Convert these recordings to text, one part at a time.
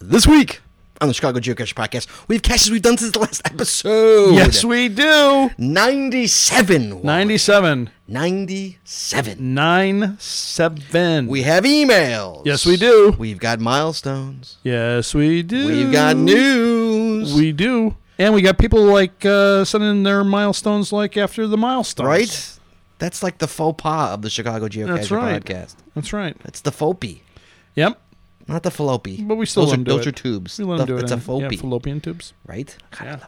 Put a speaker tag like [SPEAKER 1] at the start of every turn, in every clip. [SPEAKER 1] This week on the Chicago Geocache Podcast, we have caches we've done since the last episode.
[SPEAKER 2] Yes, we do.
[SPEAKER 1] 97.
[SPEAKER 2] 97.
[SPEAKER 1] 97.
[SPEAKER 2] 9 7.
[SPEAKER 1] We have emails.
[SPEAKER 2] Yes, we do.
[SPEAKER 1] We've got milestones.
[SPEAKER 2] yes, we do.
[SPEAKER 1] We've got news.
[SPEAKER 2] We do. And we got people like uh, sending their milestones like after the milestones.
[SPEAKER 1] right? That's like the faux pas of the Chicago Geocache
[SPEAKER 2] That's right.
[SPEAKER 1] Podcast.
[SPEAKER 2] That's right.
[SPEAKER 1] That's the fopy,
[SPEAKER 2] Yep.
[SPEAKER 1] not the fallopi.
[SPEAKER 2] But we still
[SPEAKER 1] those
[SPEAKER 2] let
[SPEAKER 1] are,
[SPEAKER 2] 'em do
[SPEAKER 1] those
[SPEAKER 2] it.
[SPEAKER 1] are tubes.
[SPEAKER 2] We let 'em
[SPEAKER 1] The-
[SPEAKER 2] do it.
[SPEAKER 1] it's a
[SPEAKER 2] on-
[SPEAKER 1] fopy,
[SPEAKER 2] Yeah, fallopian tubes.
[SPEAKER 1] right?
[SPEAKER 2] Yeah.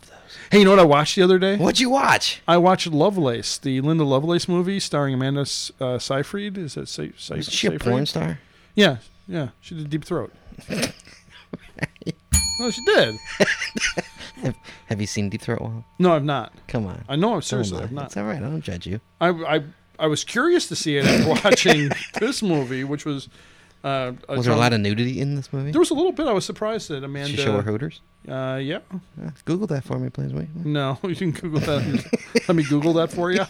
[SPEAKER 2] Hey, you know what I watched the other day?
[SPEAKER 1] What'd you watch?
[SPEAKER 2] I watched Lovelace, the Linda Lovelace movie starring Amanda S- uh, Seyfried. Is that Se- Se-
[SPEAKER 1] Is she a
[SPEAKER 2] Seyfried?
[SPEAKER 1] porn star?
[SPEAKER 2] Yeah, yeah. She did Deep Throat. no, she did.
[SPEAKER 1] Have, have you seen Deep Throat? Well,
[SPEAKER 2] No, I've not.
[SPEAKER 1] come on.
[SPEAKER 2] I know, I'm seriously,
[SPEAKER 1] Never
[SPEAKER 2] I've
[SPEAKER 1] mind.
[SPEAKER 2] not.
[SPEAKER 1] It's all right. I don't judge you.
[SPEAKER 2] I, I, I was curious to see it after watching this movie, which was. Uh,
[SPEAKER 1] Was there a lot of nudity in this movie?
[SPEAKER 2] There was a little bit. I was surprised that Amanda.
[SPEAKER 1] Did she show her hooters?
[SPEAKER 2] Uh, yeah.
[SPEAKER 1] Uh, Google that for me, please. Wait. wait.
[SPEAKER 2] No, you can Google that. Let me Google that for you.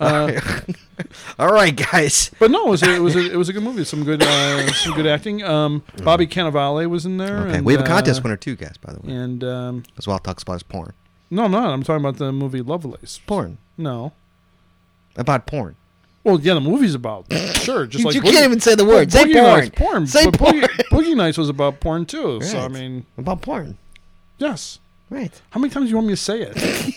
[SPEAKER 2] Mm.
[SPEAKER 1] All right, guys.
[SPEAKER 2] But no, it was a, it was a, it was a good movie. Some good uh, some good acting. Um, Bobby Cannavale was in there.
[SPEAKER 1] Okay,
[SPEAKER 2] and,
[SPEAKER 1] we have a contest
[SPEAKER 2] uh,
[SPEAKER 1] winner too, guys. By the way,
[SPEAKER 2] And um,
[SPEAKER 1] as well talks about his porn.
[SPEAKER 2] no, I'm not. I'm talking about the movie Lovelace.
[SPEAKER 1] Porn
[SPEAKER 2] No.
[SPEAKER 1] about porn.
[SPEAKER 2] Well, yeah, the movie's about that. sure. Just
[SPEAKER 1] You,
[SPEAKER 2] like
[SPEAKER 1] you
[SPEAKER 2] Boogie-
[SPEAKER 1] can't even say the word. Say
[SPEAKER 2] Boogie
[SPEAKER 1] porn.
[SPEAKER 2] Nights, porn.
[SPEAKER 1] Say
[SPEAKER 2] but
[SPEAKER 1] porn.
[SPEAKER 2] Boogie, Boogie Nights was about porn too. So I
[SPEAKER 1] Right.
[SPEAKER 2] mean,
[SPEAKER 1] About porn.
[SPEAKER 2] yes.
[SPEAKER 1] Right.
[SPEAKER 2] How many times do you want me to say it?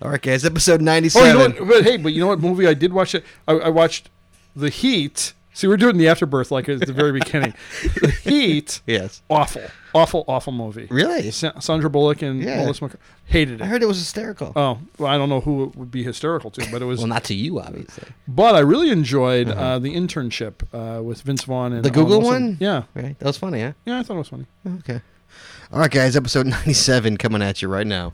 [SPEAKER 1] All right, guys. Episode
[SPEAKER 2] oh, you
[SPEAKER 1] ninety-seven.
[SPEAKER 2] know what? But hey, but you know what movie I did watch? It. I, I watched The Heat. See, we're doing the afterbirth like at the very beginning. the Heat.
[SPEAKER 1] Yes.
[SPEAKER 2] Awful, awful, awful movie.
[SPEAKER 1] Really?
[SPEAKER 2] Sa- Sandra Bullock and
[SPEAKER 1] Yeah.
[SPEAKER 2] Melissa McCarthy hated
[SPEAKER 1] I
[SPEAKER 2] it.
[SPEAKER 1] heard it was hysterical.
[SPEAKER 2] Oh, well, I don't know who it would be hysterical to, but it was.
[SPEAKER 1] well, not to you, obviously.
[SPEAKER 2] but I really enjoyed uh, the internship uh, with Vince Vaughn and
[SPEAKER 1] The
[SPEAKER 2] Owen
[SPEAKER 1] Google
[SPEAKER 2] Wilson.
[SPEAKER 1] one?
[SPEAKER 2] Yeah,
[SPEAKER 1] Right. That was funny, huh?
[SPEAKER 2] yeah, I thought it was funny.
[SPEAKER 1] Okay. All right, guys. Episode 97 coming at you right now.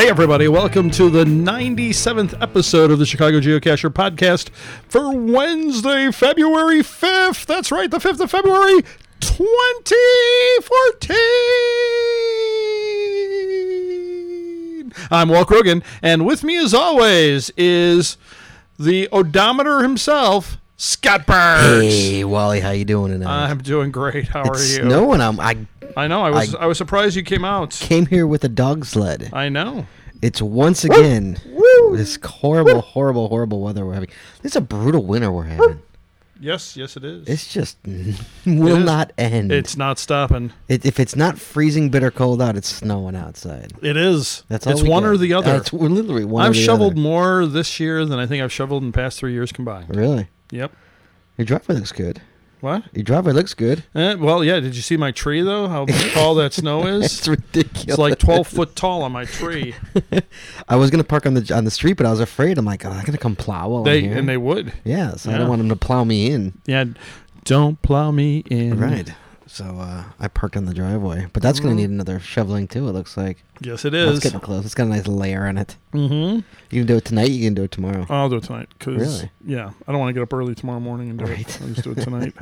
[SPEAKER 2] Hey, everybody, welcome to the 97th episode of the Chicago Geocacher podcast for Wednesday, February 5th. That's right, the 5th of February, 2014. I'm Walt Rogan, and with me, as always, is the odometer himself, Scott Burns.
[SPEAKER 1] Hey, Wally, how you doing tonight?
[SPEAKER 2] I'm doing great. How
[SPEAKER 1] it's
[SPEAKER 2] are you?
[SPEAKER 1] snowing. I'm, I
[SPEAKER 2] I know. I was I, was surprised you came out.
[SPEAKER 1] came here with a dog sled.
[SPEAKER 2] I know.
[SPEAKER 1] It's once again this horrible, horrible, horrible weather we're having. This is a brutal winter we're having.
[SPEAKER 2] Yes, yes, it is.
[SPEAKER 1] It's just will
[SPEAKER 2] is.
[SPEAKER 1] not end.
[SPEAKER 2] it's not stopping.
[SPEAKER 1] It, if it's not freezing bitter cold out, it's snowing outside.
[SPEAKER 2] It is.
[SPEAKER 1] That's all
[SPEAKER 2] it's
[SPEAKER 1] we
[SPEAKER 2] one
[SPEAKER 1] get.
[SPEAKER 2] or the other.
[SPEAKER 1] That's literally one. or
[SPEAKER 2] I've
[SPEAKER 1] the
[SPEAKER 2] shoveled
[SPEAKER 1] other.
[SPEAKER 2] more this year than I think I've shoveled in the past three years combined.
[SPEAKER 1] Really,
[SPEAKER 2] Yep.
[SPEAKER 1] your driveway looks good.
[SPEAKER 2] What?
[SPEAKER 1] Your driveway looks good.
[SPEAKER 2] Eh, well, yeah. Did you see my tree though? How tall that snow
[SPEAKER 1] It's
[SPEAKER 2] is?
[SPEAKER 1] ridiculous.
[SPEAKER 2] It's like twelve foot tall on my tree.
[SPEAKER 1] I was gonna park on the on the street, but I was afraid. I'm like, oh, I'm gonna come plow while
[SPEAKER 2] They
[SPEAKER 1] I'm here.
[SPEAKER 2] and they would.
[SPEAKER 1] yeah, so I
[SPEAKER 2] Yeah.
[SPEAKER 1] don't want them to plow me in.
[SPEAKER 2] Yeah. Don't plow me in.
[SPEAKER 1] Right. So uh, I parked on the driveway, but that's gonna need another shoveling too. It looks like
[SPEAKER 2] Yes, Mm-hmm. it
[SPEAKER 1] Well, it's
[SPEAKER 2] is.
[SPEAKER 1] getting close. It's got a nice layer on it.
[SPEAKER 2] Mm-hmm.
[SPEAKER 1] You can do it tonight. You can do it tomorrow.
[SPEAKER 2] I'll do it tonight. 'cause-
[SPEAKER 1] Really?
[SPEAKER 2] Yeah. I don't want to get up early tomorrow morning and do it.
[SPEAKER 1] Right.
[SPEAKER 2] I'll just do it tonight.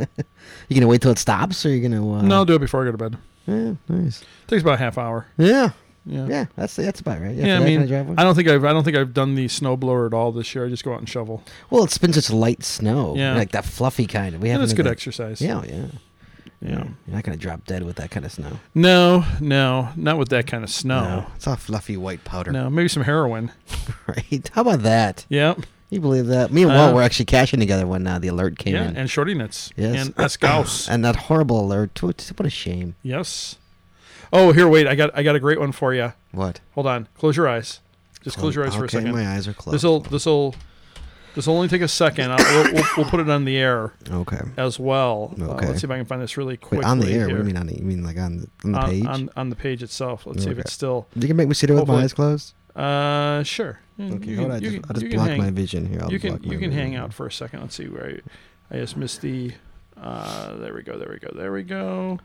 [SPEAKER 1] You gonna wait till it stops, or you gonna? Uh,
[SPEAKER 2] no, I'll do it before I go to bed.
[SPEAKER 1] Yeah, nice.
[SPEAKER 2] Takes about a half hour.
[SPEAKER 1] Yeah,
[SPEAKER 2] Yeah.
[SPEAKER 1] yeah. That's that's about right.
[SPEAKER 2] Yeah,
[SPEAKER 1] for
[SPEAKER 2] I
[SPEAKER 1] that
[SPEAKER 2] mean,
[SPEAKER 1] kind of driveway.
[SPEAKER 2] I don't think I've I don't think I've done the snowblower at all this year. I just go out and shovel.
[SPEAKER 1] Well, it's been such light snow,
[SPEAKER 2] Yeah.
[SPEAKER 1] like that fluffy kind. We
[SPEAKER 2] And
[SPEAKER 1] haven't.
[SPEAKER 2] it's good
[SPEAKER 1] done-
[SPEAKER 2] exercise.
[SPEAKER 1] Yeah, yeah,
[SPEAKER 2] Yeah.
[SPEAKER 1] You're not gonna drop dead with that kind of snow.
[SPEAKER 2] No, no, not with that kind of snow.
[SPEAKER 1] it's all fluffy white powder.
[SPEAKER 2] No, maybe some heroin.
[SPEAKER 1] Right? How about that?
[SPEAKER 2] Yep.
[SPEAKER 1] You believe that? Me and
[SPEAKER 2] Uh,
[SPEAKER 1] Walt were actually cashing together when uh, the alert came
[SPEAKER 2] yeah,
[SPEAKER 1] in,
[SPEAKER 2] and shorty nuts.
[SPEAKER 1] Yes.
[SPEAKER 2] And escaus.
[SPEAKER 1] and that horrible alert. What what a shame.
[SPEAKER 2] yes. Oh, here, wait. I got I got a great one for you.
[SPEAKER 1] What?
[SPEAKER 2] Hold on. Close your eyes. Just close your eyes
[SPEAKER 1] okay,
[SPEAKER 2] for a second.
[SPEAKER 1] My eyes are closed.
[SPEAKER 2] This'll this'll this'll only take a second. I'll, we'll, we'll, we'll put it on the air
[SPEAKER 1] Okay.
[SPEAKER 2] as well. Uh,
[SPEAKER 1] Okay.
[SPEAKER 2] let's see if I can find this really
[SPEAKER 1] Wait,
[SPEAKER 2] quickly.
[SPEAKER 1] on the air. What
[SPEAKER 2] here.
[SPEAKER 1] do you mean on the? You mean like on the, on the
[SPEAKER 2] on,
[SPEAKER 1] page?
[SPEAKER 2] On, on the page itself. Let's see if
[SPEAKER 1] Okay.
[SPEAKER 2] it's still.
[SPEAKER 1] you can make me sit here with my
[SPEAKER 2] Hopefully.
[SPEAKER 1] eyes closed.
[SPEAKER 2] Uh, sure. Yeah,
[SPEAKER 1] Okay,
[SPEAKER 2] you
[SPEAKER 1] hold
[SPEAKER 2] can-
[SPEAKER 1] on. I
[SPEAKER 2] you
[SPEAKER 1] just,
[SPEAKER 2] can-
[SPEAKER 1] I just
[SPEAKER 2] you can
[SPEAKER 1] blocked
[SPEAKER 2] hang-
[SPEAKER 1] my vision here. I'll
[SPEAKER 2] you can
[SPEAKER 1] block my
[SPEAKER 2] you can
[SPEAKER 1] vision.
[SPEAKER 2] hang out for a second. Let's see where I, I just missed the. Uh, there we go. There we go. There we go.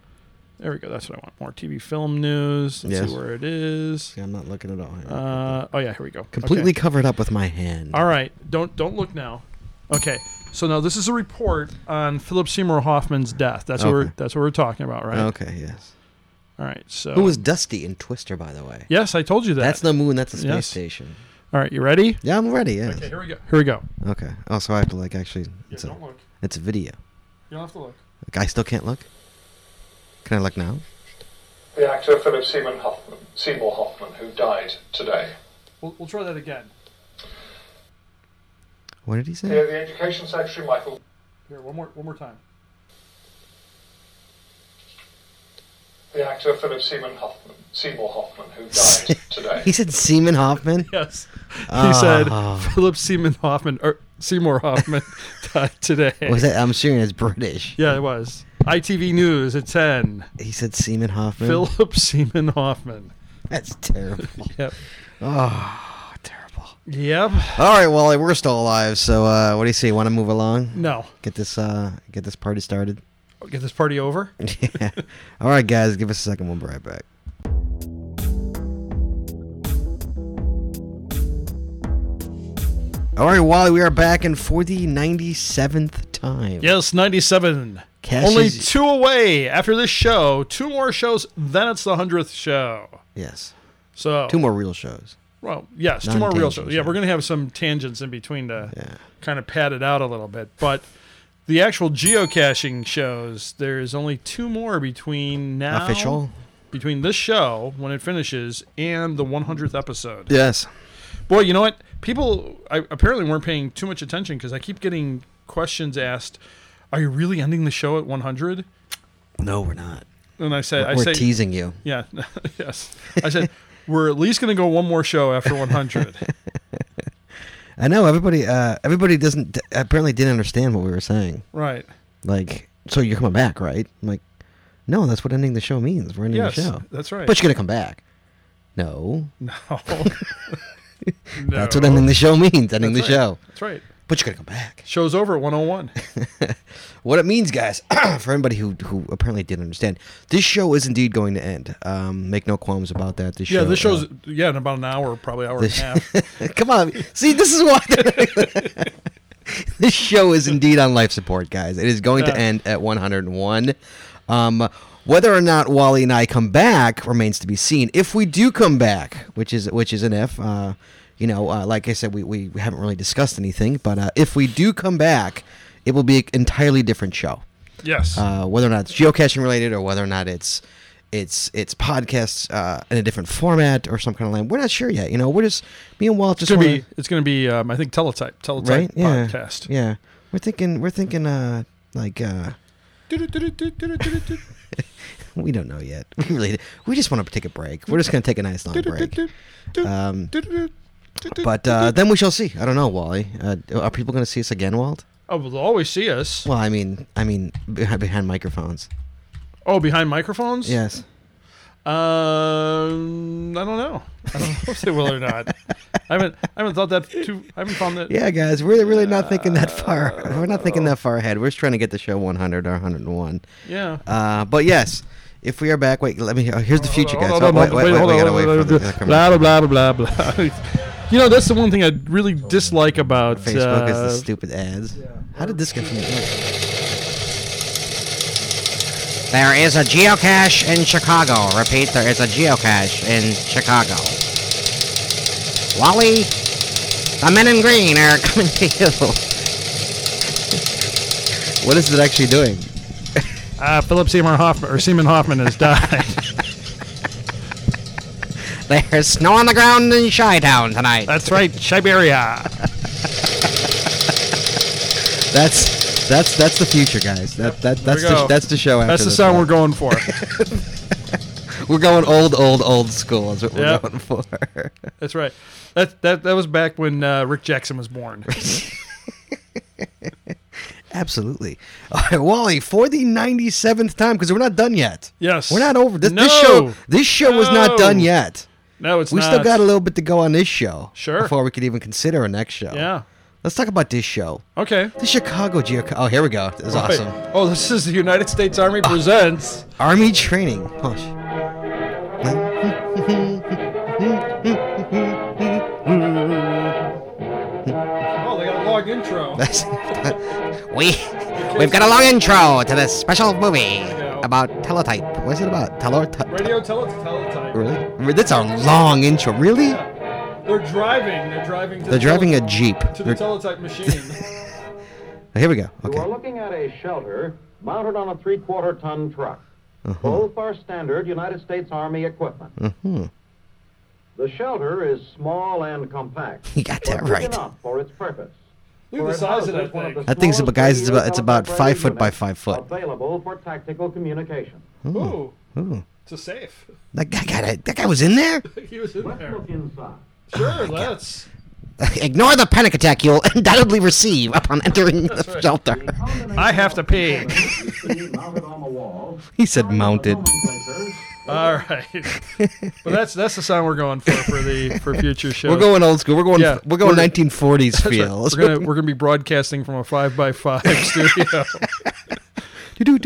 [SPEAKER 2] There we go. That's what I want. More TV film news. Let's
[SPEAKER 1] Yes.
[SPEAKER 2] see where it is.
[SPEAKER 1] See, I'm not looking at all. Here.
[SPEAKER 2] Uh, oh yeah, here we go.
[SPEAKER 1] Completely
[SPEAKER 2] Okay.
[SPEAKER 1] covered up with my hand.
[SPEAKER 2] All right. Don't don't look now. Okay. So now this is a report on Philip Seymour Hoffman's death. That's what we're
[SPEAKER 1] Okay.
[SPEAKER 2] that's what we're talking about, right?
[SPEAKER 1] Okay. Yes.
[SPEAKER 2] All right. So
[SPEAKER 1] Who was Dusty in Twister, by the way?
[SPEAKER 2] Yes, I told you that.
[SPEAKER 1] That's the moon. That's the space
[SPEAKER 2] Yes.
[SPEAKER 1] station.
[SPEAKER 2] All right, you ready?
[SPEAKER 1] Yeah, I'm ready. Yes.
[SPEAKER 2] Okay,
[SPEAKER 1] Okay.
[SPEAKER 2] here we go. Here we go.
[SPEAKER 1] Oh, so I have to like actually. It's, a,
[SPEAKER 2] look.
[SPEAKER 1] it's a video.
[SPEAKER 2] You don't have to look.
[SPEAKER 1] Like, I still can't look. Can I look now?
[SPEAKER 3] The actor Philip Seymour Hoffman, Seymour Hoffman, who died today.
[SPEAKER 2] We'll, we'll try that again.
[SPEAKER 1] What did he say?
[SPEAKER 3] Here, the Education Secretary Michael
[SPEAKER 2] Here, one more one more time.
[SPEAKER 3] The actor Philip Seymour Hoffman, Seymour Hoffman, who died today.
[SPEAKER 1] He said Seaman Hoffman.
[SPEAKER 2] Yes. He
[SPEAKER 1] Oh.
[SPEAKER 2] said Philip Seymour Hoffman or Seymour Hoffman died today.
[SPEAKER 1] Was that? I'm assuming it's British.
[SPEAKER 2] Yeah, it was. ITV News at 10.
[SPEAKER 1] He said Seaman Hoffman.
[SPEAKER 2] Philip Seaman Hoffman.
[SPEAKER 1] That's terrible.
[SPEAKER 2] Yep.
[SPEAKER 1] Oh, terrible.
[SPEAKER 2] Yep.
[SPEAKER 1] All right, well, we're still alive. So, uh, what do you say? Want to move along?
[SPEAKER 2] No.
[SPEAKER 1] Get this, uh, get this party started.
[SPEAKER 2] Get this party over.
[SPEAKER 1] yeah. All right, guys, give us a second. We'll be right back. All right, Wally, we are back, and for the ninety-seventh time.
[SPEAKER 2] Yes, 97.
[SPEAKER 1] Cash
[SPEAKER 2] Only
[SPEAKER 1] is-
[SPEAKER 2] two away after this show. Two more shows, then it's the 100th show.
[SPEAKER 1] Yes.
[SPEAKER 2] So
[SPEAKER 1] Two more real shows.
[SPEAKER 2] Well, yes, two more real
[SPEAKER 1] Non-tangents,
[SPEAKER 2] shows. Yeah,
[SPEAKER 1] yeah.
[SPEAKER 2] we're going to have some tangents in between to
[SPEAKER 1] Yeah.
[SPEAKER 2] kind of pad it out a little bit. But the actual geocaching shows, there's only two more between now.
[SPEAKER 1] Official.
[SPEAKER 2] Between this show, when it finishes, and the 100th episode.
[SPEAKER 1] Yes.
[SPEAKER 2] Boy, you know what? People I, apparently weren't paying too much attention because I keep getting questions asked Are you really ending the show at 100?
[SPEAKER 1] No, we're not.
[SPEAKER 2] And I said, I
[SPEAKER 1] we're
[SPEAKER 2] say,
[SPEAKER 1] teasing you.
[SPEAKER 2] yeah, yes. I said, We're at least going to go one more show after 100.
[SPEAKER 1] I know everybody. Uh, everybody doesn't apparently didn't understand what we were saying.
[SPEAKER 2] right.
[SPEAKER 1] Like, so you're coming back, right? I'm like, no, that's what ending the show means. We're ending
[SPEAKER 2] Yes,
[SPEAKER 1] the show.
[SPEAKER 2] that's right.
[SPEAKER 1] But you're gonna come back. No,
[SPEAKER 2] No.
[SPEAKER 1] that's what ending the show means. Ending
[SPEAKER 2] That's
[SPEAKER 1] the
[SPEAKER 2] right.
[SPEAKER 1] show.
[SPEAKER 2] That's right.
[SPEAKER 1] But you're gonna come back.
[SPEAKER 2] Show's over at 101.
[SPEAKER 1] What it means, guys, for anybody who who apparently didn't understand, this show is indeed going to end. Um, make no qualms about that. This
[SPEAKER 2] yeah,
[SPEAKER 1] show,
[SPEAKER 2] this show's
[SPEAKER 1] uh,
[SPEAKER 2] yeah in about an hour, probably hour and a half.
[SPEAKER 1] Come on. See, this is why. this show is indeed on life support, guys. It is going
[SPEAKER 2] Yeah.
[SPEAKER 1] to end at 101. Um, whether or not Wally and I come back remains to be seen. If we do come back, which is which is an if, uh, you know, uh, like I said, we, we we haven't really discussed anything, but uh, if we do come back, it will be an entirely different show
[SPEAKER 2] Yes.
[SPEAKER 1] uh, whether or not it's geocaching related or whether or not it's it's it's podcasts uh, in a different format or some kind of land. We're not sure yet. You know, we're just me and Walt
[SPEAKER 2] it's
[SPEAKER 1] just
[SPEAKER 2] gonna
[SPEAKER 1] want
[SPEAKER 2] be it's gonna be um, I think teletype teletype
[SPEAKER 1] right. Yeah,
[SPEAKER 2] podcast.
[SPEAKER 1] yeah. We're thinking we're thinking uh like uh
[SPEAKER 2] Do-do-do-do-do-do-do-do.
[SPEAKER 1] we don't know yet. We really we just want to take a break. We're just gonna take a nice long break.
[SPEAKER 2] Do-do-do-do-do.
[SPEAKER 1] Um,
[SPEAKER 2] Do-do-do-do-do-do.
[SPEAKER 1] but uh, then we shall see. I don't know, Wally. Uh, are people gonna see us again, Walt?
[SPEAKER 2] oh, well, they'll always see us.
[SPEAKER 1] Well, I mean, I mean behind, behind microphones.
[SPEAKER 2] Oh, behind microphones.
[SPEAKER 1] Yes.
[SPEAKER 2] Um, I don't know. I don't know if they will or not. I haven't I haven't thought that too. I haven't found that.
[SPEAKER 1] Yeah, guys, we're really not thinking that
[SPEAKER 2] Uh,
[SPEAKER 1] far. We're not thinking that far ahead. We're just trying to get the show 100 or 101.
[SPEAKER 2] Yeah.
[SPEAKER 1] Uh, but yes, if we are back, wait, let me. oh, here's the future, guys.
[SPEAKER 2] Hold
[SPEAKER 1] Oh,
[SPEAKER 2] on,
[SPEAKER 1] Wait,
[SPEAKER 2] hold
[SPEAKER 1] wait,
[SPEAKER 2] on,
[SPEAKER 1] wait,
[SPEAKER 2] hold
[SPEAKER 1] we
[SPEAKER 2] on,
[SPEAKER 1] gotta
[SPEAKER 2] hold
[SPEAKER 1] wait
[SPEAKER 2] on,
[SPEAKER 1] for
[SPEAKER 2] hold on.
[SPEAKER 1] the commercial.
[SPEAKER 2] Blah blah blah blah blah. You know, that's the one thing I really dislike about
[SPEAKER 1] Oh. Facebook is
[SPEAKER 2] uh,
[SPEAKER 1] the stupid ads. How did this get from the There is a geocache in Chicago. Repeat, there is a geocache in Chicago. Wally, the men in green are coming to you. what is it actually doing?
[SPEAKER 2] Ah, Philip Seymour Hoffman or Seaman Hoffman has died.
[SPEAKER 1] There's snow on the ground in Chi Town tonight.
[SPEAKER 2] That's right, Siberia.
[SPEAKER 1] That's that's that's the future, guys. That that that's
[SPEAKER 2] we
[SPEAKER 1] the,
[SPEAKER 2] go.
[SPEAKER 1] that's the show. After
[SPEAKER 2] That's the
[SPEAKER 1] this
[SPEAKER 2] sound
[SPEAKER 1] one.
[SPEAKER 2] we're going for.
[SPEAKER 1] We're going old, old, old school. Is what we're
[SPEAKER 2] Yep.
[SPEAKER 1] going for.
[SPEAKER 2] That's right. That that that was back when uh, Rick Jackson was born.
[SPEAKER 1] Absolutely. All right, Wally, for the ninety seventh time, because we're not done yet.
[SPEAKER 2] Yes.
[SPEAKER 1] We're not over. This, this
[SPEAKER 2] No.
[SPEAKER 1] show, this show was not
[SPEAKER 2] No.
[SPEAKER 1] done yet.
[SPEAKER 2] No, it's
[SPEAKER 1] we
[SPEAKER 2] not.
[SPEAKER 1] still got a little bit to go on this show.
[SPEAKER 2] Sure.
[SPEAKER 1] Before we could even consider our next show.
[SPEAKER 2] Yeah.
[SPEAKER 1] Let's talk about this show.
[SPEAKER 2] Okay.
[SPEAKER 1] The Chicago Geo. Oh, here we go. This is awesome.
[SPEAKER 2] Wait. Oh, this is the United States Army presents.
[SPEAKER 1] Army training. Oh, Hush.
[SPEAKER 2] Oh, they got a long intro.
[SPEAKER 1] That's, we we've got a long intro to this special movie
[SPEAKER 2] know.
[SPEAKER 1] about teletype. What's it about? Teller? T-
[SPEAKER 2] Radio tele- teletype.
[SPEAKER 1] really? Re- That's a long intro. Really?
[SPEAKER 2] Yeah. They're driving. They're driving. To the
[SPEAKER 1] They're driving a
[SPEAKER 2] tele-
[SPEAKER 1] jeep.
[SPEAKER 2] to the
[SPEAKER 1] They're-
[SPEAKER 2] teletype machine.
[SPEAKER 1] here we go.
[SPEAKER 4] You are
[SPEAKER 1] Okay.
[SPEAKER 4] looking at a shelter mounted on a three quarter ton truck.
[SPEAKER 1] Uh-huh.
[SPEAKER 4] Both are standard United States Army equipment.
[SPEAKER 1] Mm-hmm.
[SPEAKER 4] The shelter is small and compact.
[SPEAKER 1] You got that
[SPEAKER 4] but big
[SPEAKER 1] right.
[SPEAKER 4] enough for its purpose.
[SPEAKER 2] Look at the
[SPEAKER 4] For it
[SPEAKER 2] size of
[SPEAKER 4] houses
[SPEAKER 2] that
[SPEAKER 4] one
[SPEAKER 2] thing.
[SPEAKER 4] the
[SPEAKER 1] That thing's about-
[SPEAKER 4] smallest
[SPEAKER 1] guys, it's about- it's
[SPEAKER 4] radio
[SPEAKER 1] about
[SPEAKER 4] teletype
[SPEAKER 1] five foot by
[SPEAKER 4] units
[SPEAKER 1] five foot.
[SPEAKER 4] Available for tactical communication.
[SPEAKER 2] Ooh,
[SPEAKER 1] Ooh.
[SPEAKER 2] it's a safe.
[SPEAKER 1] That guy, got it. that guy was in there?
[SPEAKER 2] He was in
[SPEAKER 4] Let's
[SPEAKER 2] there.
[SPEAKER 4] look inside.
[SPEAKER 2] Sure, let's.
[SPEAKER 1] Ignore the panic attack you'll undoubtedly receive upon entering the
[SPEAKER 2] right.
[SPEAKER 1] shelter.
[SPEAKER 2] I have to pee.
[SPEAKER 4] mounted on the wall.
[SPEAKER 1] He said mounted.
[SPEAKER 2] All right. Well, that's that's the sound we're going for for the for future shows.
[SPEAKER 1] We're going old school. We're going
[SPEAKER 2] Yeah.
[SPEAKER 1] we're going
[SPEAKER 2] We're-
[SPEAKER 1] 1940s
[SPEAKER 2] That's right.
[SPEAKER 1] feels.
[SPEAKER 2] We're gonna we're gonna be broadcasting from a five by five studio. Yep.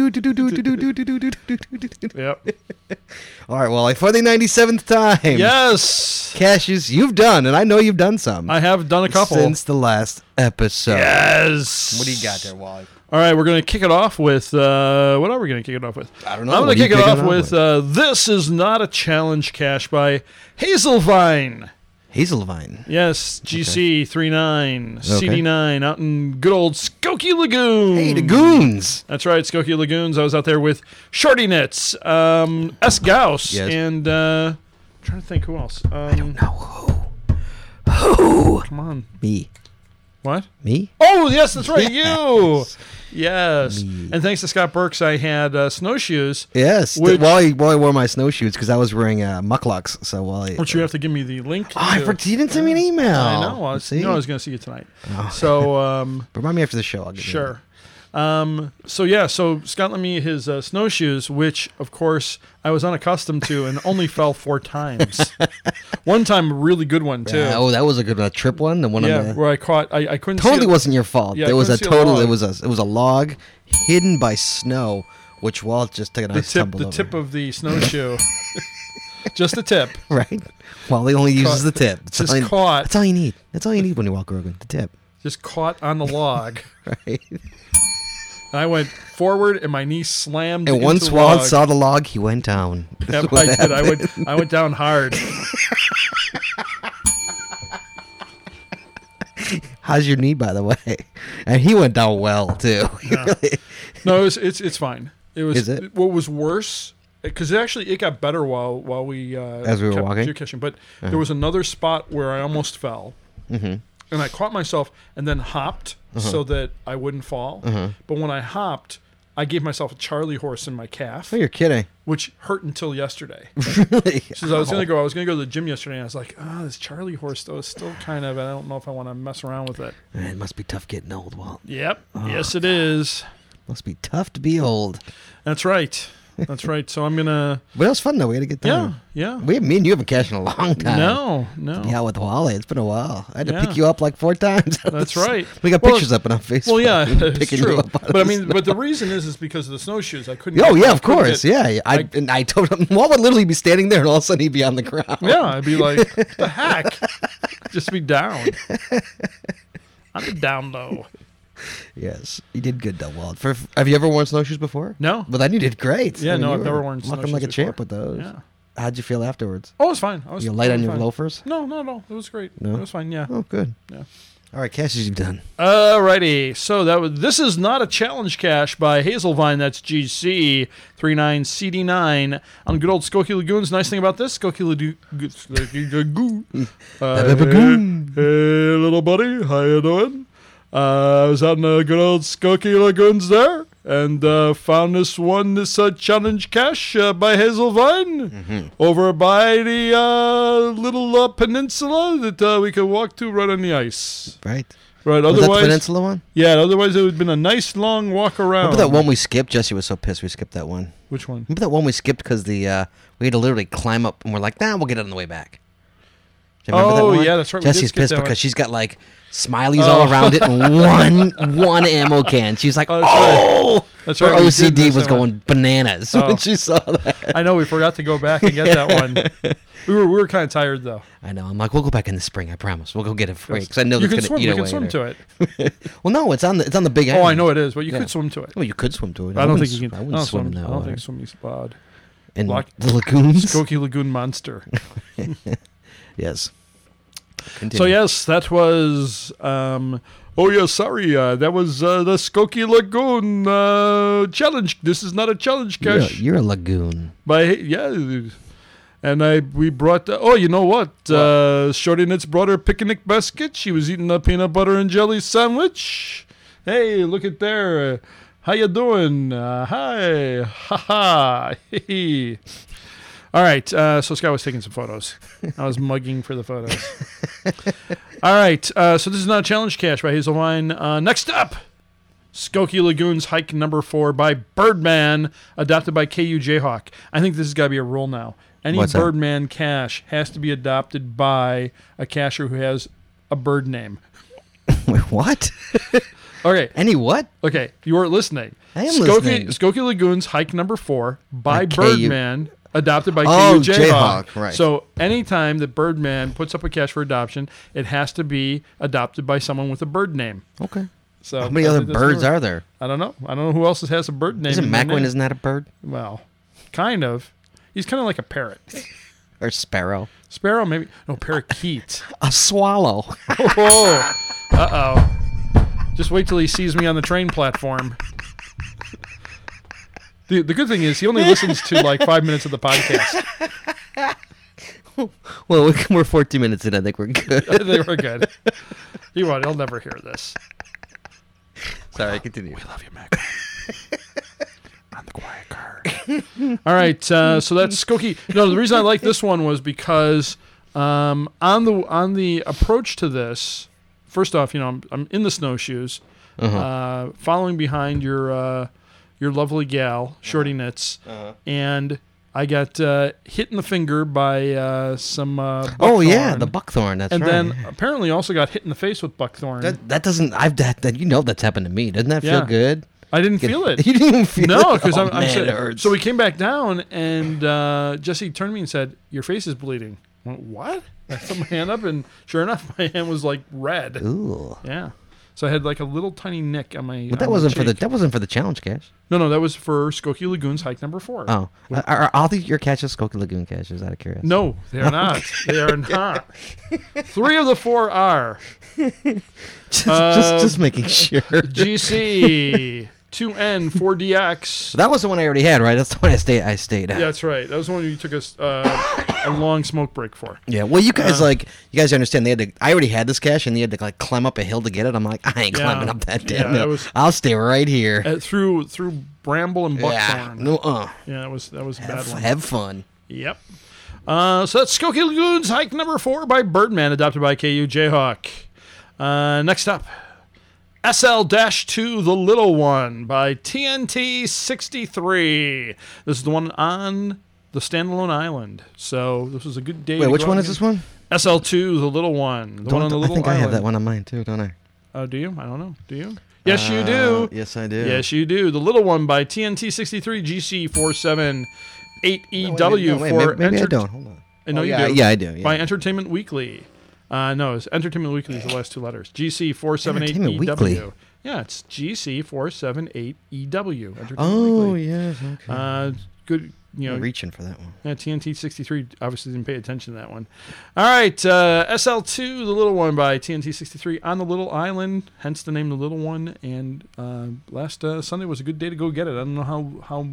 [SPEAKER 1] All right, Wally, for the 97th time.
[SPEAKER 2] Yes,
[SPEAKER 1] Cashews, you've done, and I know you've done some.
[SPEAKER 2] I have done a couple.
[SPEAKER 1] Since the last episode.
[SPEAKER 2] yes.
[SPEAKER 1] What do you got there, Wally?
[SPEAKER 2] All right, we're going to kick it off with uh, what are we going to kick it off with?
[SPEAKER 1] I don't know.
[SPEAKER 2] I'm
[SPEAKER 1] What
[SPEAKER 2] going to
[SPEAKER 1] are
[SPEAKER 2] kick
[SPEAKER 1] you
[SPEAKER 2] it
[SPEAKER 1] kicking
[SPEAKER 2] off
[SPEAKER 1] off
[SPEAKER 2] with
[SPEAKER 1] with?
[SPEAKER 2] uh, "This Is Not a Challenge" cash by Hazelvine.
[SPEAKER 1] Hazelvine.
[SPEAKER 2] Yes, GC three nine CD nine out in good old Skokie Lagoon.
[SPEAKER 1] Hey, the goons.
[SPEAKER 2] That's right, Skokie Lagoons. I was out there with Shorty Nits, um, S Gauss,
[SPEAKER 1] Yes.
[SPEAKER 2] and uh, I'm trying to think who else. Um,
[SPEAKER 1] No, who? Who?
[SPEAKER 2] Come on,
[SPEAKER 1] Me.
[SPEAKER 2] what?
[SPEAKER 1] Me?
[SPEAKER 2] Oh yes, that's right,
[SPEAKER 1] Yes.
[SPEAKER 2] you. Yes, and thanks to Scott Burks, I had uh, snowshoes.
[SPEAKER 1] Yes.
[SPEAKER 2] Which-
[SPEAKER 1] Which, Wally, Wally wore my snowshoes because I was wearing uh, mucklucks. So Wally.
[SPEAKER 2] Which you have to give me the link.
[SPEAKER 1] Oh, I
[SPEAKER 2] to-
[SPEAKER 1] forgot. You didn't send me an email.
[SPEAKER 2] I know. I was,
[SPEAKER 1] See? Oh.
[SPEAKER 2] you know I was going to see you tonight. So um,
[SPEAKER 1] Remind me after the show. I'll get you
[SPEAKER 2] sure. Um, so yeah. So Scott lent me his uh, snowshoes, which of course I was unaccustomed to, and only fell four times. one time, a really good one too.
[SPEAKER 1] that. Uh, oh, that was a good uh, trip one. The one on
[SPEAKER 2] yeah,
[SPEAKER 1] the-
[SPEAKER 2] where I caught. I, I couldn't.
[SPEAKER 1] totally
[SPEAKER 2] see it.
[SPEAKER 1] wasn't your fault.
[SPEAKER 2] Yeah, I
[SPEAKER 1] it was a
[SPEAKER 2] couldn't see a
[SPEAKER 1] total.
[SPEAKER 2] log.
[SPEAKER 1] It was a it was a log hidden by snow, which Walt just took a
[SPEAKER 2] the
[SPEAKER 1] nice
[SPEAKER 2] tip.
[SPEAKER 1] tumble
[SPEAKER 2] The
[SPEAKER 1] over.
[SPEAKER 2] tip of the snowshoe. Just the tip.
[SPEAKER 1] right. Wally only uses the tip. That's
[SPEAKER 2] Just
[SPEAKER 1] all you-
[SPEAKER 2] caught.
[SPEAKER 1] That's all you need. That's all you need when you walk Rogan. The tip.
[SPEAKER 2] Just caught on the log.
[SPEAKER 1] Right.
[SPEAKER 2] And I went forward, and my knee slammed.
[SPEAKER 1] And
[SPEAKER 2] into
[SPEAKER 1] once
[SPEAKER 2] the
[SPEAKER 1] Walt
[SPEAKER 2] log.
[SPEAKER 1] saw the log, he went down. This
[SPEAKER 2] Yep,
[SPEAKER 1] is what
[SPEAKER 2] I did. I
[SPEAKER 1] happened.
[SPEAKER 2] went. I went down hard.
[SPEAKER 1] How's your knee, by the way? And he went down well too.
[SPEAKER 2] No, it was, it's it's fine. It was.
[SPEAKER 1] Is it?
[SPEAKER 2] What was worse? Because actually, it got better while while we uh,
[SPEAKER 1] As we were
[SPEAKER 2] kept
[SPEAKER 1] walking? Uh-huh.
[SPEAKER 2] geocaching. But there was another spot where I almost fell, mm-hmm. and I caught myself and then hopped
[SPEAKER 1] Uh-huh.
[SPEAKER 2] so that I wouldn't fall. But when I hopped, I gave myself a Charlie horse in my calf,
[SPEAKER 1] oh, you're kidding.
[SPEAKER 2] which hurt until yesterday.
[SPEAKER 1] Really?
[SPEAKER 2] Because I was gonna go, I was gonna go to the gym yesterday, and I was like, ah, this Charlie horse though is still kind of. I don't know if I want to mess around with it.
[SPEAKER 1] Man, it must be tough getting old, Walt.
[SPEAKER 2] Yep. yes, it is.
[SPEAKER 1] Must be tough to be old.
[SPEAKER 2] That's right. That's right. So I'm gonna.
[SPEAKER 1] But it was fun though. We had a good
[SPEAKER 2] Yeah.
[SPEAKER 1] time.
[SPEAKER 2] Yeah.
[SPEAKER 1] We, me and you haven't cashed in a long time.
[SPEAKER 2] No, no.
[SPEAKER 1] Yeah, with Wally, it's been a while. I had to
[SPEAKER 2] Yeah.
[SPEAKER 1] pick you up like four times.
[SPEAKER 2] That's right.
[SPEAKER 1] We got
[SPEAKER 2] Well,
[SPEAKER 1] pictures up on our Facebook.
[SPEAKER 2] Well, yeah,
[SPEAKER 1] We've been
[SPEAKER 2] it's
[SPEAKER 1] picking
[SPEAKER 2] true.
[SPEAKER 1] you up on
[SPEAKER 2] But I
[SPEAKER 1] the
[SPEAKER 2] mean,
[SPEAKER 1] snow.
[SPEAKER 2] but the reason is is because of the snowshoes. I couldn't.
[SPEAKER 1] oh
[SPEAKER 2] get-
[SPEAKER 1] yeah,
[SPEAKER 2] I
[SPEAKER 1] of
[SPEAKER 2] couldn't
[SPEAKER 1] course,
[SPEAKER 2] get-
[SPEAKER 1] yeah. yeah. I,
[SPEAKER 2] I-
[SPEAKER 1] and I told him Walt would literally be standing there, and all of a sudden he'd be on the ground.
[SPEAKER 2] yeah, I'd be like, "What the heck, just be down. I'm down low.
[SPEAKER 1] Yes, you did good though, Walt. For, have you ever worn snowshoes before?
[SPEAKER 2] No.
[SPEAKER 1] Well, then you did great.
[SPEAKER 2] Yeah, no,
[SPEAKER 1] you
[SPEAKER 2] I've
[SPEAKER 1] were
[SPEAKER 2] never worn
[SPEAKER 1] Looking like a
[SPEAKER 2] snowshoes
[SPEAKER 1] champ
[SPEAKER 2] before.
[SPEAKER 1] with those.
[SPEAKER 2] Yeah.
[SPEAKER 1] How'd you feel afterwards?
[SPEAKER 2] Oh, it's fine. I was
[SPEAKER 1] You light on
[SPEAKER 2] totally
[SPEAKER 1] your
[SPEAKER 2] fine.
[SPEAKER 1] loafers?
[SPEAKER 2] No, no, no. It was great.
[SPEAKER 1] No?
[SPEAKER 2] It was fine. Yeah.
[SPEAKER 1] Oh, good.
[SPEAKER 2] Yeah.
[SPEAKER 1] All right, Cassius, you've done.
[SPEAKER 2] Alrighty, so that was this is not a challenge cache by Hazelvine. That's GC 39CD9 on good old Skokie Lagoons. Nice thing about this Skokie Lagoon, Skokie Lagoon. Uh,
[SPEAKER 1] Lagoon.
[SPEAKER 2] Hey, hey, little buddy, how you doing? Uh, I was out in the good old Skokie Lagoons there, and uh, found this one, this uh, challenge cache uh, by Hazelvine
[SPEAKER 1] Mm-hmm.
[SPEAKER 2] over by the uh, little uh, peninsula that uh, we could walk to right on the ice.
[SPEAKER 1] Right.
[SPEAKER 2] Right.
[SPEAKER 1] Was that the
[SPEAKER 2] Otherwise,
[SPEAKER 1] Peninsula one?
[SPEAKER 2] yeah. Otherwise, it would have been a nice long walk around.
[SPEAKER 1] Remember that one we skipped? Jesse was so pissed we skipped that one.
[SPEAKER 2] Which one?
[SPEAKER 1] Remember that one we skipped because the uh, we had to literally climb up and we're like, nah, we'll get it on the way back. Do you remember
[SPEAKER 2] Oh,
[SPEAKER 1] that one?
[SPEAKER 2] yeah, that's right, we did
[SPEAKER 1] Jesse's
[SPEAKER 2] skip
[SPEAKER 1] pissed
[SPEAKER 2] that one.
[SPEAKER 1] because she's got like smileys all around it and one one ammo can. She's like,
[SPEAKER 2] Oh,
[SPEAKER 1] oh,
[SPEAKER 2] that's right. That's
[SPEAKER 1] her
[SPEAKER 2] right, we did
[SPEAKER 1] OCD
[SPEAKER 2] miss
[SPEAKER 1] was
[SPEAKER 2] that one.
[SPEAKER 1] going bananas
[SPEAKER 2] Oh.
[SPEAKER 1] when she saw that.
[SPEAKER 2] I know we forgot to go back and get that one. We were we were kind of tired though.
[SPEAKER 1] I know. I'm like, we'll go back in the spring. I promise. We'll go get it free because I know
[SPEAKER 2] you
[SPEAKER 1] that's
[SPEAKER 2] can
[SPEAKER 1] gonna
[SPEAKER 2] swim.
[SPEAKER 1] eat
[SPEAKER 2] You
[SPEAKER 1] away.
[SPEAKER 2] can swim
[SPEAKER 1] at
[SPEAKER 2] to
[SPEAKER 1] her.
[SPEAKER 2] it.
[SPEAKER 1] Well, no, it's on the it's on the big.
[SPEAKER 2] Oh, I
[SPEAKER 1] island.
[SPEAKER 2] know it is, but you
[SPEAKER 1] Yeah.
[SPEAKER 2] could swim to it.
[SPEAKER 1] Well, you could swim to it.
[SPEAKER 2] I don't
[SPEAKER 1] wouldn't
[SPEAKER 2] think you
[SPEAKER 1] s-
[SPEAKER 2] can.
[SPEAKER 1] I wouldn't
[SPEAKER 2] don't
[SPEAKER 1] swim in
[SPEAKER 2] swim-
[SPEAKER 1] that
[SPEAKER 2] I don't
[SPEAKER 1] water.
[SPEAKER 2] think swimming's bad.
[SPEAKER 1] In
[SPEAKER 2] Lock-
[SPEAKER 1] the lagoons.
[SPEAKER 2] Skokie Lagoon monster.
[SPEAKER 1] Yes. Continue.
[SPEAKER 2] so yes, that was. Um, oh yeah, sorry. Uh, that was uh, the Skokie Lagoon uh, challenge. This is not a challenge,
[SPEAKER 1] You're,
[SPEAKER 2] Cash.
[SPEAKER 1] you're a lagoon.
[SPEAKER 2] By yeah, and I we brought. The, oh, you know what? Uh, Shorty Knits brought her picnic basket. She was eating a peanut butter and jelly sandwich. Hey, look at there. How you doing? Uh, hi, ha ha. Hee-hee. All right. Uh, so Scott was taking some photos. I was mugging for the photos. All right. Uh, so this is not a challenge cash by Hazelwine. Uh, next up. Skokie Lagoons Hike Number Four by Birdman, adopted by KU Jayhawk. I think this has got to be a rule now. Any
[SPEAKER 1] What's that?
[SPEAKER 2] Birdman cache has to be adopted by a cacher who has a bird name.
[SPEAKER 1] Wait, what?
[SPEAKER 2] Okay,
[SPEAKER 1] Any what?
[SPEAKER 2] okay, you are listening.
[SPEAKER 1] I am
[SPEAKER 2] Skokie,
[SPEAKER 1] listening.
[SPEAKER 2] Skokie Lagoons Hike Number Four by
[SPEAKER 1] By KU.
[SPEAKER 2] Birdman, adopted by
[SPEAKER 1] Oh,
[SPEAKER 2] KU Jayhawk.
[SPEAKER 1] Jayhawk, right.
[SPEAKER 2] So anytime that Birdman puts up a cache for adoption, it has to be adopted by someone with a bird name.
[SPEAKER 1] Okay.
[SPEAKER 2] So
[SPEAKER 1] How many
[SPEAKER 2] I
[SPEAKER 1] other
[SPEAKER 2] think that's
[SPEAKER 1] birds
[SPEAKER 2] the-
[SPEAKER 1] are there?
[SPEAKER 2] I don't know. I don't know who else has a bird name.
[SPEAKER 1] Isn't
[SPEAKER 2] in their
[SPEAKER 1] Macwin,
[SPEAKER 2] name.
[SPEAKER 1] isn't that a bird?
[SPEAKER 2] Well, kind of. He's kind of like a parrot.
[SPEAKER 1] Or sparrow?
[SPEAKER 2] Sparrow, maybe. No, parakeet.
[SPEAKER 1] A swallow.
[SPEAKER 2] Whoa. Uh oh. Just wait till he sees me on the train platform. The, the good thing is he only listens to like five minutes of the podcast.
[SPEAKER 1] well, we can- we're 14 minutes in. I think we're good.
[SPEAKER 2] they were good. He won't. He'll never hear this.
[SPEAKER 1] Sorry, continue.
[SPEAKER 2] Love you, Mac. on the quiet car. All right, uh, so that's Skokie. No, the reason I like this one was because um, on the on the approach to this, first off, you know, I'm, I'm in the snowshoes, uh
[SPEAKER 1] Uh-huh.
[SPEAKER 2] following behind your uh, your lovely gal, Shorty
[SPEAKER 1] Uh-huh.
[SPEAKER 2] Knits, and I got uh, hit in the finger by uh, some. Uh,
[SPEAKER 1] Oh, yeah,
[SPEAKER 2] buckthorn,
[SPEAKER 1] the buckthorn. That's
[SPEAKER 2] and
[SPEAKER 1] right.
[SPEAKER 2] then uh, apparently also got hit in the face with buckthorn.
[SPEAKER 1] that, that doesn't, I've, that, that, you know that's happened to me. Doesn't that
[SPEAKER 2] Yeah.
[SPEAKER 1] feel good?
[SPEAKER 2] I didn't feel it.
[SPEAKER 1] You didn't even feel it?
[SPEAKER 2] No, because
[SPEAKER 1] Oh,
[SPEAKER 2] I'm, I'm
[SPEAKER 1] man,
[SPEAKER 2] sitting-
[SPEAKER 1] it hurts.
[SPEAKER 2] so we came back down, and uh, Jesse turned to me and said, "Your face is bleeding." I went, "What?" I put my hand up, and sure enough, my hand was like red.
[SPEAKER 1] Ooh.
[SPEAKER 2] Yeah, so I had like a little tiny nick on my.
[SPEAKER 1] But that wasn't for the that wasn't for the challenge cash.
[SPEAKER 2] No, no, that was for Skokie Lagoons hike number four.
[SPEAKER 1] Oh, are, are all the, your catches Skokie Lagoon catches? Out of curiosity.
[SPEAKER 2] No, they are not. They are not. Three of the four are
[SPEAKER 1] just, just, just
[SPEAKER 2] Um,
[SPEAKER 1] making sure.
[SPEAKER 2] GC, 2N, 4DX.
[SPEAKER 1] that was the one I already had, right? That's the one I stayed. I stayed at.
[SPEAKER 2] Yeah, that's right. That was the one you took us uh, a long smoke break for.
[SPEAKER 1] Yeah, well, you guys
[SPEAKER 2] Uh.
[SPEAKER 1] like you guys understand they had to. I already had this cash, and they had to like climb up a hill to get it. I'm like, I ain't
[SPEAKER 2] Yeah.
[SPEAKER 1] climbing up that
[SPEAKER 2] Yeah,
[SPEAKER 1] damn
[SPEAKER 2] that
[SPEAKER 1] hill.
[SPEAKER 2] was-
[SPEAKER 1] I'll stay right here.
[SPEAKER 2] Uh, through through Bramble and
[SPEAKER 1] yeah,
[SPEAKER 2] Buckthorn. Yeah,
[SPEAKER 1] no, uh,
[SPEAKER 2] that was that was a bad
[SPEAKER 1] have,
[SPEAKER 2] one.
[SPEAKER 1] have fun.
[SPEAKER 2] Yep. Uh, so that's Skokie Lagoons hike number four by Birdman, adopted by KU Jayhawk. Uh, next up, SL-2, The Little One by TNT63. This is the one on the standalone island. So this was a good day.
[SPEAKER 1] Wait,
[SPEAKER 2] to
[SPEAKER 1] which
[SPEAKER 2] go
[SPEAKER 1] one
[SPEAKER 2] out
[SPEAKER 1] is
[SPEAKER 2] and
[SPEAKER 1] this one?
[SPEAKER 2] get- SL2, The Little One. The one on the
[SPEAKER 1] I
[SPEAKER 2] little
[SPEAKER 1] think
[SPEAKER 2] island.
[SPEAKER 1] I have that one on mine too, don't I? Uh,
[SPEAKER 2] Oh, do you? I don't know. Do you? Yes, you do.
[SPEAKER 1] Yes, I do.
[SPEAKER 2] Yes, you do. The little one by TNT63 GC47 Oh, 8EW
[SPEAKER 1] wait,
[SPEAKER 2] E for
[SPEAKER 1] maybe, maybe I
[SPEAKER 2] enter-
[SPEAKER 1] don't. Hold on.
[SPEAKER 2] I know
[SPEAKER 1] Oh,
[SPEAKER 2] you
[SPEAKER 1] yeah,
[SPEAKER 2] do.
[SPEAKER 1] yeah, I do, yeah.
[SPEAKER 2] By Entertainment Weekly. Uh, no, it's Entertainment Weekly is the last two letters.
[SPEAKER 1] Entertainment Weekly.
[SPEAKER 2] GC478EW. E Yeah, it's GC478EW. E Entertainment
[SPEAKER 1] Oh
[SPEAKER 2] Weekly.
[SPEAKER 1] yes, okay.
[SPEAKER 2] Uh, good, you know,
[SPEAKER 1] I'm reaching for that one.
[SPEAKER 2] yeah, TNT 63 obviously didn't pay attention to that one. All right, uh, SL2, the little one by TNT 63 on the little island, hence the name the little one. And uh, last uh, Sunday was a good day to go get it. I don't know how how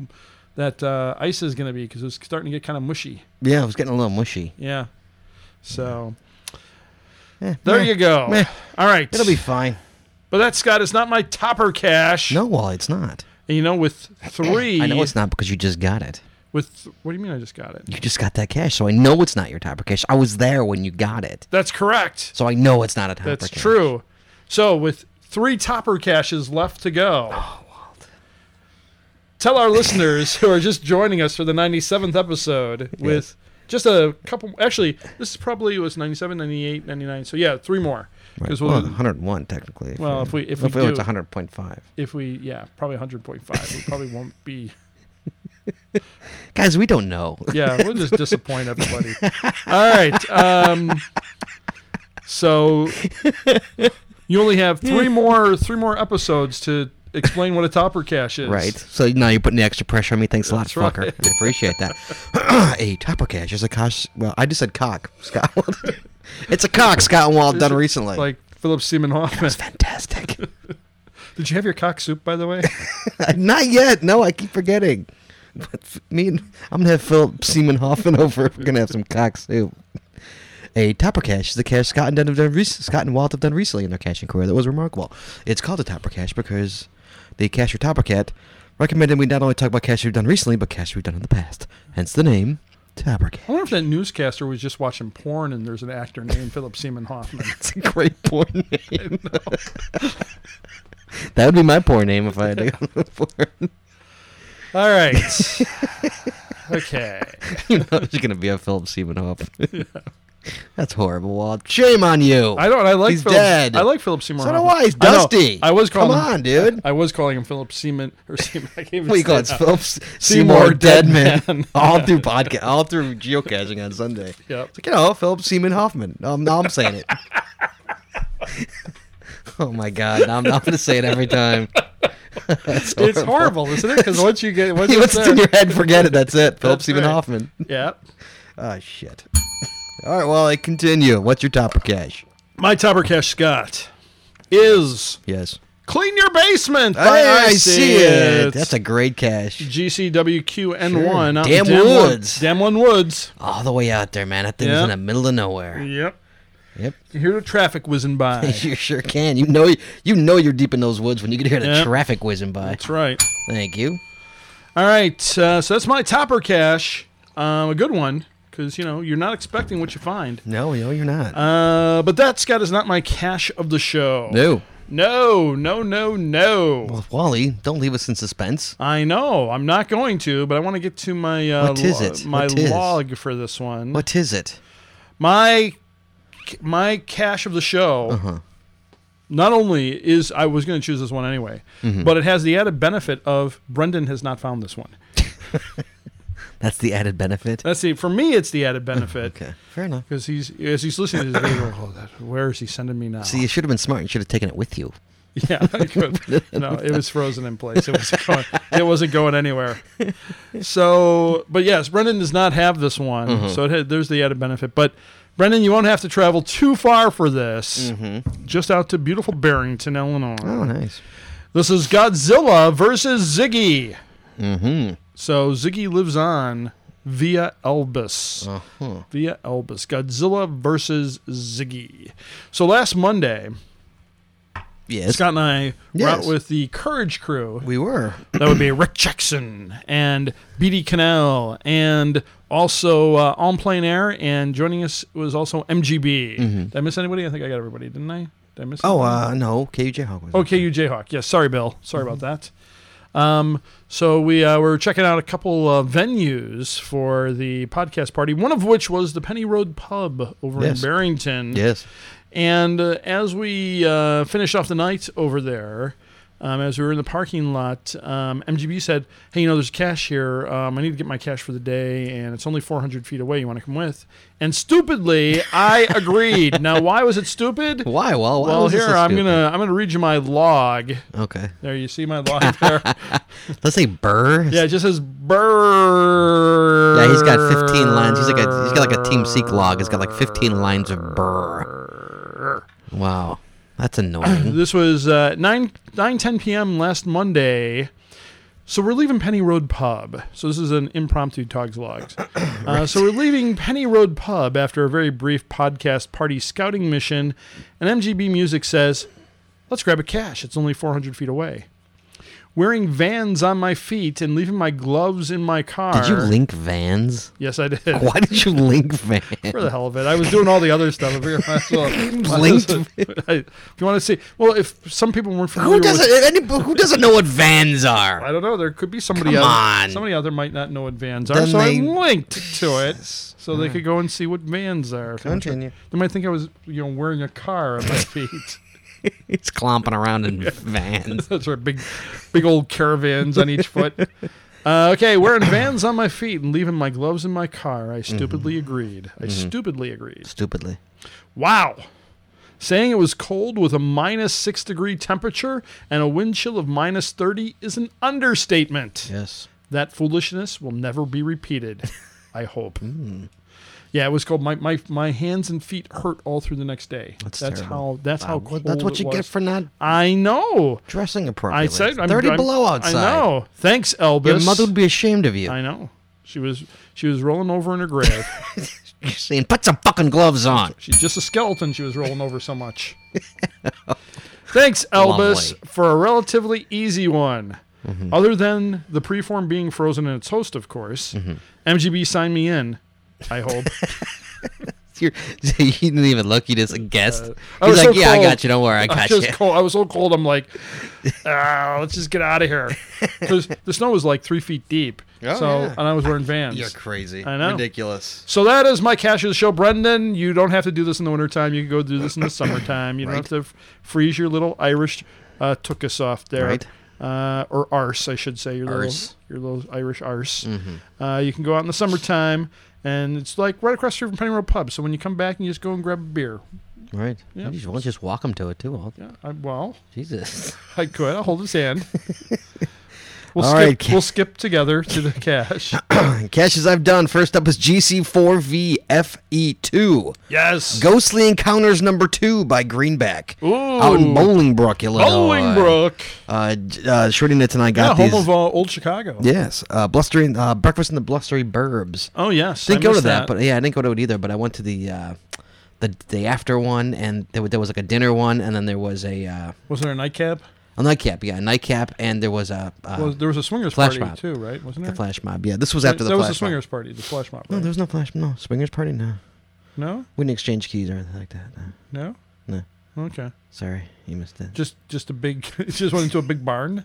[SPEAKER 2] that uh, ice is going to be because it's starting to get kind of mushy.
[SPEAKER 1] Yeah, it was getting a little mushy.
[SPEAKER 2] Yeah. So
[SPEAKER 1] Eh,
[SPEAKER 2] there
[SPEAKER 1] meh.
[SPEAKER 2] you go.
[SPEAKER 1] Meh.
[SPEAKER 2] All right.
[SPEAKER 1] It'll be fine.
[SPEAKER 2] but that Scott is not my topper cash.
[SPEAKER 1] No, well, it's not.
[SPEAKER 2] And you know, with three,
[SPEAKER 1] I know it's not because you just got it.
[SPEAKER 2] With what do you mean? I just got it.
[SPEAKER 1] You just got that cash, so I know it's not your topper cash. I was there when you got it,
[SPEAKER 2] That's correct.
[SPEAKER 1] so I know it's not a topper
[SPEAKER 2] That's
[SPEAKER 1] cache.
[SPEAKER 2] true. So with three topper caches left to go. Tell our listeners who are just joining us for the 97th episode with Just a couple. Actually, this is probably was 97, 98, 99. So yeah, three more.
[SPEAKER 1] Right.
[SPEAKER 2] Because
[SPEAKER 1] Well,
[SPEAKER 2] we'll,
[SPEAKER 1] 101 technically.
[SPEAKER 2] Well, if we- if we
[SPEAKER 1] well, it's
[SPEAKER 2] do-
[SPEAKER 1] 100.5,
[SPEAKER 2] if we yeah probably 100.5, we probably won't be.
[SPEAKER 1] guys, we don't know.
[SPEAKER 2] Yeah, we'll just disappoint everybody. All right. Um, so you only have three more three more episodes to explain what a topper cache is.
[SPEAKER 1] Right. So now you're putting the extra pressure on me. Thanks a lot,
[SPEAKER 2] That's right.
[SPEAKER 1] fucker. I appreciate that. a topper cash is a cosh. Well, I just said cock, Scott. Wald. it's a cock, Scott Wall done recently.
[SPEAKER 2] Like Philip Seaman Hoffman.
[SPEAKER 1] it's fantastic.
[SPEAKER 2] Did you have your cock soup, by the way?
[SPEAKER 1] Not yet. No, I keep forgetting. But f- me and I'm gonna have Philip Seaman Hoffman over. We're gonna have some cock soup. A topper cache is the cache Scott and, Dunn have done rec- Scott and Walt have done recently in their caching career that was remarkable. It's called a topper cache because the cacher topper cat recommended we not only talk about caches we've done recently, but caches we've done in the past. Hence the name topper
[SPEAKER 2] I
[SPEAKER 1] cache.
[SPEAKER 2] wonder if that newscaster was just watching porn and there's an actor named Philip Seaman Hoffman.
[SPEAKER 1] That's a great porn name. that would be my porn name if I had to go with porn.
[SPEAKER 2] All right. Okay.
[SPEAKER 1] you know there's gonna be a Philip Seaman Hoffman. That's horrible, Walt. Shame on you.
[SPEAKER 2] I don't. I like.
[SPEAKER 1] He's
[SPEAKER 2] Philip,
[SPEAKER 1] dead.
[SPEAKER 2] I like Philip Seymour.
[SPEAKER 1] So do
[SPEAKER 2] Hoffman.
[SPEAKER 1] I. He's
[SPEAKER 2] I know.
[SPEAKER 1] dusty.
[SPEAKER 2] I, was
[SPEAKER 1] Come
[SPEAKER 2] calling. him-
[SPEAKER 1] on, dude.
[SPEAKER 2] I was calling him Philip Seaman or Seaman. I can't even
[SPEAKER 1] What do you call
[SPEAKER 2] say
[SPEAKER 1] it?
[SPEAKER 2] that.
[SPEAKER 1] Philip S- Seymour Deadman.
[SPEAKER 2] uh, Deadman.
[SPEAKER 1] all through podcast, all through geocaching on Sunday.
[SPEAKER 2] Yep.
[SPEAKER 1] It's like, you know, Philip Seaman Hoffman. No, I'm, now I'm saying it. oh my god! Now I'm not going to say it every time. That's
[SPEAKER 2] It's horrible, isn't it? Because once you get once it's
[SPEAKER 1] What's
[SPEAKER 2] there,
[SPEAKER 1] in your head? Forget it. That's it. Philip
[SPEAKER 2] That's
[SPEAKER 1] Seaman
[SPEAKER 2] right.
[SPEAKER 1] Hoffman.
[SPEAKER 2] yeah.
[SPEAKER 1] Oh shit. All right. Well, I continue. What's your topper cache?
[SPEAKER 2] My topper cash Scott is
[SPEAKER 1] Yes.
[SPEAKER 2] clean your basement. by
[SPEAKER 1] Hey, I see it. That's
[SPEAKER 2] That's
[SPEAKER 1] a
[SPEAKER 2] a
[SPEAKER 1] great cache.
[SPEAKER 2] GCWQN1 out
[SPEAKER 1] Damn
[SPEAKER 2] in Damwon-
[SPEAKER 1] woods.
[SPEAKER 2] Damwon Woods.
[SPEAKER 1] All the way out there, man. That thing's
[SPEAKER 2] Yeah.
[SPEAKER 1] in the middle of nowhere.
[SPEAKER 2] Yep.
[SPEAKER 1] Yep.
[SPEAKER 2] You hear the traffic whizzing by.
[SPEAKER 1] You sure can. You know, you know you're deep in those woods when you can hear the
[SPEAKER 2] Yep.
[SPEAKER 1] traffic whizzing by.
[SPEAKER 2] That's right.
[SPEAKER 1] Thank you.
[SPEAKER 2] All right, uh, so that's my topper cache. Um, a good one because you know you're not expecting what you find.
[SPEAKER 1] No, no, you're not.
[SPEAKER 2] Uh, but that Scott is not my cache of the show.
[SPEAKER 1] no,
[SPEAKER 2] no, no, no, no.
[SPEAKER 1] well, Wally, don't leave us in suspense.
[SPEAKER 2] I know I'm not going to, but I want to get to my uh,
[SPEAKER 1] What is
[SPEAKER 2] lo-
[SPEAKER 1] it?
[SPEAKER 2] my
[SPEAKER 1] What is?
[SPEAKER 2] log for this one.
[SPEAKER 1] What is it?
[SPEAKER 2] My my cache of the show.
[SPEAKER 1] Uh-huh.
[SPEAKER 2] Not only is I was going to choose this one anyway,
[SPEAKER 1] Mm-hmm.
[SPEAKER 2] but it has the added benefit of Brendan has not found this one.
[SPEAKER 1] That's the added benefit.
[SPEAKER 2] That's the for me it's the added benefit.
[SPEAKER 1] Okay, fair enough.
[SPEAKER 2] Because he's as he's listening to this video, oh, that, where is he sending me now?
[SPEAKER 1] See, you should have been smart. You should have taken it with you.
[SPEAKER 2] yeah, I could. no, it was frozen in place. It wasn't going. It wasn't going anywhere. So, but yes, Brendan does not have this one.
[SPEAKER 1] Mm-hmm.
[SPEAKER 2] So it had, there's the added benefit. But Brendan, you won't have to travel too far for this.
[SPEAKER 1] Mm-hmm.
[SPEAKER 2] Just out to beautiful Barrington, Illinois.
[SPEAKER 1] Oh, nice.
[SPEAKER 2] This is Godzilla versus Ziggy. Mm-hmm. So Ziggy lives on via Elvis.
[SPEAKER 1] Uh. Uh-huh.
[SPEAKER 2] Via Elvis. Godzilla versus Ziggy. So last Monday,
[SPEAKER 1] Yes,
[SPEAKER 2] Scott and I were out
[SPEAKER 1] Yes.
[SPEAKER 2] with the Courage crew.
[SPEAKER 1] we were.
[SPEAKER 2] That would be Rick Jackson and BD Canal and also uh, On Plain Air. And joining us was also MGB. Did I miss anybody? I think I got everybody, didn't I? Did I miss
[SPEAKER 1] Mm-hmm. Oh,
[SPEAKER 2] anybody?
[SPEAKER 1] uh, no, KJ Hawk was.
[SPEAKER 2] Okay, you Jayhawk. Yes, sorry, Bill. Sorry about that. Um, so we uh, were checking out a couple uh, venues for the podcast party. One of which was the Penny Road Pub over
[SPEAKER 1] Yes.
[SPEAKER 2] in Barrington.
[SPEAKER 1] Yes.
[SPEAKER 2] And uh, as we uh, finished off the night over there, um, as we were in the parking lot, um, MGB said, "Hey, you know, there's cash here. Um, I need to get my cash for the day, and it's only 400 feet away. You want to come with?" And stupidly, I agreed. now, why was it stupid?
[SPEAKER 1] Why? Well, why
[SPEAKER 2] Well,
[SPEAKER 1] was this
[SPEAKER 2] here
[SPEAKER 1] so
[SPEAKER 2] I'm
[SPEAKER 1] stupid?
[SPEAKER 2] gonna I'm gonna read you my log.
[SPEAKER 1] Okay.
[SPEAKER 2] There, you see my log there.
[SPEAKER 1] Let's say Burr.
[SPEAKER 2] yeah, it just says burr.
[SPEAKER 1] Yeah, he's got 15 lines. He's like a, he's got like a Team Seek log. He's got like 15 lines of brr. Wow, that's annoying.
[SPEAKER 2] This was uh, 9 nine ten p.m. last Monday. So we're leaving Penny Road Pub. So this is an impromptu Togs Logs. Uh, so we're leaving Penny Road Pub after a very brief podcast party scouting mission, and MGB Music says, "Let's grab a cash. It's only 400 feet away." wearing vans on my feet and leaving my gloves in my car.
[SPEAKER 1] Did you link vans?
[SPEAKER 2] Yes, I did.
[SPEAKER 1] Why did you link vans?
[SPEAKER 2] For the hell of it, I was doing all the other stuff. I figured might as well-
[SPEAKER 1] Linked.
[SPEAKER 2] I- if you want to see, well, if some people weren't familiar
[SPEAKER 1] Who
[SPEAKER 2] with-
[SPEAKER 1] doesn't? any- who doesn't know what vans are?
[SPEAKER 2] I don't know. There could be somebody
[SPEAKER 1] Come
[SPEAKER 2] out,
[SPEAKER 1] on.
[SPEAKER 2] somebody out there might not know what vans are,
[SPEAKER 1] Then
[SPEAKER 2] so
[SPEAKER 1] they-
[SPEAKER 2] I linked to it so they could go and see what vans are.
[SPEAKER 1] Continue.
[SPEAKER 2] They might think I was, you know, wearing a car on my feet.
[SPEAKER 1] It's clomping around in vans.
[SPEAKER 2] Those are big, big old caravans on each foot. Uh, okay, wearing vans on my feet and leaving my gloves in my car. I
[SPEAKER 1] Mm-hmm.
[SPEAKER 2] stupidly agreed. I stupidly agreed.
[SPEAKER 1] Stupidly.
[SPEAKER 2] Wow. Saying it was cold with a minus six degree temperature and a wind chill of minus 30 is an understatement.
[SPEAKER 1] Yes.
[SPEAKER 2] That foolishness will never be repeated. I hope.
[SPEAKER 1] Hmm.
[SPEAKER 2] Yeah, it was cold. My, my my hands and feet hurt all through the next day. That's,
[SPEAKER 1] terrible.
[SPEAKER 2] how that's how
[SPEAKER 1] Well,
[SPEAKER 2] cold
[SPEAKER 1] that's what
[SPEAKER 2] it
[SPEAKER 1] you get
[SPEAKER 2] was.
[SPEAKER 1] for not
[SPEAKER 2] I know.
[SPEAKER 1] dressing appropriately.
[SPEAKER 2] I said I'm,
[SPEAKER 1] 30
[SPEAKER 2] I'm-
[SPEAKER 1] below outside.
[SPEAKER 2] I know. Thanks, Elvis.
[SPEAKER 1] Your mother would be ashamed of you.
[SPEAKER 2] I know. She was she was rolling over in her grave.
[SPEAKER 1] She's saying, put some fucking gloves on.
[SPEAKER 2] She's just a skeleton. She was rolling over so much. Thanks, Elvis,
[SPEAKER 1] Lovely.
[SPEAKER 2] for a relatively easy one. Other than the preform being frozen and its host, of course. MGB signed me in. I hope.
[SPEAKER 1] You're, you didn't even look. You just guessed.
[SPEAKER 2] uh, I
[SPEAKER 1] He's
[SPEAKER 2] was
[SPEAKER 1] like,
[SPEAKER 2] so
[SPEAKER 1] yeah, I
[SPEAKER 2] cold.
[SPEAKER 1] got you. Don't worry, I
[SPEAKER 2] I
[SPEAKER 1] got
[SPEAKER 2] was
[SPEAKER 1] you.
[SPEAKER 2] cold. I was so cold. I'm like, ah, let's just get out of here. 'Cause the snow was like three feet deep.
[SPEAKER 1] Oh,
[SPEAKER 2] so
[SPEAKER 1] yeah.
[SPEAKER 2] and I was wearing Vans.
[SPEAKER 1] You're crazy.
[SPEAKER 2] I know.
[SPEAKER 1] Ridiculous.
[SPEAKER 2] So that is my cash of the show, Brendan. You don't have to do this in the wintertime. You can go do this in the summertime. You don't have to f- freeze your little Irish uh, took us off there.
[SPEAKER 1] Right.
[SPEAKER 2] Uh, or arse, I should say. Your
[SPEAKER 1] Arse. Mm-hmm.
[SPEAKER 2] little your little Irish arse. Uh, you can go out in the summertime, and it's like right across the street from Penny Road Pub. So when you come back, you just go and grab a beer.
[SPEAKER 1] Right.
[SPEAKER 2] Yeah.
[SPEAKER 1] You just, well, just walk him to it, too. Walt.
[SPEAKER 2] Yeah, I, well,
[SPEAKER 1] Jesus.
[SPEAKER 2] I could. I'll hold his hand. We'll,
[SPEAKER 1] All
[SPEAKER 2] skip,
[SPEAKER 1] right, Ca-
[SPEAKER 2] we'll skip together to the cash.
[SPEAKER 1] Caches I've done. First up is GC4VFE2.
[SPEAKER 2] yes.
[SPEAKER 1] E Ghostly Encounters number two by Greenback.
[SPEAKER 2] Ooh.
[SPEAKER 1] Out in Bolingbrook, Illinois.
[SPEAKER 2] Bolingbrook.
[SPEAKER 1] Uh, j- uh, Shorty Knits and I
[SPEAKER 2] Yeah,
[SPEAKER 1] got
[SPEAKER 2] home
[SPEAKER 1] these.
[SPEAKER 2] of uh, Old Chicago.
[SPEAKER 1] yes. Uh, blustery, uh, Breakfast in the Blustery Burbs.
[SPEAKER 2] Oh yes, I
[SPEAKER 1] didn't go to
[SPEAKER 2] missed
[SPEAKER 1] that, but yeah, I didn't go to it either. But I went to the uh, the day after one, and there, wa- there was like a dinner one, and then there was a uh,
[SPEAKER 2] was there a nightcap?
[SPEAKER 1] a nightcap, yeah, a nightcap, and there was a uh,
[SPEAKER 2] Well, there was a swingers
[SPEAKER 1] flash
[SPEAKER 2] party
[SPEAKER 1] mob.
[SPEAKER 2] too, right? Wasn't
[SPEAKER 1] the
[SPEAKER 2] there?
[SPEAKER 1] flash mob. Yeah, this was
[SPEAKER 2] That-
[SPEAKER 1] after the
[SPEAKER 2] that was
[SPEAKER 1] flash
[SPEAKER 2] the
[SPEAKER 1] mob. Mm-hmm.
[SPEAKER 2] swingers party, the flash mob.
[SPEAKER 1] No,
[SPEAKER 2] right?
[SPEAKER 1] there was no flash. No swingers party. No,
[SPEAKER 2] No,
[SPEAKER 1] we didn't exchange keys or anything like that. No.
[SPEAKER 2] no,
[SPEAKER 1] No.
[SPEAKER 2] Okay,
[SPEAKER 1] Sorry, you missed it.
[SPEAKER 2] just just a big, it just went into a big barn.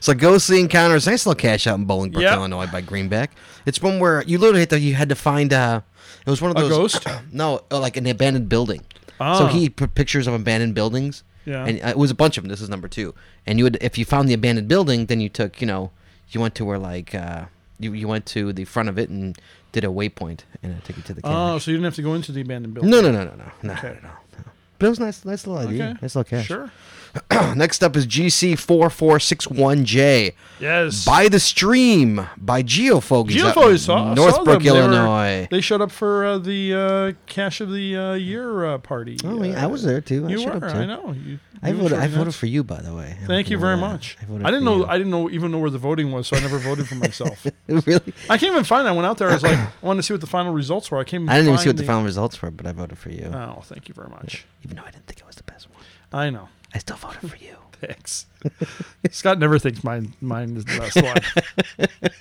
[SPEAKER 1] So Ghostly Encounters, nice little cash out in Bolingbrook,
[SPEAKER 2] Yep.
[SPEAKER 1] Illinois by Greenback. It's one where you literally had to, you had to find uh it was one of
[SPEAKER 2] A
[SPEAKER 1] those
[SPEAKER 2] ghost?
[SPEAKER 1] no, uh, like an abandoned building. So
[SPEAKER 2] Ah.
[SPEAKER 1] he put pictures of abandoned buildings.
[SPEAKER 2] Yeah.
[SPEAKER 1] And uh, it was a bunch of them. This is number 2. And you would if you found the abandoned building, then you took, you know, you went to where like uh you, you went to the front of it and did a waypoint and I took you to the
[SPEAKER 2] oh,
[SPEAKER 1] cache.
[SPEAKER 2] so you didn't have to go into the abandoned building.
[SPEAKER 1] no, no, no, no, no. No,
[SPEAKER 2] Okay.
[SPEAKER 1] no, no. But it was nice, nice little idea.
[SPEAKER 2] Okay.
[SPEAKER 1] Nice little cache.
[SPEAKER 2] Sure.
[SPEAKER 1] Next up is GC4461J.
[SPEAKER 2] Yes.
[SPEAKER 1] By the Stream by Geofogies. out
[SPEAKER 2] Geofo, I
[SPEAKER 1] in
[SPEAKER 2] saw, I saw
[SPEAKER 1] Northbrook,
[SPEAKER 2] them. They were-
[SPEAKER 1] Illinois.
[SPEAKER 2] They showed up for uh, the uh, cash of the uh, year uh, party.
[SPEAKER 1] Oh, yeah, I
[SPEAKER 2] Uh,
[SPEAKER 1] was there too. I
[SPEAKER 2] You
[SPEAKER 1] showed
[SPEAKER 2] were.
[SPEAKER 1] up too.
[SPEAKER 2] I know. You,
[SPEAKER 1] I
[SPEAKER 2] you were
[SPEAKER 1] voted,
[SPEAKER 2] showing
[SPEAKER 1] I voted
[SPEAKER 2] nuts.
[SPEAKER 1] for you, by the way. I
[SPEAKER 2] Thank
[SPEAKER 1] don't
[SPEAKER 2] you
[SPEAKER 1] know
[SPEAKER 2] very
[SPEAKER 1] why.
[SPEAKER 2] much. I,
[SPEAKER 1] voted
[SPEAKER 2] didn't
[SPEAKER 1] for
[SPEAKER 2] know.
[SPEAKER 1] you.
[SPEAKER 2] I didn't know even know where the voting was, so I never voted for myself.
[SPEAKER 1] really?
[SPEAKER 2] I can't even find. it. I went out there. I was like, I wanted to see what the final results were. I came.
[SPEAKER 1] I didn't even see what the final results were, but I voted for you.
[SPEAKER 2] Oh, thank you very much.
[SPEAKER 1] even though I didn't think it was the best one,
[SPEAKER 2] I know.
[SPEAKER 1] I still voted for you.
[SPEAKER 2] Thanks. Scott never thinks mine mine is the best one.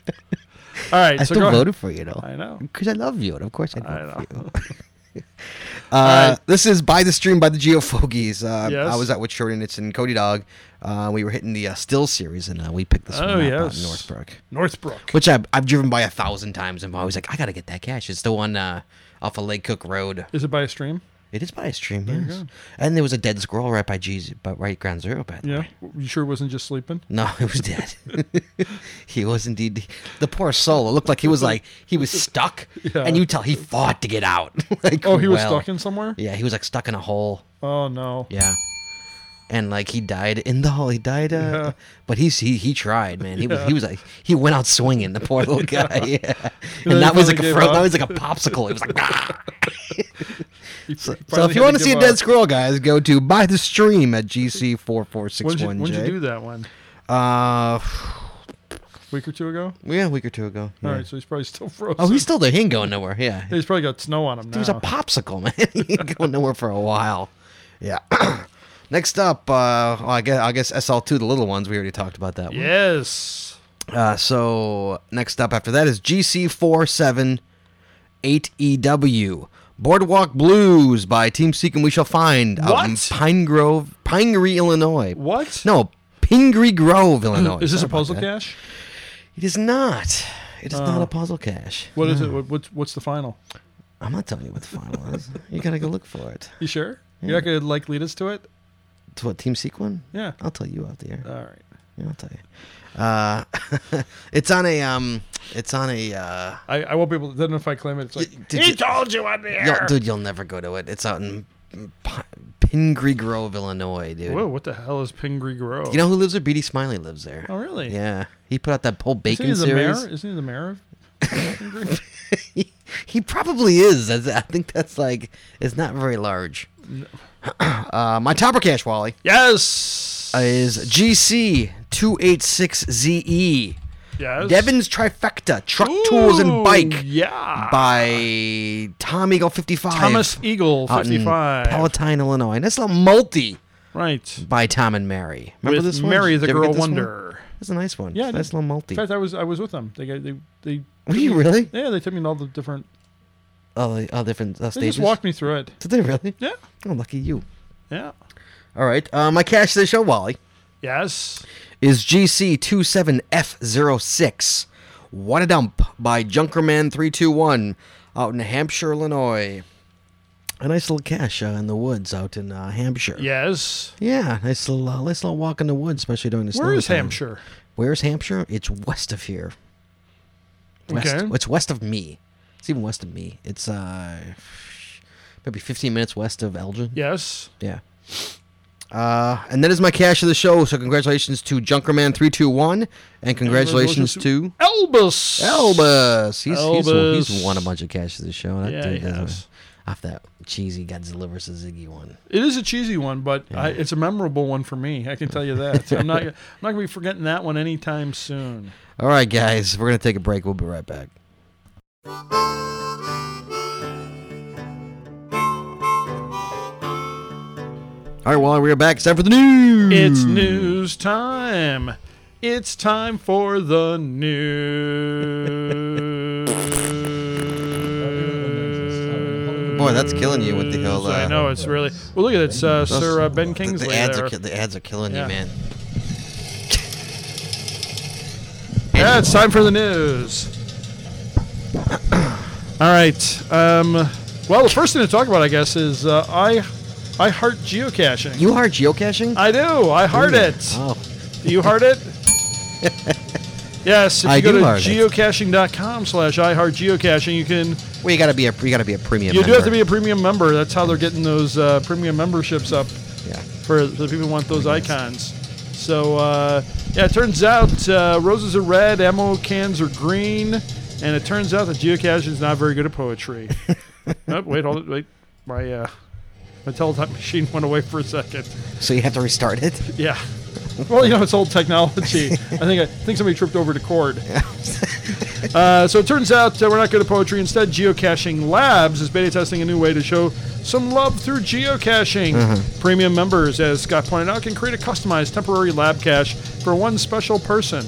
[SPEAKER 2] All right,
[SPEAKER 1] I
[SPEAKER 2] so go
[SPEAKER 1] still
[SPEAKER 2] ahead.
[SPEAKER 1] voted for you, though.
[SPEAKER 2] I know.
[SPEAKER 1] Because I love you, and of course I
[SPEAKER 2] I
[SPEAKER 1] voted
[SPEAKER 2] know.
[SPEAKER 1] for you. Uh,
[SPEAKER 2] right.
[SPEAKER 1] This is by the stream by the Geofogies. Uh,
[SPEAKER 2] Yes.
[SPEAKER 1] I was out with Shorty Nitz and Cody Dog. Uh, we were hitting the uh, Still series, and uh, we picked this one
[SPEAKER 2] Oh,
[SPEAKER 1] up out
[SPEAKER 2] yes.
[SPEAKER 1] in Northbrook.
[SPEAKER 2] Northbrook.
[SPEAKER 1] which I've, I've driven by a thousand times. and I'm always like, I gotta get that cash. It's the one uh, off of Lake Cook Road.
[SPEAKER 2] Is it by a stream?
[SPEAKER 1] It is by a stream, yes. And there was a dead squirrel right by Jesus, but right ground zero. By the
[SPEAKER 2] Yeah.
[SPEAKER 1] way,
[SPEAKER 2] You sure it wasn't just sleeping?
[SPEAKER 1] no, it was dead. he was indeed the poor soul. It looked like he was like he was stuck,
[SPEAKER 2] Yeah.
[SPEAKER 1] and you tell he fought to get out. like,
[SPEAKER 2] Oh, he was
[SPEAKER 1] well.
[SPEAKER 2] stuck in somewhere?
[SPEAKER 1] Yeah, he was like stuck in a hole.
[SPEAKER 2] Oh no.
[SPEAKER 1] Yeah. And like he died in the hole, he died. Uh,
[SPEAKER 2] Yeah.
[SPEAKER 1] But he's he he tried, man. He was he was like he went out swinging. The poor little guy. Yeah. And,
[SPEAKER 2] then
[SPEAKER 1] that
[SPEAKER 2] he
[SPEAKER 1] was like
[SPEAKER 2] finally
[SPEAKER 1] a fro-
[SPEAKER 2] gave
[SPEAKER 1] that
[SPEAKER 2] up.
[SPEAKER 1] was like a popsicle. It was like. "Ah."
[SPEAKER 2] He
[SPEAKER 1] so
[SPEAKER 2] finally
[SPEAKER 1] if you
[SPEAKER 2] had
[SPEAKER 1] want to see a
[SPEAKER 2] give
[SPEAKER 1] dead
[SPEAKER 2] up.
[SPEAKER 1] squirrel, guys, go to buy the stream at GC four four six
[SPEAKER 2] When'd you,
[SPEAKER 1] one
[SPEAKER 2] when'd you do
[SPEAKER 1] J.
[SPEAKER 2] that one?
[SPEAKER 1] Uh,
[SPEAKER 2] Week or two ago.
[SPEAKER 1] yeah, a week or two ago.
[SPEAKER 2] All
[SPEAKER 1] yeah.
[SPEAKER 2] right, so he's probably still frozen.
[SPEAKER 1] Oh, he's still there. He ain't going nowhere. Yeah.
[SPEAKER 2] He's probably got snow on him now.
[SPEAKER 1] He was a popsicle, man. he ain't going nowhere for a while. Yeah. Next up, uh, well, I guess I guess SL2, the little ones. We already talked about that one.
[SPEAKER 2] Yes.
[SPEAKER 1] Uh, so next up after that is GC478EW. E Boardwalk Blues by Team Seek and We Shall Find out in
[SPEAKER 2] What?
[SPEAKER 1] Pine Grove, Pingree, Illinois.
[SPEAKER 2] What?
[SPEAKER 1] No, Pingree Grove, Illinois.
[SPEAKER 2] Is this a
[SPEAKER 1] Sorry about
[SPEAKER 2] puzzle
[SPEAKER 1] that.
[SPEAKER 2] cache?
[SPEAKER 1] It is not. It is
[SPEAKER 2] Oh.
[SPEAKER 1] not a puzzle cache.
[SPEAKER 2] What is it? What, what's, what's the final?
[SPEAKER 1] I'm not telling you what the final is. You gotta go look for it.
[SPEAKER 2] You sure? You're not gonna like lead us to it?
[SPEAKER 1] It's what Team Seek one?
[SPEAKER 2] Yeah.
[SPEAKER 1] I'll tell you out there.
[SPEAKER 2] All right.
[SPEAKER 1] Yeah, I'll tell you. Uh, it's on a um, it's on a uh,
[SPEAKER 2] I, I won't be able. To, then if I claim it, it's like
[SPEAKER 1] did
[SPEAKER 2] he
[SPEAKER 1] you-
[SPEAKER 2] told you on the
[SPEAKER 1] You'll,
[SPEAKER 2] air.
[SPEAKER 1] dude, you'll never go to it. It's out in P- Pingree Grove, Illinois, dude.
[SPEAKER 2] Whoa, what the hell is Pingree Grove?
[SPEAKER 1] You know who lives there? Beatty Smiley lives there.
[SPEAKER 2] Oh, really?
[SPEAKER 1] Yeah. He put out that whole
[SPEAKER 2] Isn't
[SPEAKER 1] bacon
[SPEAKER 2] he the
[SPEAKER 1] series.
[SPEAKER 2] mayor? Isn't he the mayor of Pingree?
[SPEAKER 1] he, he probably is. That's, I think that's like, it's not very large. uh, my topper cash, Wally,
[SPEAKER 2] yes.
[SPEAKER 1] is GC286ZE.
[SPEAKER 2] yes.
[SPEAKER 1] Devin's Trifecta, Truck Tools and
[SPEAKER 2] Ooh,
[SPEAKER 1] Bike
[SPEAKER 2] Yeah.
[SPEAKER 1] by Tom Eagle 55.
[SPEAKER 2] Thomas Eagle,
[SPEAKER 1] out in
[SPEAKER 2] fifty-five.
[SPEAKER 1] Palatine, Illinois. And that's a multi.
[SPEAKER 2] right.
[SPEAKER 1] by Tom and Mary. Remember
[SPEAKER 2] With
[SPEAKER 1] this one?
[SPEAKER 2] Mary, the
[SPEAKER 1] Did you ever
[SPEAKER 2] girl
[SPEAKER 1] get this one?
[SPEAKER 2] wonder.
[SPEAKER 1] That's a nice one.
[SPEAKER 2] Yeah, I
[SPEAKER 1] Yeah, nice
[SPEAKER 2] did.
[SPEAKER 1] little multi.
[SPEAKER 2] In fact, I was I was with them. They got- they they.
[SPEAKER 1] Were you really?
[SPEAKER 2] Yeah, they took me in all the different.
[SPEAKER 1] All the all different uh,
[SPEAKER 2] They
[SPEAKER 1] stages.
[SPEAKER 2] just walked me through it.
[SPEAKER 1] Did they really?
[SPEAKER 2] Yeah.
[SPEAKER 1] Oh, lucky you.
[SPEAKER 2] Yeah.
[SPEAKER 1] All right. Uh, my cash to the show, Wally,
[SPEAKER 2] Yes.
[SPEAKER 1] is GC27F06. What a dump by Junkerman321 out in Hampshire, Illinois. A nice little cache uh, in the woods out in uh, Hampshire.
[SPEAKER 2] Yes.
[SPEAKER 1] Yeah, nice little, uh, nice little walk in the woods, especially during the snow.
[SPEAKER 2] Where is
[SPEAKER 1] time.
[SPEAKER 2] Hampshire?
[SPEAKER 1] Where's Hampshire? It's west of here. West.
[SPEAKER 2] Okay.
[SPEAKER 1] It's west of me. It's even west of me. It's uh maybe 15 minutes west of Elgin.
[SPEAKER 2] Yes.
[SPEAKER 1] Yeah. Uh, and that is my cash of the show. So congratulations to Junkerman321 and congratulations to
[SPEAKER 2] Elbus.
[SPEAKER 1] Elbus. He's, He's, he's
[SPEAKER 2] Elbus.
[SPEAKER 1] won a bunch of cash of the show. That
[SPEAKER 2] Yeah,
[SPEAKER 1] dude
[SPEAKER 2] he
[SPEAKER 1] does a-
[SPEAKER 2] has.
[SPEAKER 1] Off that cheesy Godzilla versus Ziggy one.
[SPEAKER 2] It is a cheesy one, but I, it's a memorable one for me. I can tell you that. I'm not. I'm not gonna be forgetting that one anytime soon.
[SPEAKER 1] All right, guys. We're going to take a break. We'll be right back. All right, well, we're back. It's time for the news.
[SPEAKER 2] It's news time. It's time for the news.
[SPEAKER 1] Boy, that's killing you with the whole. Uh,
[SPEAKER 2] I know it's really. Well, look at it. It's uh,
[SPEAKER 1] those-
[SPEAKER 2] Sir uh, Ben
[SPEAKER 1] the-
[SPEAKER 2] Kingsley
[SPEAKER 1] The ads,
[SPEAKER 2] there.
[SPEAKER 1] are, ki- the ads are killing
[SPEAKER 2] Yeah.
[SPEAKER 1] you, man.
[SPEAKER 2] Yeah, it's time for the news. All right. Um, well, the first thing to talk about, I guess, is uh, I I heart geocaching.
[SPEAKER 1] You are geocaching?
[SPEAKER 2] I do. I heart it.
[SPEAKER 1] Oh.
[SPEAKER 2] Do you heart it? yes. If you
[SPEAKER 1] I
[SPEAKER 2] go
[SPEAKER 1] do
[SPEAKER 2] to
[SPEAKER 1] heart it.
[SPEAKER 2] geocaching.com slash I heart geocaching, you can.
[SPEAKER 1] Well, you gotta be a you gotta be a premium.
[SPEAKER 2] You do have to be a
[SPEAKER 1] member.
[SPEAKER 2] premium member. That's how they're getting those uh, premium memberships up
[SPEAKER 1] Yeah.
[SPEAKER 2] for the people who want those icons. So uh, yeah, it turns out uh, roses are red, ammo cans are green, and it turns out that geocaching is not very good at poetry. nope, wait, hold it, wait, my uh, my teletype machine went away for a second.
[SPEAKER 1] So you have to restart it.
[SPEAKER 2] Yeah. Well, you know, it's old technology. I think I think somebody tripped over the cord. uh, so it turns out uh, we're not good at poetry. Instead, Geocaching Labs is beta testing a new way to show some love through geocaching. Premium members, as Scott pointed out, can create a customized temporary lab cache for one special person.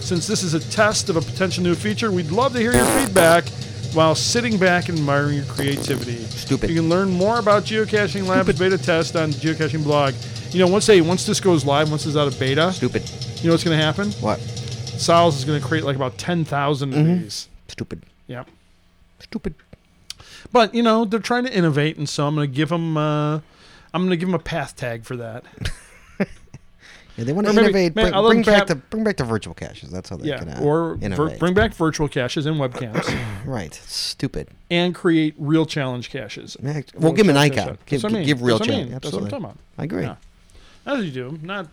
[SPEAKER 2] Since this is a test of a potential new feature, we'd love to hear your feedback while sitting back and admiring your creativity.
[SPEAKER 1] Stupid.
[SPEAKER 2] You can learn more about geocaching labs beta test on the geocaching blog. You know, once they once this goes live, once it's out of beta,
[SPEAKER 1] Stupid.
[SPEAKER 2] you know what's going to happen?
[SPEAKER 1] What?
[SPEAKER 2] Siles is going to create like about ten of
[SPEAKER 1] Mm-hmm.
[SPEAKER 2] these.
[SPEAKER 1] Stupid.
[SPEAKER 2] Yep.
[SPEAKER 1] Stupid.
[SPEAKER 2] But you know they're trying to innovate, and so I'm going to give them. Uh, I'm going to give them a path tag for that.
[SPEAKER 1] Yeah, they want
[SPEAKER 2] Or
[SPEAKER 1] to
[SPEAKER 2] maybe-
[SPEAKER 1] innovate.
[SPEAKER 2] maybe I'll
[SPEAKER 1] bring, bring
[SPEAKER 2] look
[SPEAKER 1] back
[SPEAKER 2] at-
[SPEAKER 1] the bring back the virtual caches. That's how they're
[SPEAKER 2] yeah.
[SPEAKER 1] gonna
[SPEAKER 2] or ver-
[SPEAKER 1] innovate.
[SPEAKER 2] bring back virtual caches and webcams,
[SPEAKER 1] right. Stupid.
[SPEAKER 2] and create real challenge caches.
[SPEAKER 1] Yeah, Well, give him an
[SPEAKER 2] Challenge
[SPEAKER 1] icon.
[SPEAKER 2] cache.
[SPEAKER 1] Give,
[SPEAKER 2] That's what I mean.
[SPEAKER 1] give real
[SPEAKER 2] That's what I mean.
[SPEAKER 1] challenge.
[SPEAKER 2] That's what I'm
[SPEAKER 1] Absolutely.
[SPEAKER 2] talking about.
[SPEAKER 1] I agree.
[SPEAKER 2] Yeah. That's what you do. Not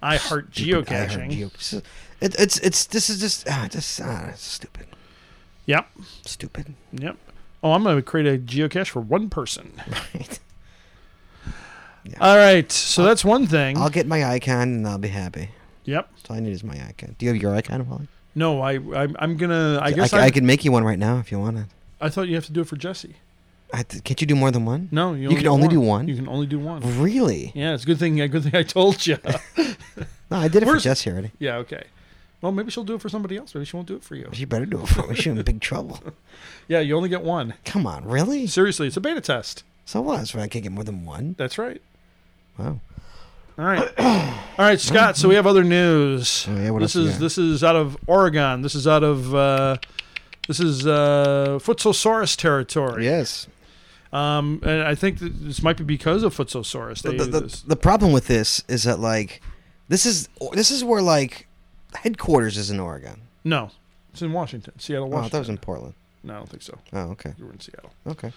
[SPEAKER 2] I heart
[SPEAKER 1] Stupid. I heard
[SPEAKER 2] geocaching.
[SPEAKER 1] geo- It, it's it's this is just ah, just ah, stupid.
[SPEAKER 2] yep.
[SPEAKER 1] Stupid.
[SPEAKER 2] Yep. Oh, I'm going to create a geocache for one person.
[SPEAKER 1] Right.
[SPEAKER 2] All right. So that's one thing.
[SPEAKER 1] I'll get my icon and I'll be happy.
[SPEAKER 2] yep.
[SPEAKER 1] That's all I need is my icon. Do you have your icon, Wally?
[SPEAKER 2] No, I I'm, I'm going to I
[SPEAKER 1] I,
[SPEAKER 2] guess
[SPEAKER 1] ca-
[SPEAKER 2] I,
[SPEAKER 1] I
[SPEAKER 2] I,
[SPEAKER 1] can make you one right now if you want to.
[SPEAKER 2] thought you have to do it for Jesse.
[SPEAKER 1] I th- can't you do more than one?
[SPEAKER 2] No, you,
[SPEAKER 1] you, can only do one.
[SPEAKER 2] You can only do one.
[SPEAKER 1] Really?
[SPEAKER 2] Yeah, it's a good thing. A good thing I told you.
[SPEAKER 1] No, I did it for
[SPEAKER 2] Where's-
[SPEAKER 1] Jess here already.
[SPEAKER 2] yeah. Okay. Well, maybe she'll do it for somebody else. Maybe she won't do it for you.
[SPEAKER 1] She better do it for me. She's in big trouble.
[SPEAKER 2] Yeah, you only get one.
[SPEAKER 1] Come on, really?
[SPEAKER 2] Seriously, it's a beta test.
[SPEAKER 1] So what? That's why I can't get more than one.
[SPEAKER 2] That's right.
[SPEAKER 1] Wow.
[SPEAKER 2] All right. All right, Scott. So we have other news.
[SPEAKER 1] Oh, yeah, what
[SPEAKER 2] this
[SPEAKER 1] else we
[SPEAKER 2] is
[SPEAKER 1] got?
[SPEAKER 2] this is out of Oregon. This is out of uh, this is uh, Futsosaurus territory.
[SPEAKER 1] Yes.
[SPEAKER 2] Um, and I think that this might be because of Futsosaurus. They,
[SPEAKER 1] The, the,
[SPEAKER 2] this-
[SPEAKER 1] the problem with this is that like, this is this is where like headquarters is in Oregon.
[SPEAKER 2] no, it's in Washington, Seattle,
[SPEAKER 1] Oh, I thought it was in
[SPEAKER 2] Washington.
[SPEAKER 1] Portland.
[SPEAKER 2] no, I don't think so.
[SPEAKER 1] Oh, okay,
[SPEAKER 2] You were in Seattle.
[SPEAKER 1] okay.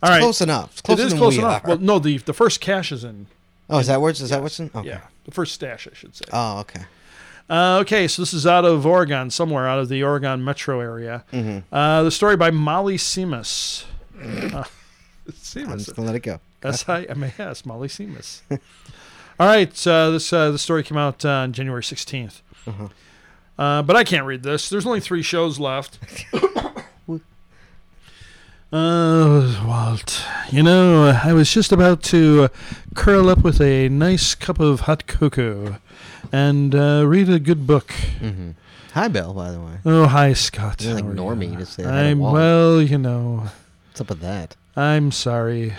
[SPEAKER 2] All right.
[SPEAKER 1] Close enough. It's closer
[SPEAKER 2] it is
[SPEAKER 1] than
[SPEAKER 2] close
[SPEAKER 1] we
[SPEAKER 2] enough.
[SPEAKER 1] are.
[SPEAKER 2] Well, no, the the first cache is in.
[SPEAKER 1] oh, is that where? Is that what's in? Okay.
[SPEAKER 2] Yeah, the first stash, I should say.
[SPEAKER 1] Oh, okay.
[SPEAKER 2] Uh, okay, so this is out of Oregon, somewhere out of the Oregon metro area.
[SPEAKER 1] Mm-hmm.
[SPEAKER 2] Uh, the story by Molly Seamus. Uh,
[SPEAKER 1] I'm
[SPEAKER 2] Seamus.
[SPEAKER 1] just gonna let it go.
[SPEAKER 2] S I M A S, Molly Seamus. All right, uh, this uh, the story came out uh, on January 16th.
[SPEAKER 1] Mm-hmm.
[SPEAKER 2] Uh, but I can't read this. There's only three shows left. Uh, Walt, you know, I was just about to curl up with a nice cup of hot cocoa and uh, read a good book.
[SPEAKER 1] Mm-hmm. Hi, Bill. By the way,
[SPEAKER 2] Oh, hi, Scott.
[SPEAKER 1] You're like
[SPEAKER 2] How are
[SPEAKER 1] normie,
[SPEAKER 2] ya?
[SPEAKER 1] you just say hi to
[SPEAKER 2] I'm
[SPEAKER 1] Walt.
[SPEAKER 2] well, you know.
[SPEAKER 1] what's up with that?
[SPEAKER 2] I'm sorry.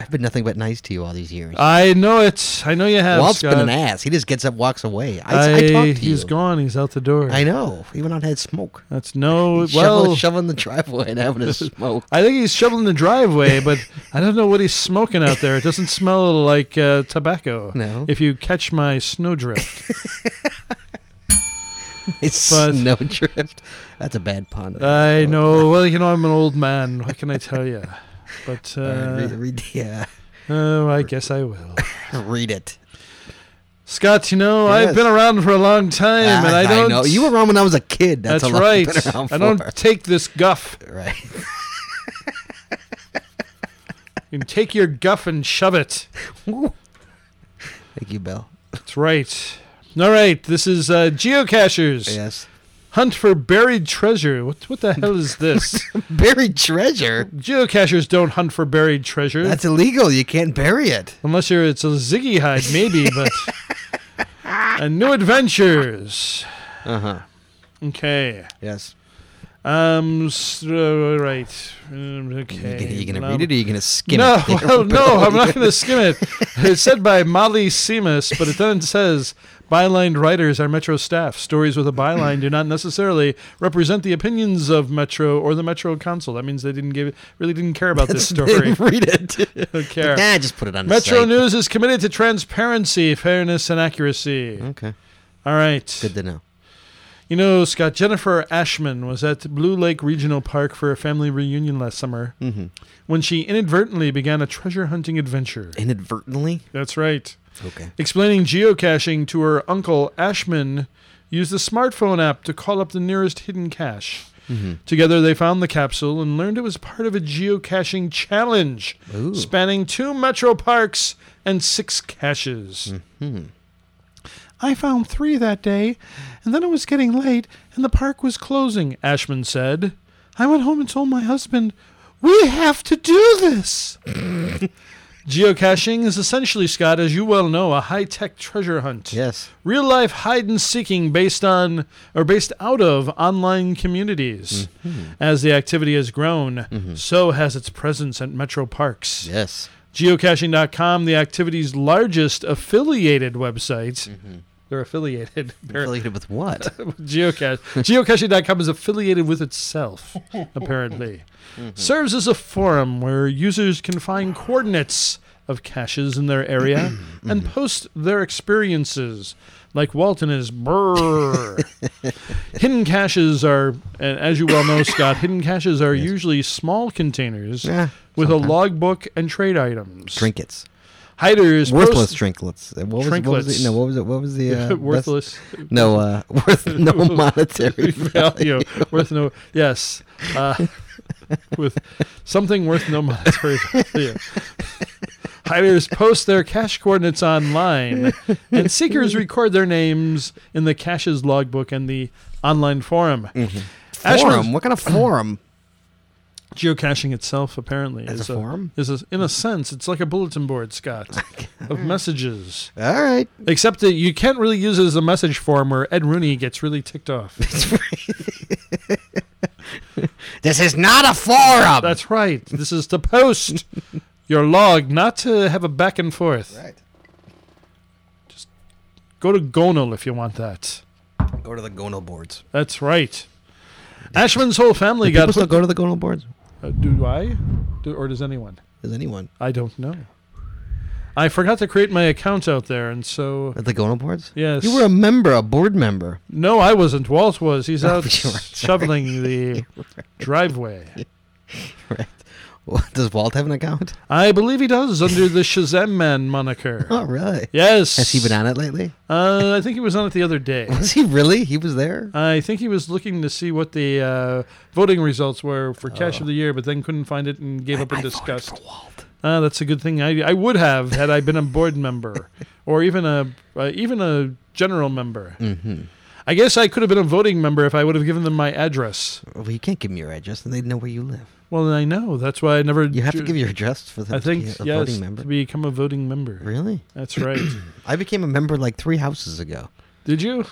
[SPEAKER 1] I've been nothing but nice to you all these years.
[SPEAKER 2] I know it. I know you have.
[SPEAKER 1] Walt's
[SPEAKER 2] Scott.
[SPEAKER 1] been an ass. He just gets up, walks away. I, I,
[SPEAKER 2] I,
[SPEAKER 1] talked to
[SPEAKER 2] he's
[SPEAKER 1] you.
[SPEAKER 2] gone. He's out the door.
[SPEAKER 1] I know. He went out and had smoke.
[SPEAKER 2] That's no.
[SPEAKER 1] Shovel-
[SPEAKER 2] Well,
[SPEAKER 1] shoveling the driveway and having a smoke.
[SPEAKER 2] I think he's shoveling the driveway, but I don't know what he's smoking out there. It doesn't smell like uh, tobacco.
[SPEAKER 1] No.
[SPEAKER 2] If you catch my snowdrift.
[SPEAKER 1] It's
[SPEAKER 2] But-
[SPEAKER 1] no drift. That's a bad pun.
[SPEAKER 2] I know. Well, you know, I'm an old man. What can I tell you? But
[SPEAKER 1] read,
[SPEAKER 2] uh,
[SPEAKER 1] read- yeah,
[SPEAKER 2] oh, I guess I will.
[SPEAKER 1] read it.
[SPEAKER 2] Scott, you know,
[SPEAKER 1] Yes.
[SPEAKER 2] I've been around for a long time, and I don't.
[SPEAKER 1] Ah, know you were around when I was a kid. That's,
[SPEAKER 2] That's
[SPEAKER 1] how long
[SPEAKER 2] right.
[SPEAKER 1] I've been around
[SPEAKER 2] I don't
[SPEAKER 1] for.
[SPEAKER 2] take this guff.
[SPEAKER 1] Right.
[SPEAKER 2] You can take your guff and shove it.
[SPEAKER 1] Thank you, Bill.
[SPEAKER 2] That's right. All right, this is uh, geocachers.
[SPEAKER 1] Yes.
[SPEAKER 2] Hunt for buried treasure. What what the hell is this?
[SPEAKER 1] Buried treasure.
[SPEAKER 2] Geocachers don't hunt for buried treasure.
[SPEAKER 1] That's illegal. You can't bury it.
[SPEAKER 2] Unless you're it's a ziggy hide, maybe, but and new adventures.
[SPEAKER 1] Uh
[SPEAKER 2] Uh-huh.
[SPEAKER 1] huh.
[SPEAKER 2] Okay.
[SPEAKER 1] Yes.
[SPEAKER 2] Um. s- uh, right. Um,
[SPEAKER 1] You
[SPEAKER 2] okay.
[SPEAKER 1] gonna, you gonna
[SPEAKER 2] blah,
[SPEAKER 1] read it or you gonna skim
[SPEAKER 2] no,
[SPEAKER 1] it? there,
[SPEAKER 2] well, no,
[SPEAKER 1] Bill?
[SPEAKER 2] I'm not going to skim it. It's said by Molly Seamus, but it then says byline writers are Metro staff. Stories with a byline do not necessarily represent the opinions of Metro or the Metro Council. That means they didn't give, really didn't care about this story.
[SPEAKER 1] read it.
[SPEAKER 2] Don't care.
[SPEAKER 1] Nah, just put it on the
[SPEAKER 2] Metro
[SPEAKER 1] site.
[SPEAKER 2] News is committed to transparency, fairness, and accuracy.
[SPEAKER 1] Okay.
[SPEAKER 2] All right.
[SPEAKER 1] Hmm? Good to know.
[SPEAKER 2] You know, Scott, Jennifer Ashman was at Blue Lake Regional Park for a family reunion last summer
[SPEAKER 1] Mm-hmm.
[SPEAKER 2] when she inadvertently began a treasure hunting adventure.
[SPEAKER 1] Inadvertently.
[SPEAKER 2] That's right.
[SPEAKER 1] Okay.
[SPEAKER 2] Explaining geocaching to her uncle, Ashman used a smartphone app to call up the nearest hidden cache. Together, they found the capsule and learned it was part of a geocaching challenge
[SPEAKER 1] Ooh.
[SPEAKER 2] spanning two metro parks and six caches. I found three that day, and then it was getting late and the park was closing, Ashman said. I went home and told my husband, We have to do this! Geocaching is essentially, Scott, as you well know, a high tech treasure hunt.
[SPEAKER 1] Yes.
[SPEAKER 2] Real life hide and seeking based on or based out of online communities. As the activity has grown, so has its presence at metro parks.
[SPEAKER 1] Yes.
[SPEAKER 2] Geocaching.com, the activity's largest affiliated website. They're affiliated. They're
[SPEAKER 1] Affiliated with what?
[SPEAKER 2] Geocache. Geocaching.com is affiliated with itself, apparently.
[SPEAKER 1] Mm-hmm.
[SPEAKER 2] Serves as a forum where users can find coordinates of caches in their area
[SPEAKER 1] Mm-hmm.
[SPEAKER 2] and post their experiences, like Walton is brrr. hidden caches are, and as you well know, Scott, hidden caches are usually small containers
[SPEAKER 1] Yeah,
[SPEAKER 2] with a logbook and trade items.
[SPEAKER 1] Trinkets.
[SPEAKER 2] Hiders post-
[SPEAKER 1] Worthless trinklets. Uh, What was, what was
[SPEAKER 2] Trinklets.
[SPEAKER 1] the, no, what was it? What was the uh, best-
[SPEAKER 2] worthless.
[SPEAKER 1] No, uh, worth no monetary
[SPEAKER 2] value
[SPEAKER 1] value.
[SPEAKER 2] worth no yes uh, with something worth no monetary value hiders post their cache coordinates online and seekers record their names in the cache's logbook and the online forum
[SPEAKER 1] Mm-hmm. Forum.
[SPEAKER 2] Ashman's-
[SPEAKER 1] What kind of forum?
[SPEAKER 2] geocaching itself apparently
[SPEAKER 1] As
[SPEAKER 2] is
[SPEAKER 1] a forum?
[SPEAKER 2] Is a, in a sense, it's like a bulletin board, Scott, of messages.
[SPEAKER 1] All right.
[SPEAKER 2] Except that you can't really use it as a message form where Ed Rooney gets really ticked off.
[SPEAKER 1] This is not a forum.
[SPEAKER 2] That's right. This is to post your log, not to have a back and forth.
[SPEAKER 1] right.
[SPEAKER 2] Go to Gonal if you want that.
[SPEAKER 1] Go to the gonal boards.
[SPEAKER 2] That's right. Ashman's whole family
[SPEAKER 1] Do
[SPEAKER 2] got.
[SPEAKER 1] people still go to the gonal boards?
[SPEAKER 2] Uh, do I? Do, or does anyone?
[SPEAKER 1] Is anyone
[SPEAKER 2] I don't know. I forgot to create my account out there, and so
[SPEAKER 1] at the gonal boards?
[SPEAKER 2] Yes.
[SPEAKER 1] You were a member, a board member.
[SPEAKER 2] no, I wasn't. Walt was. He's
[SPEAKER 1] Oh,
[SPEAKER 2] out
[SPEAKER 1] you're right.
[SPEAKER 2] shoveling the driveway.
[SPEAKER 1] Right. Well, Does Walt have an account?
[SPEAKER 2] I believe he does under the Shazam Man moniker.
[SPEAKER 1] Oh, really?
[SPEAKER 2] Yes.
[SPEAKER 1] Has he been on it lately?
[SPEAKER 2] Uh, I think he was on it the other day.
[SPEAKER 1] Was he really? He was there.
[SPEAKER 2] I think he was looking to see what the uh, voting results were
[SPEAKER 1] Oh.
[SPEAKER 2] for Cash of the Year, but then couldn't find it and gave up in disgust.
[SPEAKER 1] Walt.
[SPEAKER 2] Ah, that's a good thing. I, I would have had I been a board member, or even a uh, even a general member.
[SPEAKER 1] Mm-hmm.
[SPEAKER 2] I guess I could have been a voting member if I would have given them my address.
[SPEAKER 1] Well, you can't give me your address, and they'd know where you live.
[SPEAKER 2] Well, then I know. That's why I never.
[SPEAKER 1] You have to
[SPEAKER 2] ju-
[SPEAKER 1] give your address for them
[SPEAKER 2] I think
[SPEAKER 1] to be a
[SPEAKER 2] yes,
[SPEAKER 1] voting member.
[SPEAKER 2] to become a voting member.
[SPEAKER 1] really?
[SPEAKER 2] That's right.
[SPEAKER 1] I became a member like three houses ago.
[SPEAKER 2] Did you?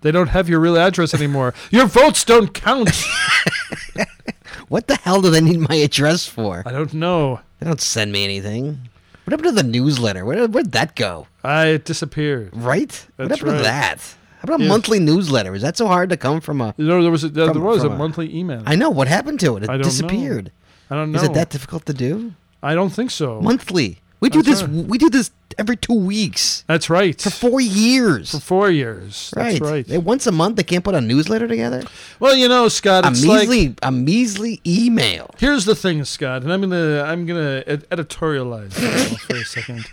[SPEAKER 2] They don't have your real address anymore. Your votes don't count.
[SPEAKER 1] What the hell do they need my address for?
[SPEAKER 2] I don't know.
[SPEAKER 1] They don't send me anything. What happened to the newsletter? Where, where'd that go?
[SPEAKER 2] I it disappeared.
[SPEAKER 1] Right? what
[SPEAKER 2] That's
[SPEAKER 1] happened
[SPEAKER 2] right.
[SPEAKER 1] to that? How about a
[SPEAKER 2] Yeah.
[SPEAKER 1] monthly newsletter? Is that so hard to come from a?
[SPEAKER 2] You know, there was a, there
[SPEAKER 1] From-
[SPEAKER 2] was a
[SPEAKER 1] from a-
[SPEAKER 2] monthly email.
[SPEAKER 1] I know what happened to it. It
[SPEAKER 2] I don't know.
[SPEAKER 1] disappeared.
[SPEAKER 2] I don't know.
[SPEAKER 1] Is it that difficult to do?
[SPEAKER 2] I don't think so.
[SPEAKER 1] Monthly. We do
[SPEAKER 2] That's
[SPEAKER 1] this.
[SPEAKER 2] right.
[SPEAKER 1] We do this every two weeks
[SPEAKER 2] That's right.
[SPEAKER 1] for four years.
[SPEAKER 2] For four years. That's right.
[SPEAKER 1] They- once a month, they can't put a newsletter together.
[SPEAKER 2] well, you know, Scott,
[SPEAKER 1] A
[SPEAKER 2] it's like
[SPEAKER 1] measly, a measly email.
[SPEAKER 2] here's the thing, Scott, and I'm gonna I'm gonna ed- editorialize myself for a second.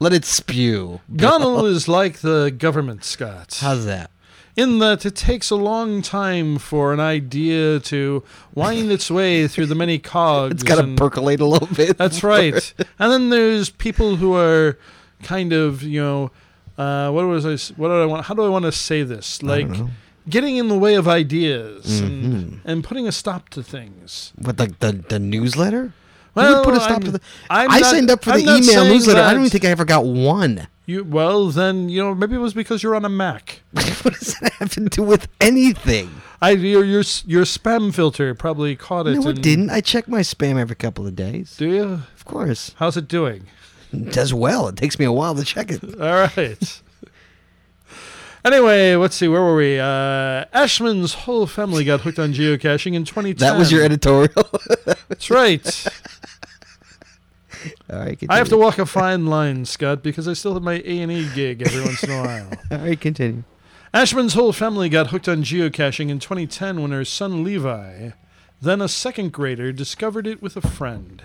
[SPEAKER 1] Let it spew.
[SPEAKER 2] Gonal is like the government, Scott.
[SPEAKER 1] How's that?
[SPEAKER 2] in that it takes a long time for an idea to wind its way through the many cogs.
[SPEAKER 1] It's got to
[SPEAKER 2] and-
[SPEAKER 1] percolate a little bit.
[SPEAKER 2] That's right. And then there's people who are kind of, you know, uh, what was I? s- What do I want? How do I want to say this? Like getting in the way of ideas and,
[SPEAKER 1] Mm-hmm.
[SPEAKER 2] and putting a stop to things.
[SPEAKER 1] What like the, the newsletter? Who
[SPEAKER 2] Well,
[SPEAKER 1] would put a stop
[SPEAKER 2] I'm-
[SPEAKER 1] to the?
[SPEAKER 2] I'm
[SPEAKER 1] I
[SPEAKER 2] not-
[SPEAKER 1] signed up for
[SPEAKER 2] I'm
[SPEAKER 1] the
[SPEAKER 2] not
[SPEAKER 1] email
[SPEAKER 2] saying
[SPEAKER 1] newsletter. I
[SPEAKER 2] that-
[SPEAKER 1] don't even think I ever got one.
[SPEAKER 2] You well, then you know maybe it was because you're on a Mac.
[SPEAKER 1] what does that have to do with anything?
[SPEAKER 2] I your your s- your spam filter probably caught it.
[SPEAKER 1] No, it
[SPEAKER 2] and-
[SPEAKER 1] didn't. I check my spam every couple of days.
[SPEAKER 2] Do you?
[SPEAKER 1] Of course,
[SPEAKER 2] How's it doing?
[SPEAKER 1] it does well. It takes me a while to check it.
[SPEAKER 2] All right. Anyway, let's see. Where were we? Uh, Ashman's whole family got hooked on geocaching in 2010.
[SPEAKER 1] That was your editorial.
[SPEAKER 2] That's right.
[SPEAKER 1] All right,
[SPEAKER 2] I have to
[SPEAKER 1] continue.
[SPEAKER 2] walk a fine line, Scott, because I still have my A and E gig every once in a while.
[SPEAKER 1] All right, continue.
[SPEAKER 2] Ashman's whole family got hooked on geocaching in 2010 when her son Levi, then a second grader, discovered it with a friend.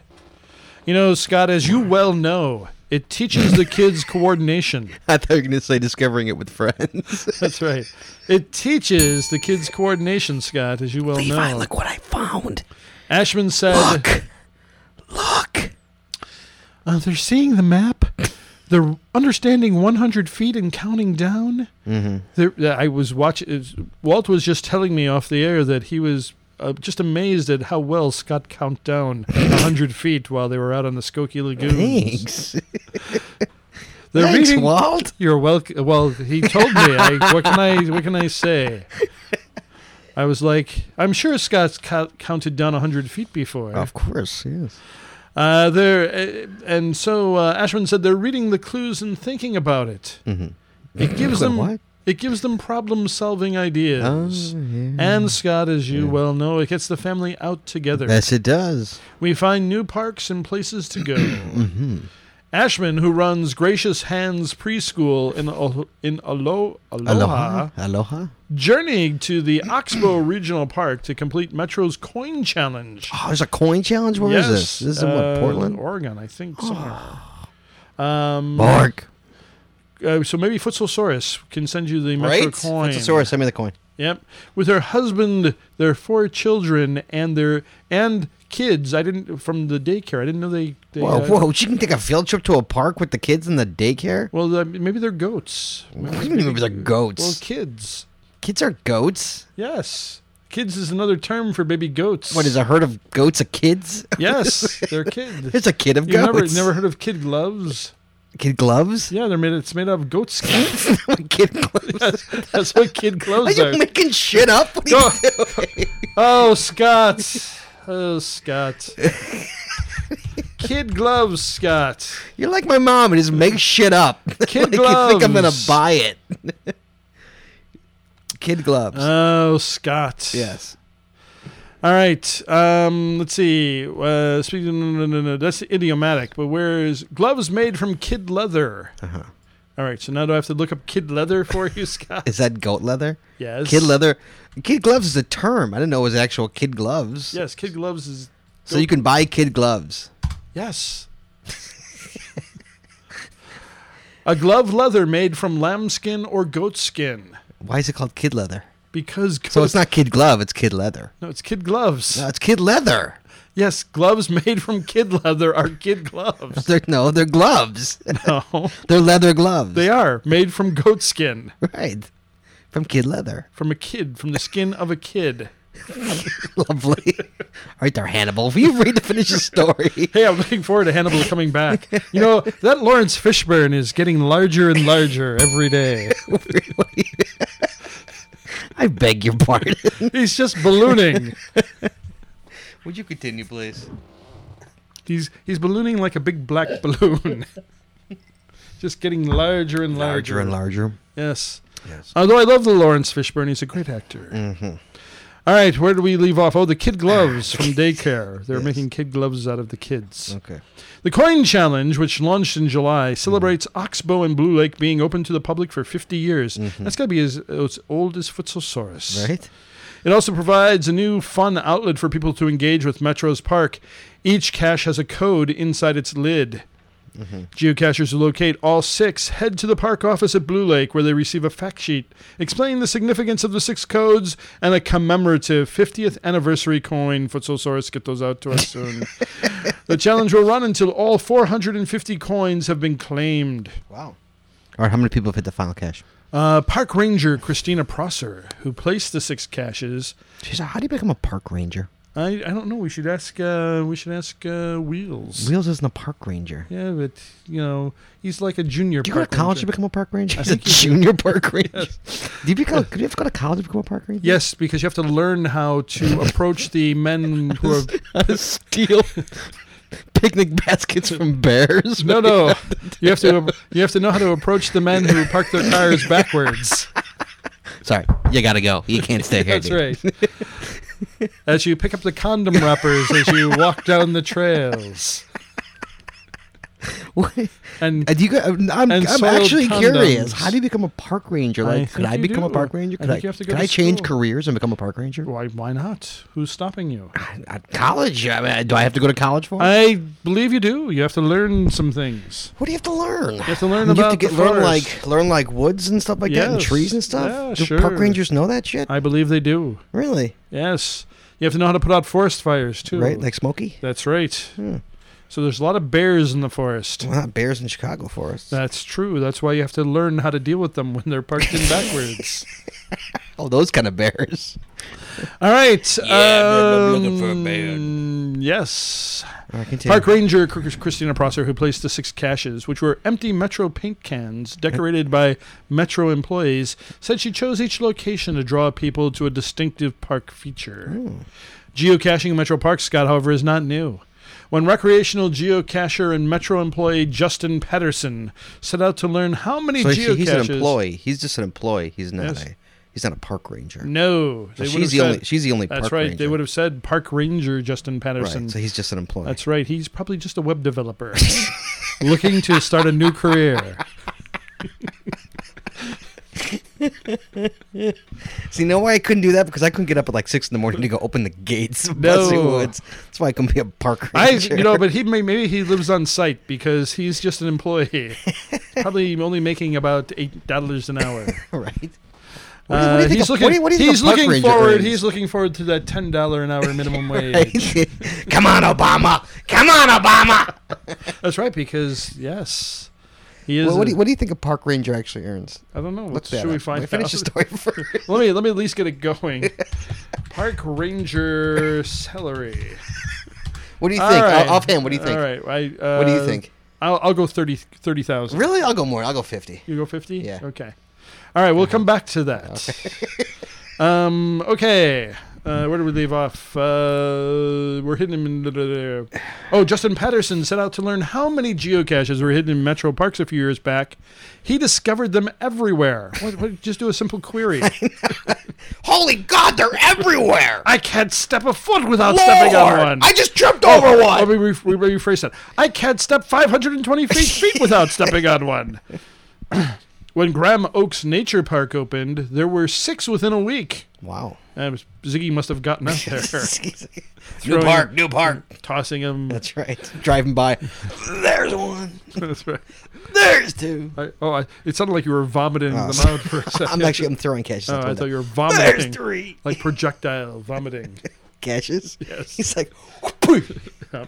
[SPEAKER 2] You know, Scott, as you well know, it teaches the kids coordination.
[SPEAKER 1] I thought you were going to say discovering it with friends.
[SPEAKER 2] That's right. It teaches the kids coordination, Scott, as you well know.
[SPEAKER 1] what I found.
[SPEAKER 2] Ashman said,
[SPEAKER 1] look.
[SPEAKER 2] Uh, "They're seeing the map. They're understanding 100 feet and counting down."
[SPEAKER 1] Mm-hmm.
[SPEAKER 2] There, uh, I was watching. Walt was just telling me off the air that he was uh, just amazed at how well Scott count down 100 feet while they were out on the Skokie Lagoon.
[SPEAKER 1] Thanks.
[SPEAKER 2] They're
[SPEAKER 1] Thanks,
[SPEAKER 2] reading.
[SPEAKER 1] Walt.
[SPEAKER 2] You're welcome. Well, he told me. I, what can I? What can I say? I was like, I'm sure Scott's co- counted down 100 feet before.
[SPEAKER 1] Of course, yes.
[SPEAKER 2] Uh, they're, uh, and so uh, Ashman said they're reading the clues and thinking about it. It gives
[SPEAKER 1] But
[SPEAKER 2] them
[SPEAKER 1] Mm-hmm. what?
[SPEAKER 2] it gives them problem solving ideas.
[SPEAKER 1] Oh, yeah.
[SPEAKER 2] And Scott, as you well know, it gets the family out together.
[SPEAKER 1] Yes, it does.
[SPEAKER 2] We find new parks and places to go.
[SPEAKER 1] Mm-hmm.
[SPEAKER 2] Ashman, who runs Gracious Hands Preschool in Al- in Alo- Aloha,
[SPEAKER 1] Aloha. Aloha.
[SPEAKER 2] journeyed to the Oxbow Regional Park to complete Metro's Coin Challenge.
[SPEAKER 1] Oh, there's a coin challenge? Where is
[SPEAKER 2] Yes,
[SPEAKER 1] this? This is in what,
[SPEAKER 2] uh,
[SPEAKER 1] Portland?
[SPEAKER 2] Oregon, I think somewhere. um,
[SPEAKER 1] Mark.
[SPEAKER 2] uh, so maybe Futsalsaurus can send you the Metro
[SPEAKER 1] Right?
[SPEAKER 2] coin.
[SPEAKER 1] That's the source. Send me the coin.
[SPEAKER 2] Yep, with her husband, their four children, and their and kids. I didn't from the daycare. I didn't know they. they
[SPEAKER 1] Whoa,
[SPEAKER 2] uh,
[SPEAKER 1] whoa. She can take a field trip to a park with the kids in the daycare?
[SPEAKER 2] Well, uh, maybe they're goats.
[SPEAKER 1] What do you mean they're goats?
[SPEAKER 2] Well, kids.
[SPEAKER 1] Kids are goats?
[SPEAKER 2] Yes, Kids is another term for baby goats.
[SPEAKER 1] What is a herd of goats of kids?
[SPEAKER 2] Yes, they're kid.
[SPEAKER 1] It's a kid of
[SPEAKER 2] You
[SPEAKER 1] goats.
[SPEAKER 2] never, never heard of kid gloves?
[SPEAKER 1] Kid gloves?
[SPEAKER 2] Yeah, they're made. It's made out of goat skin.
[SPEAKER 1] kid gloves.
[SPEAKER 2] That's, that's what kid
[SPEAKER 1] Are
[SPEAKER 2] gloves
[SPEAKER 1] you
[SPEAKER 2] are.
[SPEAKER 1] making shit up? What are you
[SPEAKER 2] Go-
[SPEAKER 1] doing?
[SPEAKER 2] Oh, Scott. Oh, Scott. Kid gloves, Scott.
[SPEAKER 1] You're like my mom and just make shit up.
[SPEAKER 2] Kid
[SPEAKER 1] like you think I'm gonna
[SPEAKER 2] gloves.
[SPEAKER 1] buy it. Kid gloves.
[SPEAKER 2] Oh, Scott.
[SPEAKER 1] yes.
[SPEAKER 2] All right. Um, let's see. Uh, speaking. No, no, no, no. That's idiomatic. But where is gloves made from kid leather?
[SPEAKER 1] Uh-huh.
[SPEAKER 2] All right. So now do I have to look up kid leather for you, Scott?
[SPEAKER 1] Is that goat leather?
[SPEAKER 2] yes.
[SPEAKER 1] Kid leather. Kid gloves is a term. I didn't know it was actual kid gloves.
[SPEAKER 2] Yes. Kid gloves is.
[SPEAKER 1] So you can buy kid gloves.
[SPEAKER 2] Yes. A glove leather made from lambskin or goat skin.
[SPEAKER 1] Why is it called kid leather?
[SPEAKER 2] Because goat,
[SPEAKER 1] So it's not kid glove. It's kid leather.
[SPEAKER 2] No, it's kid gloves.
[SPEAKER 1] No, it's kid leather.
[SPEAKER 2] Yes, gloves made from kid leather are kid gloves.
[SPEAKER 1] They're, no, they're gloves.
[SPEAKER 2] no,
[SPEAKER 1] they're leather gloves.
[SPEAKER 2] they are made from goat skin.
[SPEAKER 1] right from kid leather.
[SPEAKER 2] From a kid, from the skin of a kid.
[SPEAKER 1] Lovely. All right, there, Hannibal. Will you read to finish the story?
[SPEAKER 2] Hey, I'm looking forward to Hannibal coming back. You know, that Lawrence Fishburne is getting larger and larger every day.
[SPEAKER 1] really? I beg your pardon.
[SPEAKER 2] He's just ballooning.
[SPEAKER 1] Would you continue, please?
[SPEAKER 2] He's he's ballooning like a big black balloon. Just getting larger and larger.
[SPEAKER 1] Larger and larger.
[SPEAKER 2] Yes.
[SPEAKER 1] Yes.
[SPEAKER 2] Although I love the Lawrence Fishburne, he's a great actor.
[SPEAKER 1] Mm-hmm.
[SPEAKER 2] All right, where do we leave off? Oh, the kid gloves from daycare. They're making kid gloves out of the kids.
[SPEAKER 1] Ah, Okay. Mm-hmm.
[SPEAKER 2] The coin challenge, which launched in July, celebrates Oxbow and Blue Lake being open to the public for 50 years. That's got to be as, as old as Futsosaurus.
[SPEAKER 1] Mm-hmm. Right.
[SPEAKER 2] It also provides a new fun outlet for people to engage with Metro's park. Each cache has a code inside its lid. Geocachers who locate all six head to the park office at Blue Lake where they receive a fact sheet explaining the significance of the six codes and a commemorative 50th anniversary coin. Futsosaurus, get those out to us soon. the challenge will run until all 450 coins have been claimed.
[SPEAKER 1] Wow. All right. How many people have hit the final cash?
[SPEAKER 2] Uh, park Ranger Christina Prosser, who placed the six caches,
[SPEAKER 1] Jeez, how do you become a park ranger?
[SPEAKER 2] I, I don't know. We should ask. Uh, we should ask uh, Wheels.
[SPEAKER 1] Wheels isn't a park ranger.
[SPEAKER 2] Yeah, but you know, he's like a junior.
[SPEAKER 1] Do you go to
[SPEAKER 2] park
[SPEAKER 1] college to
[SPEAKER 2] ranger.
[SPEAKER 1] become a park ranger? As a
[SPEAKER 2] think you do.
[SPEAKER 1] junior park ranger. Do you become? Could you have to go to college to become a park ranger?
[SPEAKER 2] Yes, because you have to learn how to approach the men who are.
[SPEAKER 1] Yeah. Steal picnic baskets from bears.
[SPEAKER 2] No, no, you have to you have to know how to approach the men who park their cars backwards.
[SPEAKER 1] Sorry, you gotta go. You can't stay here.
[SPEAKER 2] That's
[SPEAKER 1] dude.
[SPEAKER 2] right. As you pick up the condom wrappers as you walk down the trails,
[SPEAKER 1] What?
[SPEAKER 2] and
[SPEAKER 1] Uh, Do you, go- I'm, I'm
[SPEAKER 2] And
[SPEAKER 1] I'm
[SPEAKER 2] soiled
[SPEAKER 1] actually
[SPEAKER 2] condoms.
[SPEAKER 1] curious. How do you become a park ranger? Like,
[SPEAKER 2] I
[SPEAKER 1] could
[SPEAKER 2] think
[SPEAKER 1] I
[SPEAKER 2] you
[SPEAKER 1] become a
[SPEAKER 2] do.
[SPEAKER 1] park ranger?
[SPEAKER 2] I
[SPEAKER 1] Could
[SPEAKER 2] think you have to go
[SPEAKER 1] could
[SPEAKER 2] to
[SPEAKER 1] I change
[SPEAKER 2] school.
[SPEAKER 1] careers and become a park ranger?
[SPEAKER 2] why why not? Who's stopping you?
[SPEAKER 1] At college? I mean, do I have to go to college for? it?
[SPEAKER 2] I believe you do. You have to learn some things.
[SPEAKER 1] what do you have to learn? You
[SPEAKER 2] have to learn
[SPEAKER 1] you have to
[SPEAKER 2] about
[SPEAKER 1] get,
[SPEAKER 2] the
[SPEAKER 1] learn
[SPEAKER 2] forest.
[SPEAKER 1] like learn like woods and stuff like that, and
[SPEAKER 2] Yes.
[SPEAKER 1] trees and stuff.
[SPEAKER 2] Yeah,
[SPEAKER 1] do
[SPEAKER 2] sure.
[SPEAKER 1] park rangers know that shit?
[SPEAKER 2] I believe they do.
[SPEAKER 1] really?
[SPEAKER 2] Yes. You have to know how to put out forest fires too.
[SPEAKER 1] Right? Like Smokey?
[SPEAKER 2] That's right. So there's a lot of bears in the forest.
[SPEAKER 1] Well, not bears in Chicago forests.
[SPEAKER 2] That's true. That's why you have to learn how to deal with them when they're parked in backwards.
[SPEAKER 1] oh, those kind of bears.
[SPEAKER 2] All right. Yeah,
[SPEAKER 1] I'm
[SPEAKER 2] um,
[SPEAKER 1] looking for a bear.
[SPEAKER 2] Yes.
[SPEAKER 1] All right, continue.
[SPEAKER 2] Park Ranger Chris- Christina Prosser, who placed the six caches, which were empty Metro paint cans decorated by Metro employees, said she chose each location to draw people to a distinctive park feature. Geocaching in Metro Park, Scott, however, is not new. When recreational geocacher and Metro employee Justin Patterson set out to learn how many
[SPEAKER 1] so he-
[SPEAKER 2] geocaches.
[SPEAKER 1] he's an employee. He's just an employee. He's not
[SPEAKER 2] Yes.
[SPEAKER 1] a he's not a park ranger.
[SPEAKER 2] No.
[SPEAKER 1] So
[SPEAKER 2] they
[SPEAKER 1] she's
[SPEAKER 2] would've
[SPEAKER 1] the
[SPEAKER 2] said-
[SPEAKER 1] only she's the only
[SPEAKER 2] That's
[SPEAKER 1] park
[SPEAKER 2] right.
[SPEAKER 1] ranger.
[SPEAKER 2] They would have said Park Ranger Justin Patterson.
[SPEAKER 1] right. So he's just an employee.
[SPEAKER 2] That's right. He's probably just a web developer looking to start a new career.
[SPEAKER 1] So you know why I couldn't do that? Because I couldn't get up at like six in the morning to go open the gates of Buzzing
[SPEAKER 2] No.
[SPEAKER 1] Woods. That's why I couldn't be a park
[SPEAKER 2] I,
[SPEAKER 1] ranger.
[SPEAKER 2] you know, but he may, maybe he lives on site because he's just an employee, probably only making about eight dollars an hour.
[SPEAKER 1] right? What do you- what do you
[SPEAKER 2] Uh,
[SPEAKER 1] think
[SPEAKER 2] he's
[SPEAKER 1] a-
[SPEAKER 2] looking.
[SPEAKER 1] what do you- what do you think
[SPEAKER 2] he's
[SPEAKER 1] a park
[SPEAKER 2] looking
[SPEAKER 1] ranger
[SPEAKER 2] forward.
[SPEAKER 1] earns?
[SPEAKER 2] He's looking forward to that ten dollar an hour minimum wage.
[SPEAKER 1] Come on, Obama! Come on, Obama!
[SPEAKER 2] That's right. Because yes, He is.
[SPEAKER 1] Well, what, do
[SPEAKER 2] a-
[SPEAKER 1] you, what do you think a park ranger actually earns?
[SPEAKER 2] I don't know.
[SPEAKER 1] Look
[SPEAKER 2] What
[SPEAKER 1] that
[SPEAKER 2] should we
[SPEAKER 1] up.
[SPEAKER 2] find
[SPEAKER 1] Let me finish the
[SPEAKER 2] out?
[SPEAKER 1] story first.
[SPEAKER 2] let me let me at least get it going. Park Ranger salary.
[SPEAKER 1] What do you
[SPEAKER 2] All
[SPEAKER 1] think?
[SPEAKER 2] right.
[SPEAKER 1] O- Offhand, what do you think?
[SPEAKER 2] All right. I, uh,
[SPEAKER 1] What do you think?
[SPEAKER 2] I'll, I'll go 30 30,000.
[SPEAKER 1] Really? I'll go more. I'll go 50.
[SPEAKER 2] You go 50?
[SPEAKER 1] Yeah. Uh-huh.
[SPEAKER 2] Okay. All right. We'll come back to that. um, okay. Uh, where do we leave off? Uh, we're hidden in. Oh, Justin Patterson set out to learn how many geocaches were hidden in metro parks a few years back. He discovered them everywhere. What, what, just do a simple query.
[SPEAKER 1] Holy God, they're everywhere!
[SPEAKER 2] I can't step a foot without stepping on
[SPEAKER 1] Lord!
[SPEAKER 2] one.
[SPEAKER 1] I just tripped over
[SPEAKER 2] Let
[SPEAKER 1] one!
[SPEAKER 2] me, re- we rephrase that. I can't step 520 feet, feet without stepping on one. when Graham Oaks Nature Park opened, there were six within a week.
[SPEAKER 1] Wow.
[SPEAKER 2] Uh, Ziggy must have gotten out there,
[SPEAKER 1] new
[SPEAKER 2] Throwing-
[SPEAKER 1] park, new park.
[SPEAKER 2] tossing him.
[SPEAKER 1] That's right. Driving by. There's one.
[SPEAKER 2] That's right.
[SPEAKER 1] There's two.
[SPEAKER 2] I, oh, I, it sounded like you were vomiting
[SPEAKER 1] Oh.
[SPEAKER 2] them out for a second.
[SPEAKER 1] I'm actually I'm throwing caches.
[SPEAKER 2] Oh,
[SPEAKER 1] out the
[SPEAKER 2] I
[SPEAKER 1] window.
[SPEAKER 2] thought you were
[SPEAKER 1] There's
[SPEAKER 2] vomiting,
[SPEAKER 1] three
[SPEAKER 2] like projectile vomiting.
[SPEAKER 1] caches.
[SPEAKER 2] Yes.
[SPEAKER 1] He's like, "Poof."
[SPEAKER 2] Yep. Mm-hmm.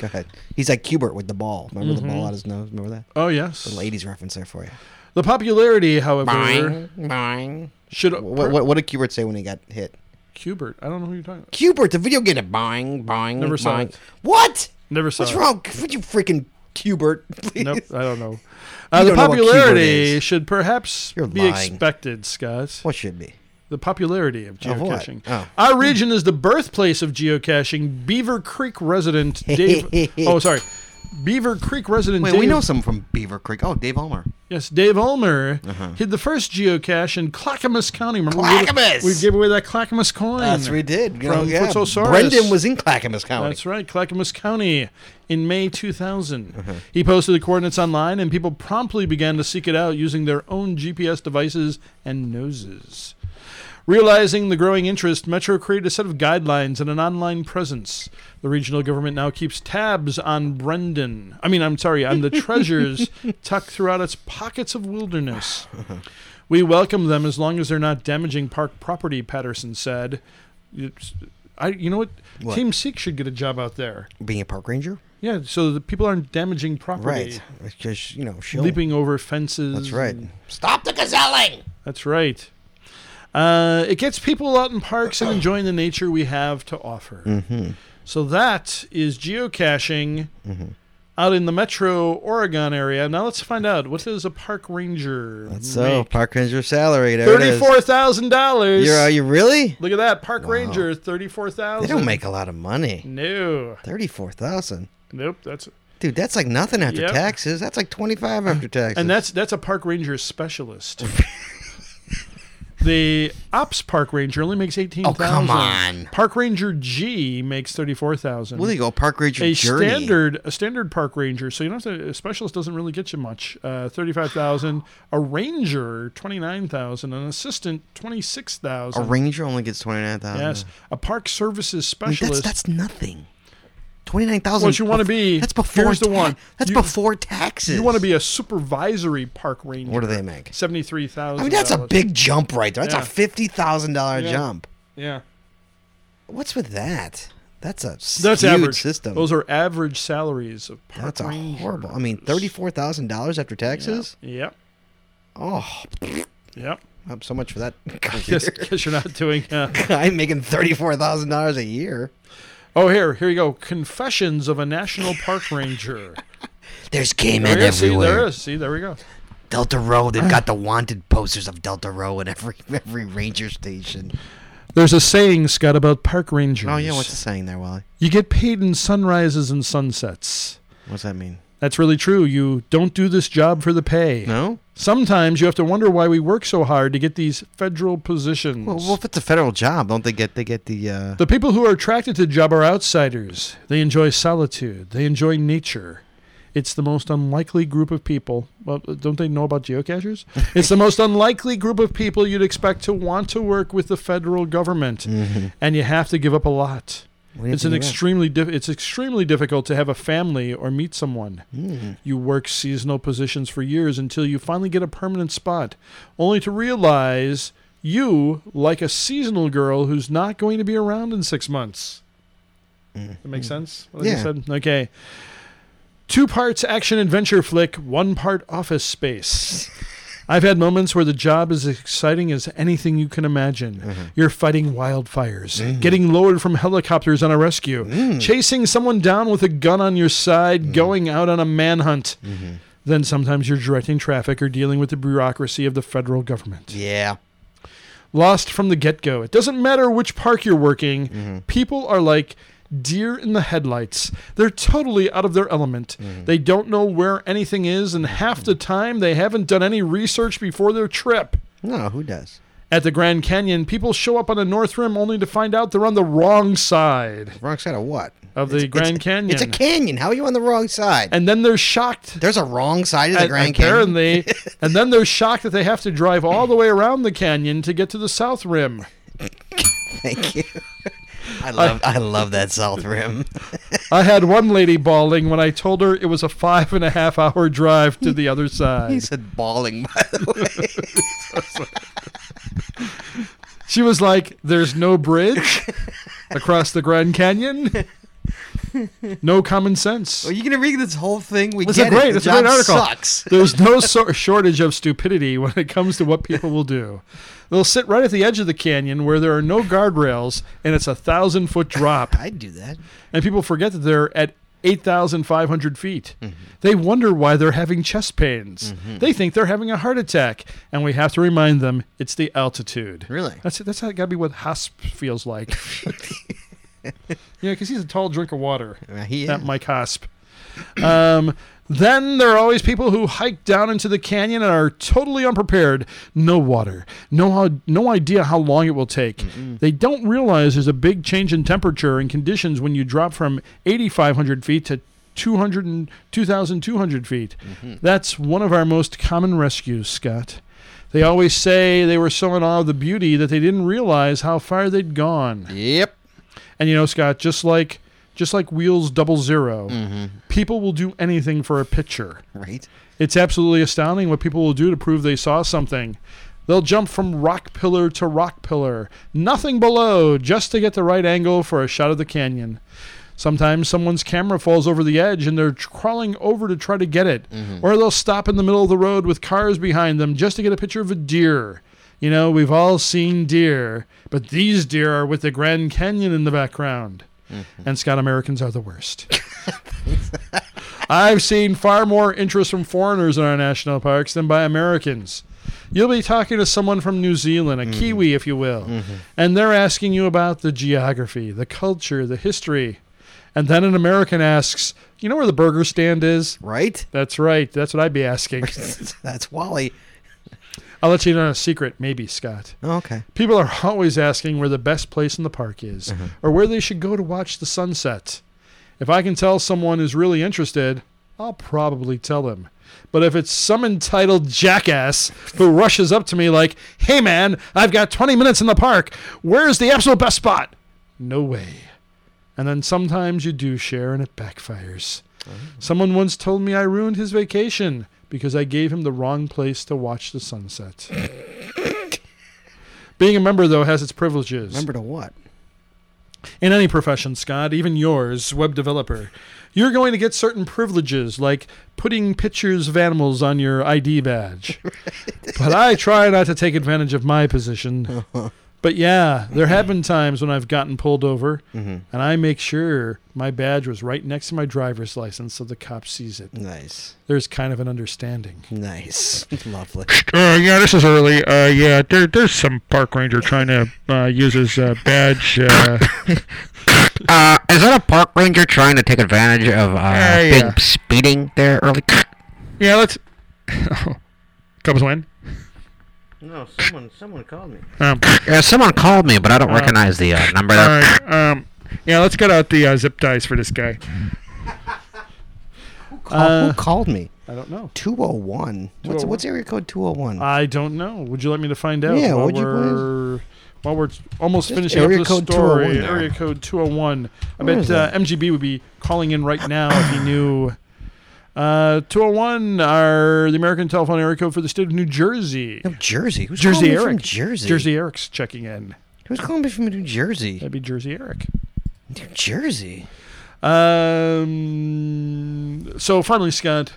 [SPEAKER 1] go ahead. He's like Cubert with the ball. Remember the ball out his nose? Remember that?
[SPEAKER 2] Oh yes.
[SPEAKER 1] Little 80s reference there for you.
[SPEAKER 2] The popularity, however,
[SPEAKER 1] Boing, boing.
[SPEAKER 2] should
[SPEAKER 1] What, what, what did Cubert say when he got hit?
[SPEAKER 2] Cubert. I don't know who you're talking. about.
[SPEAKER 1] Cubert, the video game. Boing, boing,
[SPEAKER 2] Never
[SPEAKER 1] boing.
[SPEAKER 2] saw it.
[SPEAKER 1] What?
[SPEAKER 2] Never saw
[SPEAKER 1] What's
[SPEAKER 2] it.
[SPEAKER 1] wrong? Would you freaking Cubert? Please.
[SPEAKER 2] Nope, I don't know. Uh, the
[SPEAKER 1] don't know what Cubert
[SPEAKER 2] popularity
[SPEAKER 1] is.
[SPEAKER 2] should perhaps
[SPEAKER 1] You're
[SPEAKER 2] be
[SPEAKER 1] lying.
[SPEAKER 2] expected, Scott.
[SPEAKER 1] What should be?
[SPEAKER 2] The popularity of
[SPEAKER 1] Of what?
[SPEAKER 2] geocaching.
[SPEAKER 1] Oh.
[SPEAKER 2] Our region is the birthplace of geocaching. Beaver Creek resident Dave. oh, sorry. Beaver Creek resident
[SPEAKER 1] Wait,
[SPEAKER 2] Dave.
[SPEAKER 1] we know someone from Beaver Creek. Oh, Dave Ulmer.
[SPEAKER 2] Yes, Dave Ulmer
[SPEAKER 1] Uh-huh.
[SPEAKER 2] hid the first geocache in Clackamas County. Remember we gave-
[SPEAKER 1] Clackamas!
[SPEAKER 2] We gave away that Clackamas coin.
[SPEAKER 1] That's what we did. You know,
[SPEAKER 2] From
[SPEAKER 1] yeah.
[SPEAKER 2] Futsosaurus.
[SPEAKER 1] Brendan was in Clackamas County.
[SPEAKER 2] That's right, Clackamas County in May 2000. He posted the coordinates online, and people promptly began to seek it out using their own GPS devices and noses. Realizing the growing interest, Metro created a set of guidelines and an online presence. The regional government now keeps tabs on Brendan. I mean, I'm sorry, on the treasures tucked throughout its pockets of wilderness. We welcome them as long as they're not damaging park property, Patterson said. It's- I, you know what?
[SPEAKER 1] What?
[SPEAKER 2] Team Seek should get a job out there.
[SPEAKER 1] Being a park ranger?
[SPEAKER 2] Yeah, so the people aren't damaging property.
[SPEAKER 1] Right. It's just, you know, show.
[SPEAKER 2] Leaping over fences.
[SPEAKER 1] That's right.
[SPEAKER 2] and-
[SPEAKER 1] Stop the gazelling!
[SPEAKER 2] that's right. Uh, it gets people out in parks and enjoying the nature we have to offer.
[SPEAKER 1] Mm-hmm.
[SPEAKER 2] So that is geocaching out in the metro Oregon area. Now let's find out what does a park ranger
[SPEAKER 1] So,
[SPEAKER 2] make?
[SPEAKER 1] park ranger salary. There it is.
[SPEAKER 2] Thirty-four thousand dollars.
[SPEAKER 1] You're, are you really?
[SPEAKER 2] Look at that, park ranger, thirty-four
[SPEAKER 1] They
[SPEAKER 2] thousand.
[SPEAKER 1] don't make a lot of money.
[SPEAKER 2] no,
[SPEAKER 1] Thirty-four thousand,
[SPEAKER 2] nope. That's
[SPEAKER 1] dude. That's like nothing after
[SPEAKER 2] Yep.
[SPEAKER 1] taxes. That's like twenty-five after taxes.
[SPEAKER 2] and that's that's a park ranger specialist. the ops park ranger only makes eighteen thousand.
[SPEAKER 1] Oh, on.
[SPEAKER 2] Park ranger G makes thirty-four thousand.
[SPEAKER 1] well, there you go. Park ranger
[SPEAKER 2] a
[SPEAKER 1] journey.
[SPEAKER 2] standard a standard park ranger. So you don't have to, a specialist doesn't really get you much. Uh, Thirty five thousand. A ranger twenty nine thousand. An assistant twenty six
[SPEAKER 1] A
[SPEAKER 2] thousand.
[SPEAKER 1] ranger only gets twenty-nine thousand.
[SPEAKER 2] Yes, a park services
[SPEAKER 1] that's
[SPEAKER 2] specialist.
[SPEAKER 1] that's nothing. Twenty-nine thousand.
[SPEAKER 2] What you wanna be,
[SPEAKER 1] That's before.
[SPEAKER 2] here's the one.
[SPEAKER 1] That's
[SPEAKER 2] You-
[SPEAKER 1] before taxes.
[SPEAKER 2] you want to be a supervisory park ranger.
[SPEAKER 1] What do they make?
[SPEAKER 2] Seventy three thousand.
[SPEAKER 1] I mean, that's a big jump right there. That's
[SPEAKER 2] Yeah.
[SPEAKER 1] a fifty thousand dollar
[SPEAKER 2] Yeah.
[SPEAKER 1] jump.
[SPEAKER 2] yeah.
[SPEAKER 1] What's with that? That's a
[SPEAKER 2] That's
[SPEAKER 1] huge
[SPEAKER 2] average
[SPEAKER 1] system.
[SPEAKER 2] Those are average salaries of park
[SPEAKER 1] that's a
[SPEAKER 2] rangers.
[SPEAKER 1] horrible. I mean, thirty-four thousand dollars after taxes.
[SPEAKER 2] Yep.
[SPEAKER 1] Oh,
[SPEAKER 2] Yep.
[SPEAKER 1] I'm so much for that.
[SPEAKER 2] Guess, guess you're not doing. Uh,
[SPEAKER 1] I'm making thirty-four thousand dollars a year.
[SPEAKER 2] oh, here, here you go. Confessions of a national park ranger.
[SPEAKER 1] There's gay men
[SPEAKER 2] There is, Oh, see,
[SPEAKER 1] everywhere.
[SPEAKER 2] there Ah. is. See, there we go.
[SPEAKER 1] Delta Row, they've got the wanted posters of Delta Row in every every ranger station.
[SPEAKER 2] There's a saying, Scott, about park rangers.
[SPEAKER 1] Oh yeah, what's the saying there, Wally?
[SPEAKER 2] you get paid in sunrises and sunsets.
[SPEAKER 1] What's that mean?
[SPEAKER 2] That's really true. You don't do this job for the pay.
[SPEAKER 1] No.
[SPEAKER 2] Sometimes you have to wonder why we work so hard to get these federal positions.
[SPEAKER 1] Well, well, if it's a federal job, don't they get they get the? Uh,
[SPEAKER 2] The people who are attracted to the job are outsiders. They enjoy solitude. They enjoy nature. It's the most unlikely group of people. Well, don't they know about geocachers? it's the most unlikely group of people you'd expect to want to work with the federal government,
[SPEAKER 1] Mm. Mm-hmm.
[SPEAKER 2] and you have to give up a lot.
[SPEAKER 1] what do you
[SPEAKER 2] It's
[SPEAKER 1] have
[SPEAKER 2] an
[SPEAKER 1] to do that?
[SPEAKER 2] extremely diff it's extremely difficult to have a family or meet someone.
[SPEAKER 1] Hmm.
[SPEAKER 2] You work seasonal positions for years until you finally get a permanent spot, only to realize you like a seasonal girl who's not going to be
[SPEAKER 1] Hmm.
[SPEAKER 2] around in six months. That makes sense. What I just
[SPEAKER 1] Yeah.
[SPEAKER 2] said? Okay. two parts action adventure flick, one part office space. I've had moments where the job is exciting as anything you can imagine. You're fighting wildfires, getting lowered from helicopters on a rescue, chasing someone down with a gun on your side, going out on a manhunt. Then sometimes you're directing traffic or dealing with the bureaucracy of the federal government
[SPEAKER 1] Yeah.
[SPEAKER 2] lost from the get go. It doesn't matter which park you're working,
[SPEAKER 1] Mm-hmm.
[SPEAKER 2] people are like deer in the headlights. They're totally out of their element.
[SPEAKER 1] Mm-hmm.
[SPEAKER 2] They don't know where anything is, and half the time they haven't done any research before their trip.
[SPEAKER 1] No, who does?
[SPEAKER 2] At the Grand Canyon, people show up on the North Rim only to find out they're on the wrong side
[SPEAKER 1] Wrong side of what?
[SPEAKER 2] of the Grand Canyon.
[SPEAKER 1] It's a canyon. How are you on the wrong side?
[SPEAKER 2] and then they're shocked
[SPEAKER 1] There's a wrong side of the
[SPEAKER 2] and
[SPEAKER 1] Grand Canyon.
[SPEAKER 2] apparently, and then they're shocked that they have to drive all the way around the canyon to get to the South Rim.
[SPEAKER 1] Thank you. I love I love that South Rim.
[SPEAKER 2] I had one lady bawling when I told her it was a five and a half hour drive to the other
[SPEAKER 1] he
[SPEAKER 2] side.
[SPEAKER 1] said bawling by the way.
[SPEAKER 2] She was like, There's no bridge across the Grand Canyon. No common sense.
[SPEAKER 1] Are you gonna read this whole thing? We
[SPEAKER 2] It's
[SPEAKER 1] get
[SPEAKER 2] a great,
[SPEAKER 1] it. The
[SPEAKER 2] it's a great
[SPEAKER 1] job
[SPEAKER 2] article.
[SPEAKER 1] Sucks.
[SPEAKER 2] There's no so- shortage of stupidity when it comes to what people will do. They'll sit right at the edge of the canyon where there are no guardrails and it's a thousand foot drop.
[SPEAKER 1] I'd do that.
[SPEAKER 2] and people forget that they're at 8,500 feet. They wonder why they're having chest pains. They think they're having a heart attack, and we have to remind them it's the altitude.
[SPEAKER 1] Really?
[SPEAKER 2] That's that's got to be what Hasp feels like. yeah, because he's a tall drink of water.
[SPEAKER 1] Uh, he
[SPEAKER 2] That
[SPEAKER 1] is.
[SPEAKER 2] Mike Hasp. Um, then there are always people who hike down into the canyon and are totally unprepared. No water, no uh, no idea how long it will take. They don't realize there's a big change in temperature and conditions when you drop from 8,500 feet to 200 and 2,200 feet. That's one of our most common rescues, Scott. They always say they were so in awe of the beauty that they didn't realize how far they'd gone.
[SPEAKER 1] Yep.
[SPEAKER 2] And you know, Scott, just like just like Wheels Double 0 people will do anything for a picture.
[SPEAKER 1] Right.
[SPEAKER 2] It's absolutely astounding what people will do to prove they saw something. They'll jump from rock pillar to rock pillar, nothing below, just to get the right angle for a shot of the canyon. Sometimes someone's camera falls over the edge and they're tr- crawling over to try to get it. Or they'll stop in the middle of the road with cars behind them just to get a picture of a deer. You know, we've all seen deer, but these deer are with the Grand Canyon in the background. And Scott Americans are the worst. I've seen far more interest from foreigners in our national parks than by Americans. You'll be talking to someone from New Zealand, a Kiwi, if you will, and they're asking you about the geography, the culture, the history. And then an American asks, You know where the burger stand is?
[SPEAKER 1] Right?
[SPEAKER 2] That's right. That's what I'd be asking.
[SPEAKER 1] That's Wally.
[SPEAKER 2] I'll let you know a secret, maybe, Scott.
[SPEAKER 1] Oh, Okay.
[SPEAKER 2] People are always asking where the best place in the park is or where they should go to watch the sunset. If I can tell someone who's really interested, I'll probably tell them. But if it's some entitled jackass who rushes up to me like, hey man, I've got 20 minutes in the park. Where's the absolute best spot? No way. And then sometimes you do share and it backfires. Someone once told me I ruined his vacation because I gave him the wrong place to watch the sunset. Being a member, though, has its privileges.
[SPEAKER 1] Remember to what?
[SPEAKER 2] In any profession, Scott, even yours, web developer, you're going to get certain privileges like putting pictures of animals on your ID badge. But I try not to take advantage of my position. But yeah, there have been times when I've gotten pulled over, and I make sure my badge was right next to my driver's license so the cop sees it.
[SPEAKER 1] Nice.
[SPEAKER 2] There's kind of an understanding.
[SPEAKER 1] Nice. Lovely.
[SPEAKER 5] Uh, yeah, this is early. Uh, yeah, there, there's some park ranger trying to uh, use his uh, badge. Uh,
[SPEAKER 6] Uh, is that a park ranger trying to take advantage of uh,
[SPEAKER 5] Yeah, yeah.
[SPEAKER 6] big speeding there early?
[SPEAKER 5] yeah, let's. Cubs win.
[SPEAKER 1] No, someone someone called me.
[SPEAKER 5] Um,
[SPEAKER 6] Yeah, someone called me, but I don't recognize the uh, number.
[SPEAKER 5] all
[SPEAKER 6] There.
[SPEAKER 5] right. Um, yeah, let's get out the uh, zip ties for this guy.
[SPEAKER 1] who called me?
[SPEAKER 2] I don't know.
[SPEAKER 1] Uh, Two oh one. What's
[SPEAKER 2] 201?
[SPEAKER 1] what's area code two oh one?
[SPEAKER 2] I don't know. Would you like me to find out?
[SPEAKER 1] Yeah,
[SPEAKER 2] while
[SPEAKER 1] would you
[SPEAKER 2] we're, While we're almost finishing
[SPEAKER 1] area
[SPEAKER 2] up the
[SPEAKER 1] code 201
[SPEAKER 2] story,
[SPEAKER 1] there.
[SPEAKER 2] area code 201. I
[SPEAKER 1] Where
[SPEAKER 2] bet
[SPEAKER 1] is
[SPEAKER 2] uh,
[SPEAKER 1] that?
[SPEAKER 2] MGB would be calling in right now if he knew. Uh, 201 are the American telephone area code for the state of New Jersey.
[SPEAKER 1] No, Jersey. Who's
[SPEAKER 2] Jersey
[SPEAKER 1] calling me
[SPEAKER 2] Eric.
[SPEAKER 1] from Jersey? Uh,
[SPEAKER 2] Jersey Eric's checking in.
[SPEAKER 1] Who's calling me from New Jersey?
[SPEAKER 2] That'd be Jersey Eric.
[SPEAKER 1] New Jersey.
[SPEAKER 2] Um, so finally, Scott,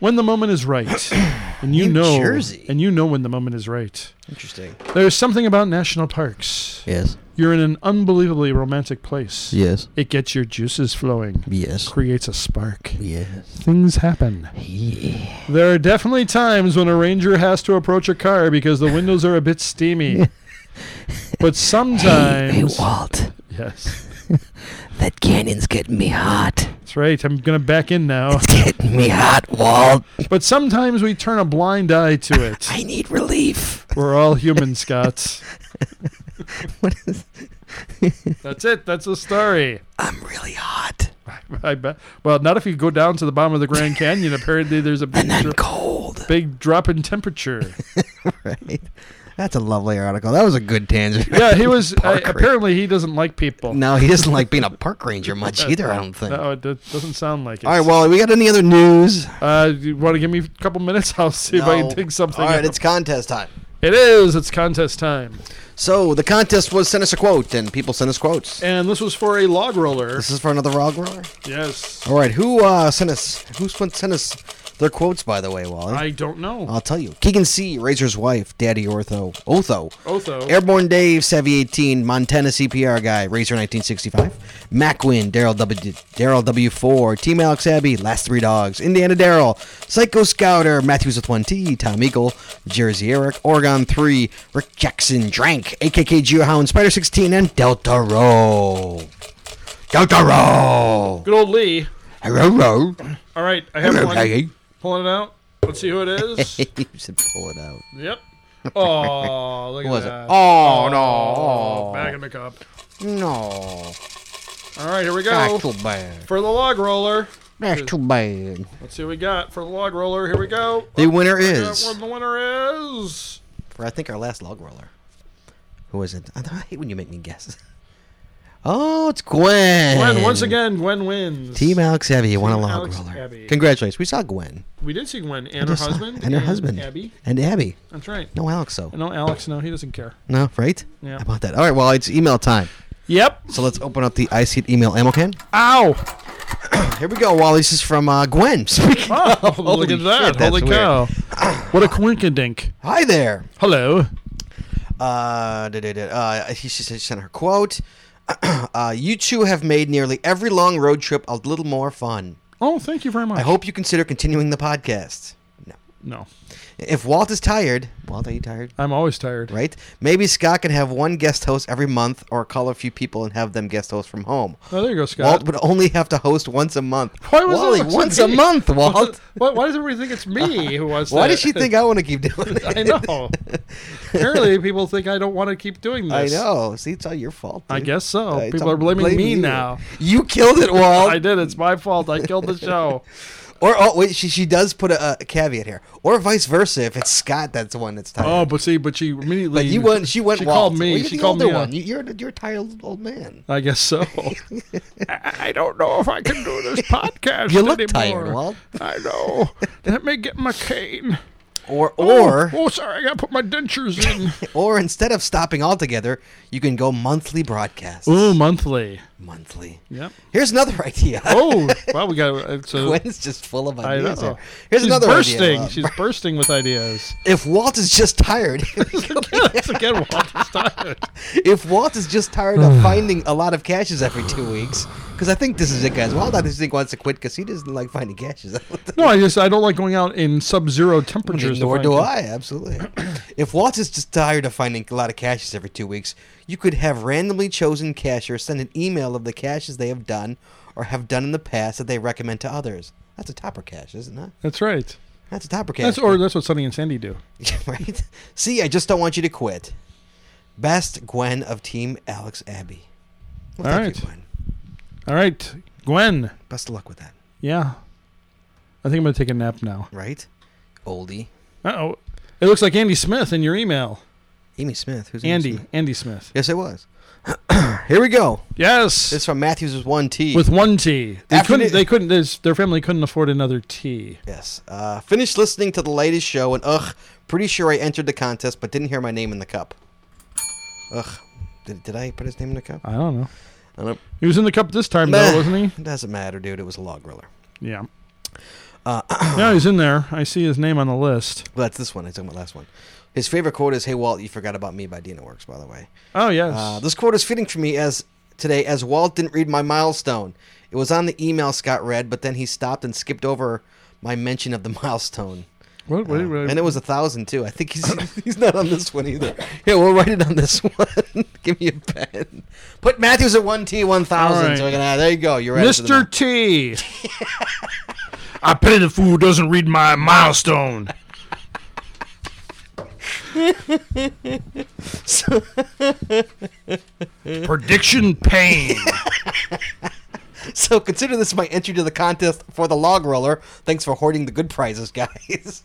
[SPEAKER 2] when the moment is right, and you
[SPEAKER 1] New
[SPEAKER 2] know,
[SPEAKER 1] Jersey.
[SPEAKER 2] and you know when the moment is right.
[SPEAKER 1] Interesting.
[SPEAKER 2] There's something about national parks.
[SPEAKER 1] Yes.
[SPEAKER 2] You're in an unbelievably romantic place.
[SPEAKER 1] Yes.
[SPEAKER 2] It gets your juices flowing.
[SPEAKER 1] Yes.
[SPEAKER 2] Creates a spark.
[SPEAKER 1] Yes.
[SPEAKER 2] Things happen. There are definitely times when a ranger has to approach a car because the windows are a bit steamy. but sometimes
[SPEAKER 1] Walt,
[SPEAKER 2] Yes.
[SPEAKER 1] that cannon's getting me hot.
[SPEAKER 2] That's right. I'm going to back in now.
[SPEAKER 1] Getting me hot, Walt.
[SPEAKER 2] But sometimes we turn a blind eye to it.
[SPEAKER 1] I need relief.
[SPEAKER 2] We're all human, Scott.
[SPEAKER 1] What is?
[SPEAKER 2] That's it. That's the story.
[SPEAKER 1] I'm really hot
[SPEAKER 2] I bet. Well, not if you go down to the bottom of the Grand Canyon. Apparently, there's a big, dro-
[SPEAKER 1] cold.
[SPEAKER 2] big drop in temperature.
[SPEAKER 1] Right. That's a lovely article. That was a good tangent.
[SPEAKER 2] Yeah, he was. I,
[SPEAKER 1] Park ra-
[SPEAKER 2] apparently, he doesn't like people. Uh,
[SPEAKER 1] No, he doesn't like being a park ranger much either. I don't think.
[SPEAKER 2] No, it do- doesn't sound like it.
[SPEAKER 1] All right, Wally. We got any other news?
[SPEAKER 2] Uh, you want to give me a couple minutes? I'll see if I
[SPEAKER 1] No.
[SPEAKER 2] can dig something.
[SPEAKER 1] All right,
[SPEAKER 2] up.
[SPEAKER 1] it's contest time.
[SPEAKER 2] It is. It's contest time,
[SPEAKER 1] So the contest was send us a quote, and people sent us quotes.
[SPEAKER 2] and this was for a log roller.
[SPEAKER 1] This is for another rock roller.
[SPEAKER 2] Yes.
[SPEAKER 1] All right, who uh, sent us? Who sent sent us their quotes? By the way, Wally.
[SPEAKER 2] I don't know.
[SPEAKER 1] I'll tell you. Keegan C, Razor's wife, Daddy Ortho, Otho,
[SPEAKER 2] Otho.
[SPEAKER 1] Airborne Dave, Savvy 18, Montana CPR guy, Razor 1965, Macwin, Daryl W, Daryl W4, Team Alex Abbey, Last Three Dogs, Indiana Daryl, Psycho Scouter, Matthews with one T, Tom Eagle, Jersey Eric, Oregon 3, Rick Jackson, Drank, AKK Geohound, Spider 16, and Delta Row. Delta Row.
[SPEAKER 2] Good old Lee.
[SPEAKER 1] Hello, row.
[SPEAKER 2] All right, I have one.
[SPEAKER 1] Peggy.
[SPEAKER 2] Pulling it out. Let's see who it is.
[SPEAKER 1] you should pull it out.
[SPEAKER 2] yep. Oh, look at
[SPEAKER 1] was it?
[SPEAKER 2] that.
[SPEAKER 1] Oh, no.
[SPEAKER 2] Oh, Back in the cup.
[SPEAKER 1] No.
[SPEAKER 2] All right, here we go.
[SPEAKER 1] That's too bad.
[SPEAKER 2] For the log roller.
[SPEAKER 1] That's too bad.
[SPEAKER 2] Let's see what we got. For the log roller, here we go.
[SPEAKER 1] The winner
[SPEAKER 2] Got
[SPEAKER 1] is
[SPEAKER 2] one, the winner is.
[SPEAKER 1] for I think our last log roller. Who is it? I, I hate when you make me guess. Oh, it's Gwen.
[SPEAKER 2] Gwen, once again, Gwen wins.
[SPEAKER 1] Team Alex Abbey won a
[SPEAKER 2] Team
[SPEAKER 1] log
[SPEAKER 2] Alex
[SPEAKER 1] roller.
[SPEAKER 2] Abbey.
[SPEAKER 1] Congratulations. We saw Gwen.
[SPEAKER 2] We did see Gwen and her
[SPEAKER 1] Just saw-
[SPEAKER 2] husband.
[SPEAKER 1] And her husband.
[SPEAKER 2] Abby.
[SPEAKER 1] And Abby.
[SPEAKER 2] That's right.
[SPEAKER 1] No Alex, though.
[SPEAKER 2] No, Alex, no, he doesn't care.
[SPEAKER 1] No, right?
[SPEAKER 2] Yeah.
[SPEAKER 1] How about that? All right, well, it's email time.
[SPEAKER 2] Yep.
[SPEAKER 1] So let's open up the iSeed email ammo can.
[SPEAKER 2] Ow.
[SPEAKER 1] Here we go, Wally. This is from uh, Gwen. Speaking
[SPEAKER 2] Oh,
[SPEAKER 1] Holy
[SPEAKER 2] look at that.
[SPEAKER 1] shit, that's
[SPEAKER 2] Holy
[SPEAKER 1] weird. Ah.
[SPEAKER 2] cow. what a coinkydink.
[SPEAKER 1] Hi there.
[SPEAKER 2] Hello.
[SPEAKER 1] uh, da, da, da, uh, she, she sent her quote. uh, you two have made nearly every long road trip a little more fun.
[SPEAKER 2] Oh, thank you very much.
[SPEAKER 1] I hope you consider continuing the podcast. No.
[SPEAKER 2] No.
[SPEAKER 1] If Walt is tired, Walt, are you tired?
[SPEAKER 2] I'm always tired.
[SPEAKER 1] Right? Maybe Scott can have one guest host every month or call a few people and have them guest host from home.
[SPEAKER 2] Oh, there you go,
[SPEAKER 1] Walt
[SPEAKER 2] Scott.
[SPEAKER 1] would only have to host once a month.
[SPEAKER 2] Why was
[SPEAKER 1] Wally,
[SPEAKER 2] that always
[SPEAKER 1] once
[SPEAKER 2] me?
[SPEAKER 1] a month, Walt.
[SPEAKER 2] Why, why does everybody think it's me who wants
[SPEAKER 1] Why
[SPEAKER 2] that?
[SPEAKER 1] does she think I want to keep doing it?
[SPEAKER 2] I know. Apparently, people think I don't want to keep doing
[SPEAKER 1] I
[SPEAKER 2] this.
[SPEAKER 1] know. See, it's all your fault.
[SPEAKER 2] I
[SPEAKER 1] dude.
[SPEAKER 2] guess so.
[SPEAKER 1] Uh, it's
[SPEAKER 2] people
[SPEAKER 1] all
[SPEAKER 2] are blaming, me
[SPEAKER 1] you.
[SPEAKER 2] now.
[SPEAKER 1] You killed it, Walt.
[SPEAKER 2] I did. It's my fault. I killed the show.
[SPEAKER 1] Or oh wait, she she does put a, a caveat here, or vice versa if it's Scott that's the one that's tired.
[SPEAKER 2] Oh, but see, but she immediately.
[SPEAKER 1] but you went. She went.
[SPEAKER 2] She
[SPEAKER 1] Walt.
[SPEAKER 2] called
[SPEAKER 1] Well,
[SPEAKER 2] me.
[SPEAKER 1] you're
[SPEAKER 2] she
[SPEAKER 1] the
[SPEAKER 2] called
[SPEAKER 1] older
[SPEAKER 2] me. a-
[SPEAKER 1] one. You, you're you're a tired old man.
[SPEAKER 2] I guess so. I I don't know if I can do this podcast
[SPEAKER 1] You look
[SPEAKER 2] anymore.
[SPEAKER 1] tired, Walt.
[SPEAKER 2] I know. Let me get my cane.
[SPEAKER 1] Or or
[SPEAKER 2] oh, oh, sorry, I gotta put my dentures in.
[SPEAKER 1] or instead of stopping altogether, you can go monthly broadcasts.
[SPEAKER 2] Ooh, monthly.
[SPEAKER 1] Monthly.
[SPEAKER 2] Yep.
[SPEAKER 1] Here's another idea.
[SPEAKER 2] Oh, wow, we got it's a,
[SPEAKER 1] Gwen's just full of
[SPEAKER 2] I
[SPEAKER 1] ideas.
[SPEAKER 2] know.
[SPEAKER 1] Here. Here's
[SPEAKER 2] She's
[SPEAKER 1] another
[SPEAKER 2] bursting.
[SPEAKER 1] idea. Walt.
[SPEAKER 2] She's bursting with ideas.
[SPEAKER 1] If Walt is just tired,
[SPEAKER 2] That's again Walter's tired.
[SPEAKER 1] if Walt is just tired of finding a lot of caches every two weeks, because I think this is it, guys. Walt, I just think wants to quit because he doesn't like finding caches.
[SPEAKER 2] No, I just I don't like going out in sub-zero temperatures. to
[SPEAKER 1] Nor
[SPEAKER 2] find
[SPEAKER 1] do
[SPEAKER 2] it.
[SPEAKER 1] I, absolutely. if Walt is just tired of finding a lot of caches every two weeks, you could have randomly chosen cashers send an email of the caches they have done or have done in the past that they recommend to others. That's a topper cache, isn't it?
[SPEAKER 2] That's right.
[SPEAKER 1] That's a topper cache.
[SPEAKER 2] That's or that's what Sonny and Sandy do.
[SPEAKER 1] right? See, I just don't want you to quit. Best Gwen of Team Alex Abbey. Well,
[SPEAKER 2] All
[SPEAKER 1] thank
[SPEAKER 2] right.
[SPEAKER 1] you, Gwen.
[SPEAKER 2] All right, Gwen.
[SPEAKER 1] Best of luck with that,
[SPEAKER 2] Yeah, I think I'm gonna take a nap now.
[SPEAKER 1] right? Oldie.
[SPEAKER 2] Uh oh, it looks like Andy Smith in your email.
[SPEAKER 1] Amy Smith. Who's Amy
[SPEAKER 2] Andy,
[SPEAKER 1] Smith?
[SPEAKER 2] Andy Smith.
[SPEAKER 1] Yes, it was. Here we go.
[SPEAKER 2] Yes,
[SPEAKER 1] This is from Matthews with one T.
[SPEAKER 2] with one T. They
[SPEAKER 1] After
[SPEAKER 2] couldn't.
[SPEAKER 1] the-
[SPEAKER 2] They couldn't. Their their family couldn't afford another T.
[SPEAKER 1] Yes. Uh, finished listening to the latest show, and ugh, pretty sure I entered the contest, but didn't hear my name in the cup. Ugh. Did, did I put his name in the cup?
[SPEAKER 2] I don't know.
[SPEAKER 1] I don't,
[SPEAKER 2] He was in the cup this time,
[SPEAKER 1] Meh.
[SPEAKER 2] though, wasn't
[SPEAKER 1] Doesn't matter, dude. It was a log roller.
[SPEAKER 2] he? Yeah. Uh, he's in there. I see his name on the list.
[SPEAKER 1] Well, that's this one. I talking about last one. His favorite quote is "Hey Walt, you forgot about me" by Dina Works, by the way.
[SPEAKER 2] Oh yes.
[SPEAKER 1] Uh, this quote is fitting for me as today, as Walt didn't read my milestone. It was on the email Scott read, but then he stopped and skipped over my mention of the milestone.
[SPEAKER 2] what, what, what-
[SPEAKER 1] Uh, And it was a thousand too. I think he's he's not on this one either. Here, we'll write it on this one. Give me a pen. Put Matthews at one T one thousand. So I
[SPEAKER 2] All
[SPEAKER 1] can, ah, there you go. You're right. after the
[SPEAKER 2] Mr. T. I pity the fool who doesn't read my milestone. Prediction pain.
[SPEAKER 1] So consider this my entry to the contest for the log roller. Thanks for hoarding the good prizes, guys.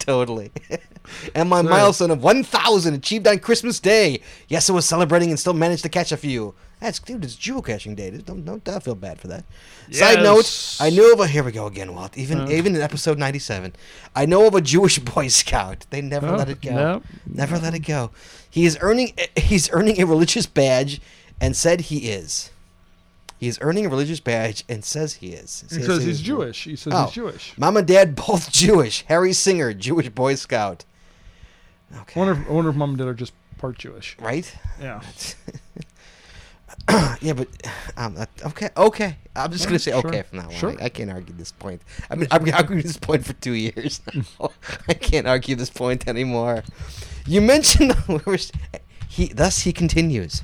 [SPEAKER 1] totally. and my milestone of 1,000 achieved on Christmas Day. Yes, I was celebrating and still managed to catch a few. That's dude, it's jewel catching day. Dude, Don't, don't, don't feel bad for that. Side note:
[SPEAKER 2] Yes.
[SPEAKER 1] I knew of a. Here we go again, Walt. Even even in episode ninety seven, I know of a Jewish Boy Scout. They never
[SPEAKER 2] Oh,
[SPEAKER 1] let it go.
[SPEAKER 2] no.
[SPEAKER 1] Never let it go. He is earning he's earning a religious badge and said he is. He is earning a religious badge and says he is.
[SPEAKER 2] He says he's Jewish. He says
[SPEAKER 1] Oh.
[SPEAKER 2] he's Jewish.
[SPEAKER 1] Mom and dad both Jewish. Harry Singer, Jewish Boy Scout.
[SPEAKER 2] I
[SPEAKER 1] Okay.
[SPEAKER 2] wonder, if, I wonder if mom and dad are just part Jewish.
[SPEAKER 1] right?
[SPEAKER 2] Yeah.
[SPEAKER 1] Yeah, but um, uh, okay, okay. I'm just gonna say
[SPEAKER 2] sure,
[SPEAKER 1] okay from now on.
[SPEAKER 2] sure.
[SPEAKER 1] I, I can't argue this point. I mean, I've been arguing this point for two years now. I can't argue this point anymore. You mentioned he. Thus, he continues.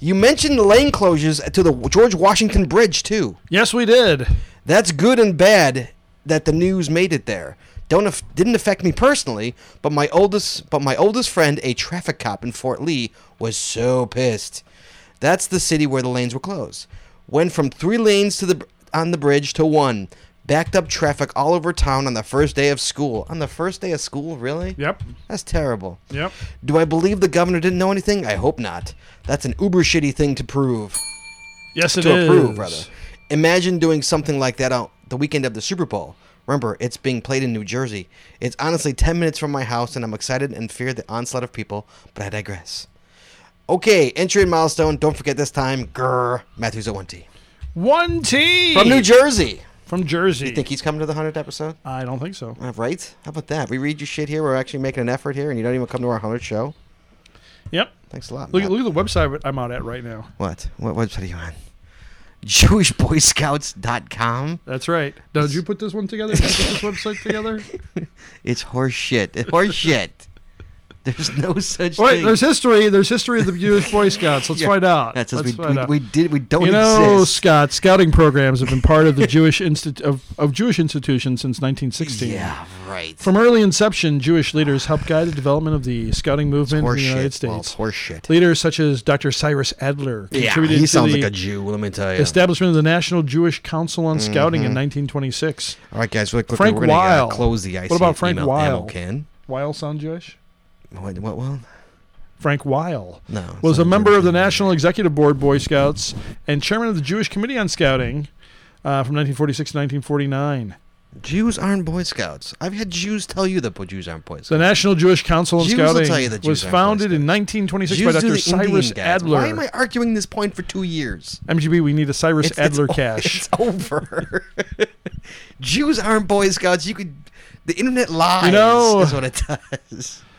[SPEAKER 1] You mentioned the lane closures to the George Washington Bridge too.
[SPEAKER 2] Yes, we did.
[SPEAKER 1] That's good and bad that the news made it there. Don't af- didn't affect me personally, but my oldest but my oldest friend, a traffic cop in Fort Lee, was so pissed. That's the city where the lanes were closed. Went from three lanes to the br- on the bridge to one. Backed up traffic all over town on the first day of school. On the first day of school, really?
[SPEAKER 2] Yep.
[SPEAKER 1] That's terrible.
[SPEAKER 2] Yep.
[SPEAKER 1] Do I believe the governor didn't know anything? I hope not. That's an uber shitty thing to prove
[SPEAKER 2] Yes, it is.
[SPEAKER 1] to approve, rather. Imagine doing something like that on the weekend of the Super Bowl. Remember, it's being played in New Jersey. It's honestly 10 minutes from my house, and I'm excited and fear the onslaught of people, but I digress. Okay, entry and milestone. Don't forget this time. Grr, Matthews at 1T.
[SPEAKER 2] One T
[SPEAKER 1] From New Jersey.
[SPEAKER 2] From Jersey.
[SPEAKER 1] Think he's coming to the 100th episode?
[SPEAKER 2] I don't think so.
[SPEAKER 1] Uh, right? How about that? We read your shit here. We're actually making an effort here, and you don't even come to our 100th show.
[SPEAKER 2] Yep.
[SPEAKER 1] Thanks a lot.
[SPEAKER 2] Look,
[SPEAKER 1] Matt.
[SPEAKER 2] look at the website I'm out at right now.
[SPEAKER 1] What? What website are you on? JewishBoyScouts.com?
[SPEAKER 2] That's right. Now, Did you put this one together? Did you put this website together?
[SPEAKER 1] It's horse shit. Horse shit. There's no such
[SPEAKER 2] Wait,
[SPEAKER 1] thing.
[SPEAKER 2] there's history. There's history of the Jewish Boy Scouts. Let's find out.
[SPEAKER 1] That's us.
[SPEAKER 2] Let's
[SPEAKER 1] We,
[SPEAKER 2] find
[SPEAKER 1] we,
[SPEAKER 2] out.
[SPEAKER 1] we did. We don't
[SPEAKER 2] you know,
[SPEAKER 1] exist.
[SPEAKER 2] Scott, scouting programs have been part of the Jewish instit- of, of Jewish institutions since 1916.
[SPEAKER 1] Yeah, right.
[SPEAKER 2] From early inception, Jewish leaders helped guide the development of the scouting movement in
[SPEAKER 1] horse
[SPEAKER 2] the United
[SPEAKER 1] shit.
[SPEAKER 2] States.
[SPEAKER 1] Well, horse shit.
[SPEAKER 2] leaders such as Dr. Cyrus Adler
[SPEAKER 1] Yeah,
[SPEAKER 2] contributed
[SPEAKER 1] he
[SPEAKER 2] to
[SPEAKER 1] sounds
[SPEAKER 2] the
[SPEAKER 1] like a Jew. Let me tell you.
[SPEAKER 2] establishment of the National Jewish Council on Scouting
[SPEAKER 1] Mm-hmm.
[SPEAKER 2] in 1926.
[SPEAKER 1] All right, guys. Really quickly,
[SPEAKER 2] Frank
[SPEAKER 1] we're gonna
[SPEAKER 2] Weil.
[SPEAKER 1] Uh, close the ice.
[SPEAKER 2] What about Frank
[SPEAKER 1] email
[SPEAKER 2] Weil?
[SPEAKER 1] ammo can.
[SPEAKER 2] Weil sound Jewish?
[SPEAKER 1] What? What? Well,
[SPEAKER 2] Frank Weil,
[SPEAKER 1] No, it's
[SPEAKER 2] was
[SPEAKER 1] not
[SPEAKER 2] a
[SPEAKER 1] a
[SPEAKER 2] member of the
[SPEAKER 1] Jewish
[SPEAKER 2] National Executive Board Boy Scouts and chairman of the Jewish Committee on Scouting uh, from 1946 to 1949.
[SPEAKER 1] Jews aren't Boy Scouts. I've had Jews tell you that Jews aren't Boy
[SPEAKER 2] The
[SPEAKER 1] Scouts.
[SPEAKER 2] National Jewish Council on
[SPEAKER 1] Jews will
[SPEAKER 2] Scouting
[SPEAKER 1] tell you that Jews
[SPEAKER 2] was
[SPEAKER 1] aren't
[SPEAKER 2] founded
[SPEAKER 1] Boy
[SPEAKER 2] in 1926
[SPEAKER 1] Jews
[SPEAKER 2] by
[SPEAKER 1] do
[SPEAKER 2] Dr.
[SPEAKER 1] the Indian
[SPEAKER 2] Cyrus
[SPEAKER 1] guys.
[SPEAKER 2] Adler.
[SPEAKER 1] Why am I arguing this point for two years?
[SPEAKER 2] MGB, we need a Cyrus
[SPEAKER 1] It's- it's
[SPEAKER 2] Adler
[SPEAKER 1] o-
[SPEAKER 2] cache.
[SPEAKER 1] It's over. Jews aren't Boy Scouts. You could. The internet lies.
[SPEAKER 2] know-
[SPEAKER 1] is what it does.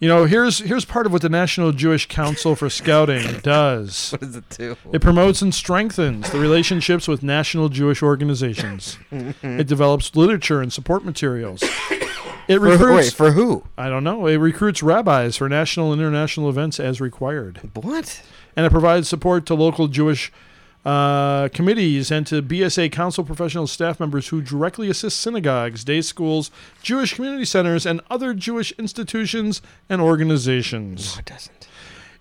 [SPEAKER 2] You know, here's here's part of what the National Jewish Council for Scouting does.
[SPEAKER 1] What does it do?
[SPEAKER 2] It promotes and strengthens the relationships with national Jewish organizations. it develops literature and support materials. It recruits
[SPEAKER 1] For, wait, for who?
[SPEAKER 2] I don't know. It recruits rabbis for national and international events as required,
[SPEAKER 1] What?
[SPEAKER 2] and it provides support to local Jewish uh, committees and to BSA council professional staff members who directly assist synagogues, day schools, Jewish community centers, and other Jewish institutions and organizations.
[SPEAKER 1] It doesn't.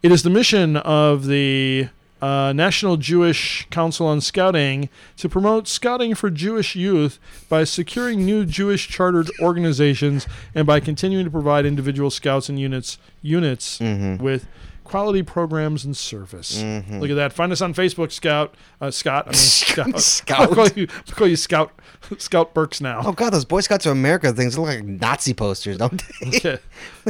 [SPEAKER 2] It is the mission of the uh, National Jewish Council on Scouting to promote scouting for Jewish youth by securing new Jewish chartered Mm-hmm. organizations and by continuing to provide individual scouts and units units with quality programs and service. Look at that. Find us on Facebook, Scout. Uh, Scott. I mean, Mm-hmm. Scout.
[SPEAKER 1] Scout.
[SPEAKER 2] I'll call you, I'll call you Scout. Scout Burks now.
[SPEAKER 1] Oh god, those Boy Scouts of America things look like Nazi posters, don't they?
[SPEAKER 2] Okay.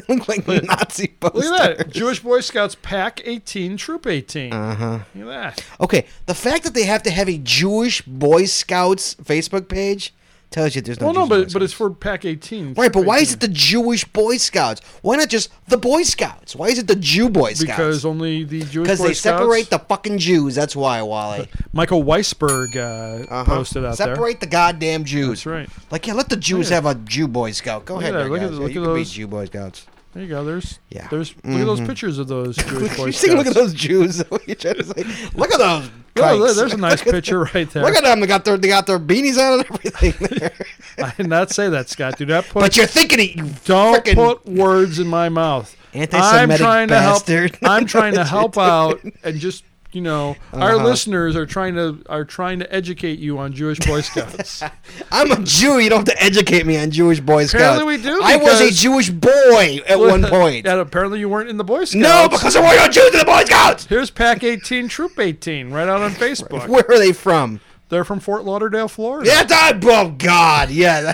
[SPEAKER 1] they look like Nazi posters.
[SPEAKER 2] Look at that. Jewish Boy Scouts Pack 18, Troop 18. Uh-huh. Look at that.
[SPEAKER 1] Okay, the fact that they have to have a Jewish Boy Scouts Facebook page tells you there's no.
[SPEAKER 2] Well, no,
[SPEAKER 1] Jewish Boy
[SPEAKER 2] but, but
[SPEAKER 1] Scouts.
[SPEAKER 2] it's for Pack 18.
[SPEAKER 1] right. But
[SPEAKER 2] Troop
[SPEAKER 1] why is
[SPEAKER 2] 18.
[SPEAKER 1] it the Jewish Boy Scouts? Why not just the Boy Scouts? Why is it the Jew Boy Scouts?
[SPEAKER 2] Because only the Jewish Boy
[SPEAKER 1] because they
[SPEAKER 2] Scouts.
[SPEAKER 1] separate the fucking Jews. That's why, Wally.
[SPEAKER 2] Michael Weisberg uh, posted out there.
[SPEAKER 1] Uh-huh. separate the goddamn Jews.
[SPEAKER 2] That's right. Oh,
[SPEAKER 1] Like yeah, let the Jews
[SPEAKER 2] Yeah.
[SPEAKER 1] have a Jew Boy Scout. Go
[SPEAKER 2] Look at
[SPEAKER 1] ahead,
[SPEAKER 2] that.
[SPEAKER 1] there,
[SPEAKER 2] Look at the-
[SPEAKER 1] guys. Yeah,
[SPEAKER 2] look
[SPEAKER 1] you
[SPEAKER 2] at
[SPEAKER 1] can be
[SPEAKER 2] those-
[SPEAKER 1] Jew Boy Scouts.
[SPEAKER 2] There you go. There's
[SPEAKER 1] Yeah.
[SPEAKER 2] there's look at those pictures of those Jewish Boy
[SPEAKER 1] She's taking a look at
[SPEAKER 2] Scouts.
[SPEAKER 1] those Jews. What are you trying to say? Look at those.
[SPEAKER 2] Yeah,
[SPEAKER 1] cranks.
[SPEAKER 2] look, there's a nice picture right there.
[SPEAKER 1] Look at them. They got their they got their beanies on and everything. There.
[SPEAKER 2] I did not say that, Scott. Do not put
[SPEAKER 1] but you're thinking it. You
[SPEAKER 2] don't
[SPEAKER 1] frickin-
[SPEAKER 2] put words in my mouth. I'm
[SPEAKER 1] Anti-Semitic
[SPEAKER 2] trying
[SPEAKER 1] bastard.
[SPEAKER 2] to help. I'm trying to help out and just you know
[SPEAKER 1] Uh-huh.
[SPEAKER 2] our listeners are trying to are trying to educate you on Jewish Boy Scouts.
[SPEAKER 1] I'm a Jew. You don't have to educate me on Jewish Boy Scouts.
[SPEAKER 2] Apparently we do,
[SPEAKER 1] I was a
[SPEAKER 2] because-
[SPEAKER 1] Jewish boy at one point.
[SPEAKER 2] and apparently you weren't in the Boy Scouts.
[SPEAKER 1] No, because there were no Jews in the Boy Scouts.
[SPEAKER 2] Here's Pack 18, Troop 18, right out on Facebook.
[SPEAKER 1] Where are they from?
[SPEAKER 2] They're from Fort Lauderdale, Florida.
[SPEAKER 1] Yeah, I, oh God, yeah.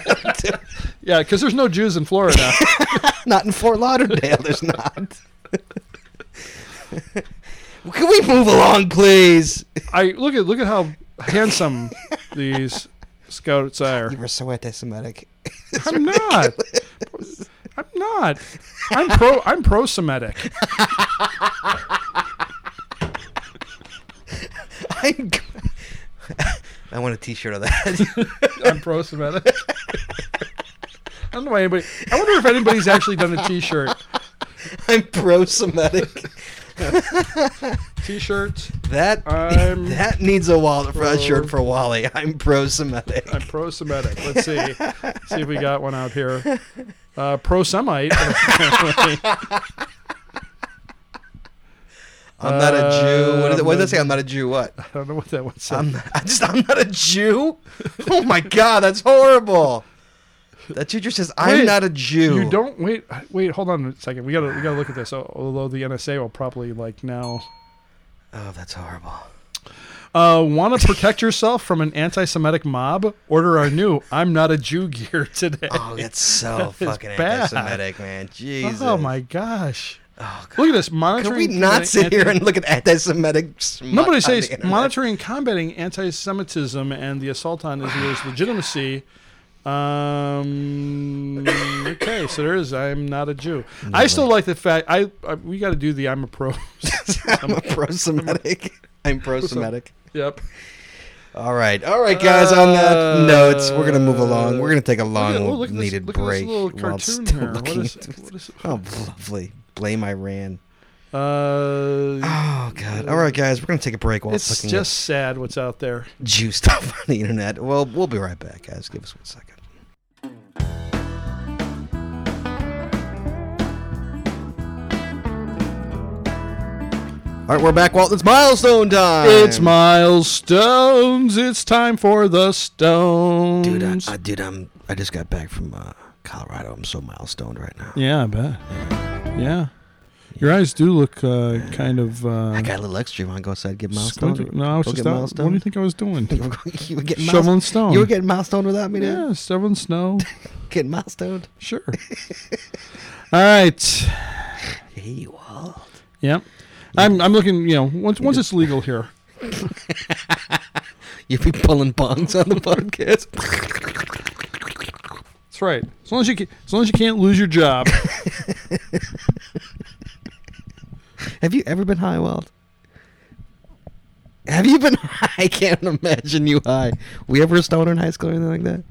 [SPEAKER 2] yeah, because there's no Jews in Florida.
[SPEAKER 1] not in Fort Lauderdale. There's not. Can we move along, please?
[SPEAKER 2] I look at look at how handsome these scouts are.
[SPEAKER 1] We're so anti-Semitic.
[SPEAKER 2] I'm not. I'm not. I'm pro. I'm pro Semitic.
[SPEAKER 1] I'm- I want a T-shirt of that.
[SPEAKER 2] I'm pro Semitic. I don't know why anybody. I wonder if anybody's actually done a T-shirt.
[SPEAKER 1] I'm pro-Semitic.
[SPEAKER 2] T-shirts.
[SPEAKER 1] That
[SPEAKER 2] I'm
[SPEAKER 1] that needs a wallet for a shirt for Wally. I'm pro-Semitic.
[SPEAKER 2] I'm pro Semitic. Let's see. see if we got one out here. Uh, pro Semite.
[SPEAKER 1] I'm not a Jew. What, is it, what
[SPEAKER 2] Um,
[SPEAKER 1] does that say? I'm not a Jew. What?
[SPEAKER 2] I don't know what that one said.
[SPEAKER 1] I'm not, I just I'm not a Jew. Oh my God, that's horrible. That teacher says I'm
[SPEAKER 2] Wait,
[SPEAKER 1] not a Jew.
[SPEAKER 2] You don't wait. Wait, hold on a second. We gotta we gotta look at this. Al- Although the NSA will probably like now.
[SPEAKER 1] Oh, that's horrible.
[SPEAKER 2] Uh, Want to protect yourself from an anti-Semitic mob? Order our new "I'm not a Jew" gear today.
[SPEAKER 1] Oh, that's so fucking
[SPEAKER 2] bad.
[SPEAKER 1] anti-Semitic, man. Jesus. Oh,
[SPEAKER 2] Oh my gosh! Look at this monitoring.
[SPEAKER 1] Can we not sit here and look at anti-Semitic? smut
[SPEAKER 2] Remember they
[SPEAKER 1] on
[SPEAKER 2] say
[SPEAKER 1] the
[SPEAKER 2] it's
[SPEAKER 1] internet?
[SPEAKER 2] monitoring and combating anti-Semitism and the assault on Israel's legitimacy. Um, okay, so there is. I'm not a Jew. I still like the fact. I, I we got to do the I'm a pro.
[SPEAKER 1] I'm a pro-Semitic. I'm pro-Semitic.
[SPEAKER 2] yep.
[SPEAKER 1] All right, all right, guys. on that notes, we're gonna move along. We're gonna take a long,
[SPEAKER 2] Look at- oh, look at this-
[SPEAKER 1] needed
[SPEAKER 2] look at this
[SPEAKER 1] break.
[SPEAKER 2] little
[SPEAKER 1] while
[SPEAKER 2] cartoon
[SPEAKER 1] still
[SPEAKER 2] here. What
[SPEAKER 1] looking
[SPEAKER 2] is-
[SPEAKER 1] at-
[SPEAKER 2] what is-
[SPEAKER 1] oh, lovely. Blame Iran.
[SPEAKER 2] Uh,
[SPEAKER 1] Oh God. All right, guys. We're gonna take a break while
[SPEAKER 2] it's
[SPEAKER 1] looking
[SPEAKER 2] just sad what's out there.
[SPEAKER 1] at Jew stuff on the internet. Well, we'll be right back, guys. Give us one second. All right, we're back, Walt. It's milestone time.
[SPEAKER 2] It's milestones. It's time for the stones.
[SPEAKER 1] dude. I, I, dude, I'm. I just got back from uh, Colorado. I'm so milestoned right now.
[SPEAKER 2] yeah, I bet. Yeah. Your eyes do look uh, kind of. Uh,
[SPEAKER 1] I got a little extra. You want to go outside and get milestone?
[SPEAKER 2] squinty. No, I was
[SPEAKER 1] Go
[SPEAKER 2] just
[SPEAKER 1] get
[SPEAKER 2] out. What
[SPEAKER 1] milestone?
[SPEAKER 2] do you think I was doing?
[SPEAKER 1] You were, going- you were getting milestone.
[SPEAKER 2] Shoveling stone.
[SPEAKER 1] You were getting milestone without me, dude.
[SPEAKER 2] yeah, shoveling snow.
[SPEAKER 1] Getting milestone.
[SPEAKER 2] sure. All right.
[SPEAKER 1] Hey, Walt.
[SPEAKER 2] Yep. I'm. I'm looking. You know, once once it's legal here.
[SPEAKER 1] You be pulling bongs on the podcast.
[SPEAKER 2] That's right. As long as you can, as long as you can't lose your job.
[SPEAKER 1] Have you ever been high, Walt? Have you been high? I can't imagine you high. Were you ever a stoner in high school or anything like that?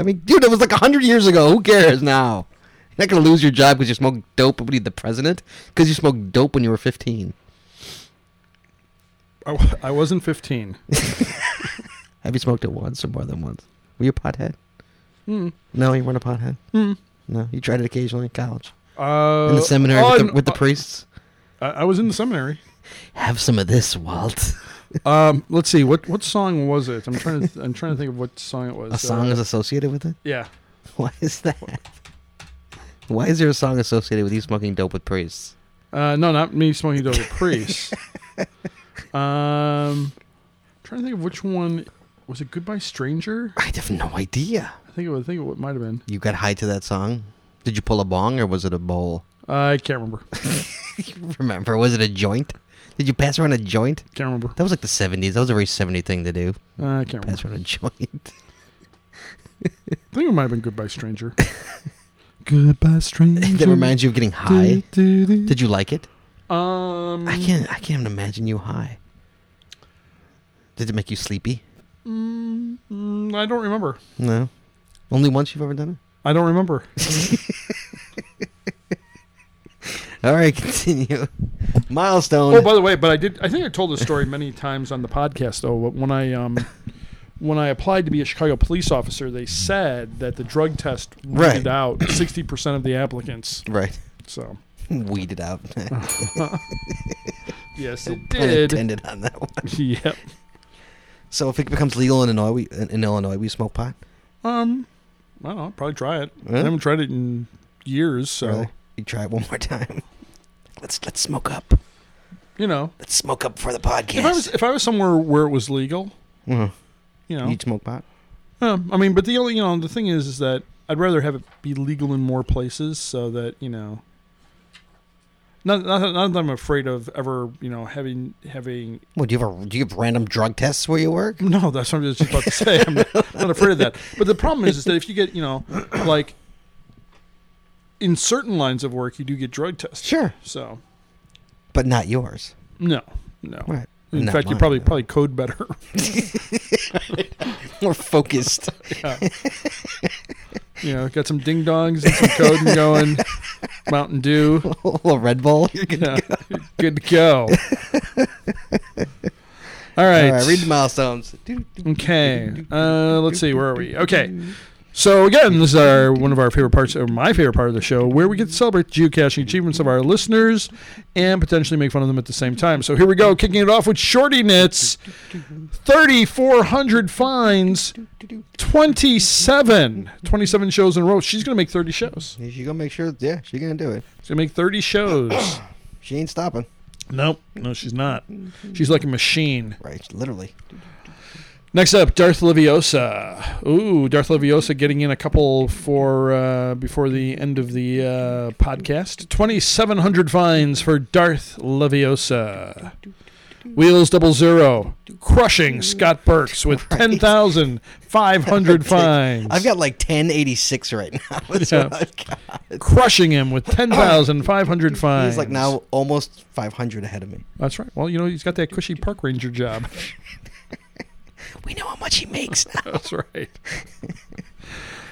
[SPEAKER 1] I mean, dude, it was like 100 years ago. Who cares now? You're not going to lose your job because you smoked dope and be the president because you smoked dope when you were 15.
[SPEAKER 2] I, w- I wasn't 15.
[SPEAKER 1] Have you smoked it once or more than once? Were you a pothead? No, you weren't a pothead? No, you tried it occasionally in college.
[SPEAKER 2] Uh,
[SPEAKER 1] In the seminary
[SPEAKER 2] oh,
[SPEAKER 1] with, the,
[SPEAKER 2] I'm-
[SPEAKER 1] with the
[SPEAKER 2] uh,
[SPEAKER 1] priests?
[SPEAKER 2] I, I was in the seminary.
[SPEAKER 1] Have some of this, Walt.
[SPEAKER 2] Um, let's see what what song was it? I'm trying to I'm trying to think of what song it was.
[SPEAKER 1] A song
[SPEAKER 2] Uh,
[SPEAKER 1] is associated with it?
[SPEAKER 2] yeah.
[SPEAKER 1] Why is that? Why is there a song associated with you smoking dope with priests?
[SPEAKER 2] Uh, no, not me smoking dope. Priest. um, trying to think of which one was it. Goodbye Stranger.
[SPEAKER 1] I have no idea.
[SPEAKER 2] I think it was. I think it might have been.
[SPEAKER 1] You got high to that song? Did you pull a bong or was it a bowl?
[SPEAKER 2] Uh, I can't remember.
[SPEAKER 1] Remember, was it a joint? Did you pass around a joint?
[SPEAKER 2] Can't remember. Uh,
[SPEAKER 1] That was like the 70s. That was a very 70 thing to do.
[SPEAKER 2] I can't remember.
[SPEAKER 1] Pass around a joint.
[SPEAKER 2] I think it might have been Goodbye Stranger. Goodbye Stranger.
[SPEAKER 1] that reminds you Mm. of getting high.
[SPEAKER 2] Did
[SPEAKER 1] Did you like it?
[SPEAKER 2] you? Um,
[SPEAKER 1] I can't. I can't even imagine you high. Did it make you sleepy?
[SPEAKER 2] mm, I don't remember.
[SPEAKER 1] No. Only once you've ever done
[SPEAKER 2] I don't remember.
[SPEAKER 1] it. All right, continue. Milestone.
[SPEAKER 2] Oh, by the way, but I did. I think I told this story many times on the podcast. Though, but when I um, when I applied to be a Chicago police officer, they said that the drug test
[SPEAKER 1] Right.
[SPEAKER 2] weeded out sixty percent of the applicants.
[SPEAKER 1] right.
[SPEAKER 2] So
[SPEAKER 1] Weeded out.
[SPEAKER 2] yes, it
[SPEAKER 1] Pun
[SPEAKER 2] did.
[SPEAKER 1] intended on that one.
[SPEAKER 2] Yep.
[SPEAKER 1] So if it becomes legal in Illinois, we, in in Illinois, we smoke pot.
[SPEAKER 2] Um, I don't know. I'll probably try it. I
[SPEAKER 1] Yeah.
[SPEAKER 2] haven't tried it in years, so
[SPEAKER 1] Really? You try it one more time. Let's let's smoke up.
[SPEAKER 2] you know,
[SPEAKER 1] Let's smoke up for the
[SPEAKER 2] if I was
[SPEAKER 1] podcast.
[SPEAKER 2] if I was somewhere where it was legal,
[SPEAKER 1] Mhm.
[SPEAKER 2] you know,
[SPEAKER 1] You'd smoke pot.
[SPEAKER 2] Um, I mean, but the only you know the thing is is that I'd rather have it be legal in more places so that you know. Not, not, that- not that I'm afraid of ever, you know, having having.
[SPEAKER 1] Well, do you have a, do you have random drug tests where you work?
[SPEAKER 2] No, that's what I was just about to say. I'm not, not afraid of that. But the problem is, is that if you get, you know, like in certain lines of work, you do get drug tested.
[SPEAKER 1] Sure,
[SPEAKER 2] So
[SPEAKER 1] but not yours.
[SPEAKER 2] no, no.
[SPEAKER 1] Right.
[SPEAKER 2] In
[SPEAKER 1] Not
[SPEAKER 2] fact, you
[SPEAKER 1] mine,
[SPEAKER 2] probably
[SPEAKER 1] though.
[SPEAKER 2] probably code better.
[SPEAKER 1] more focused.
[SPEAKER 2] you know, got some ding dongs and some coding going. Mountain Dew.
[SPEAKER 1] a little Red Bull. You're good.
[SPEAKER 2] Yeah. Good to go. All right.
[SPEAKER 1] All right, read the milestones. Doo, doo.
[SPEAKER 2] okay. Uh, let's see. Where are we? Okay. So again, this is our one of our favorite parts, or my favorite part of the show, where we get to celebrate geocaching achievements of our listeners and potentially make fun of them at the same time. So here we go, kicking it off with Shorty Knits, thirty-four hundred finds, twenty-seven, twenty-seven shows in a row. She's gonna make thirty shows.
[SPEAKER 1] She gonna make sure. Yeah, she gonna do it.
[SPEAKER 2] She's gonna make thirty shows.
[SPEAKER 1] She ain't stopping.
[SPEAKER 2] Nope. No, she's not. She's like a machine.
[SPEAKER 1] Right, literally.
[SPEAKER 2] Next up, Darth Liviosa. Ooh, Darth Liviosa getting in a couple for uh, before the end of the uh, podcast. Twenty seven hundred fines for Darth Liviosa. Wheels double zero, crushing Scott Burks with ten thousand five hundred fines.
[SPEAKER 1] I've got like 1086 right now. That's
[SPEAKER 2] Yeah.
[SPEAKER 1] what I've got.
[SPEAKER 2] crushing him with ten thousand five hundred fines.
[SPEAKER 1] He's like now almost 500 ahead of me.
[SPEAKER 2] That's right. Well, you know he's got that cushy park ranger job.
[SPEAKER 1] We know how much he makes now.
[SPEAKER 2] That's right.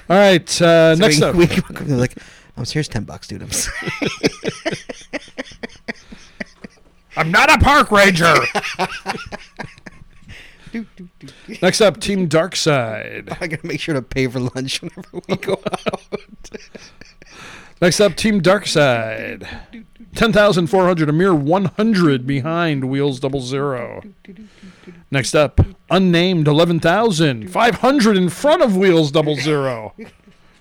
[SPEAKER 2] All right. Uh,
[SPEAKER 1] So
[SPEAKER 2] next
[SPEAKER 1] we-
[SPEAKER 2] up.
[SPEAKER 1] we- we're like, I'm serious, 10 bucks, dude. I'm sorry.
[SPEAKER 5] I'm not a park ranger.
[SPEAKER 2] Next up, Team Dark Side.
[SPEAKER 1] I gotta make sure to pay for lunch whenever we go out.
[SPEAKER 2] Next up, Team Dark Side. 10,400, a mere 100 behind Wheels Double Zero. Next up, Unnamed 11,500 in front of Wheels Double Zero.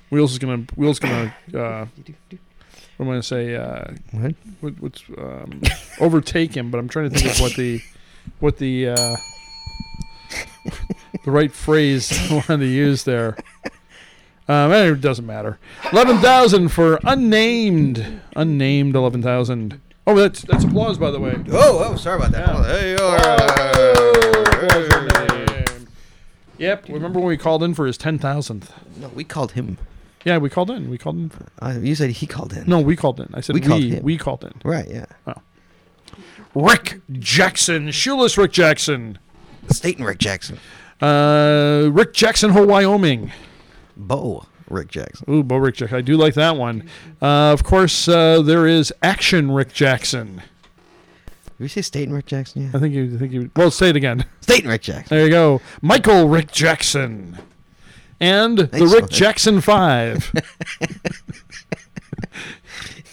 [SPEAKER 2] Wheels is gonna. Wheels gonna. Uh, what am I gonna say? Uh,
[SPEAKER 1] What?
[SPEAKER 2] what, what's um, overtake him? But I'm trying to think of what the, what the, uh, the right phrase I wanted to use there. Um, eh, it doesn't matter. Eleven thousand for unnamed, unnamed eleven thousand. Oh, that's that's applause, by the way.
[SPEAKER 1] Oh, oh, sorry about that.
[SPEAKER 2] Yeah.
[SPEAKER 1] Hey, all right.
[SPEAKER 2] Yep. Remember when we called in for his ten thousandth?
[SPEAKER 1] No, we called him.
[SPEAKER 2] Yeah, we called in. We called in. For,
[SPEAKER 1] Uh, you said he called in.
[SPEAKER 2] no, Uh. we called in. I said
[SPEAKER 1] We
[SPEAKER 2] we.
[SPEAKER 1] called
[SPEAKER 2] We,
[SPEAKER 1] him.
[SPEAKER 2] called in.
[SPEAKER 1] Right, yeah.
[SPEAKER 2] Rick Jackson, shoeless Rick Jackson,
[SPEAKER 1] Staten Rick Jackson.
[SPEAKER 2] uh, Rick Jackson, Ho, Wyoming.
[SPEAKER 1] Bo Rick Jackson.
[SPEAKER 2] Ooh, Bo Rick Jackson. I do like that one. Uh, of course, uh, there is Action Rick Jackson.
[SPEAKER 1] Did we say Staten Rick Jackson?
[SPEAKER 2] I
[SPEAKER 1] Yeah.
[SPEAKER 2] think you I think you. Well, say it again.
[SPEAKER 1] Staten Rick Jackson.
[SPEAKER 2] There you go. Michael Rick Jackson. And the
[SPEAKER 1] Thanks,
[SPEAKER 2] Rick
[SPEAKER 1] Mike.
[SPEAKER 2] Jackson Five.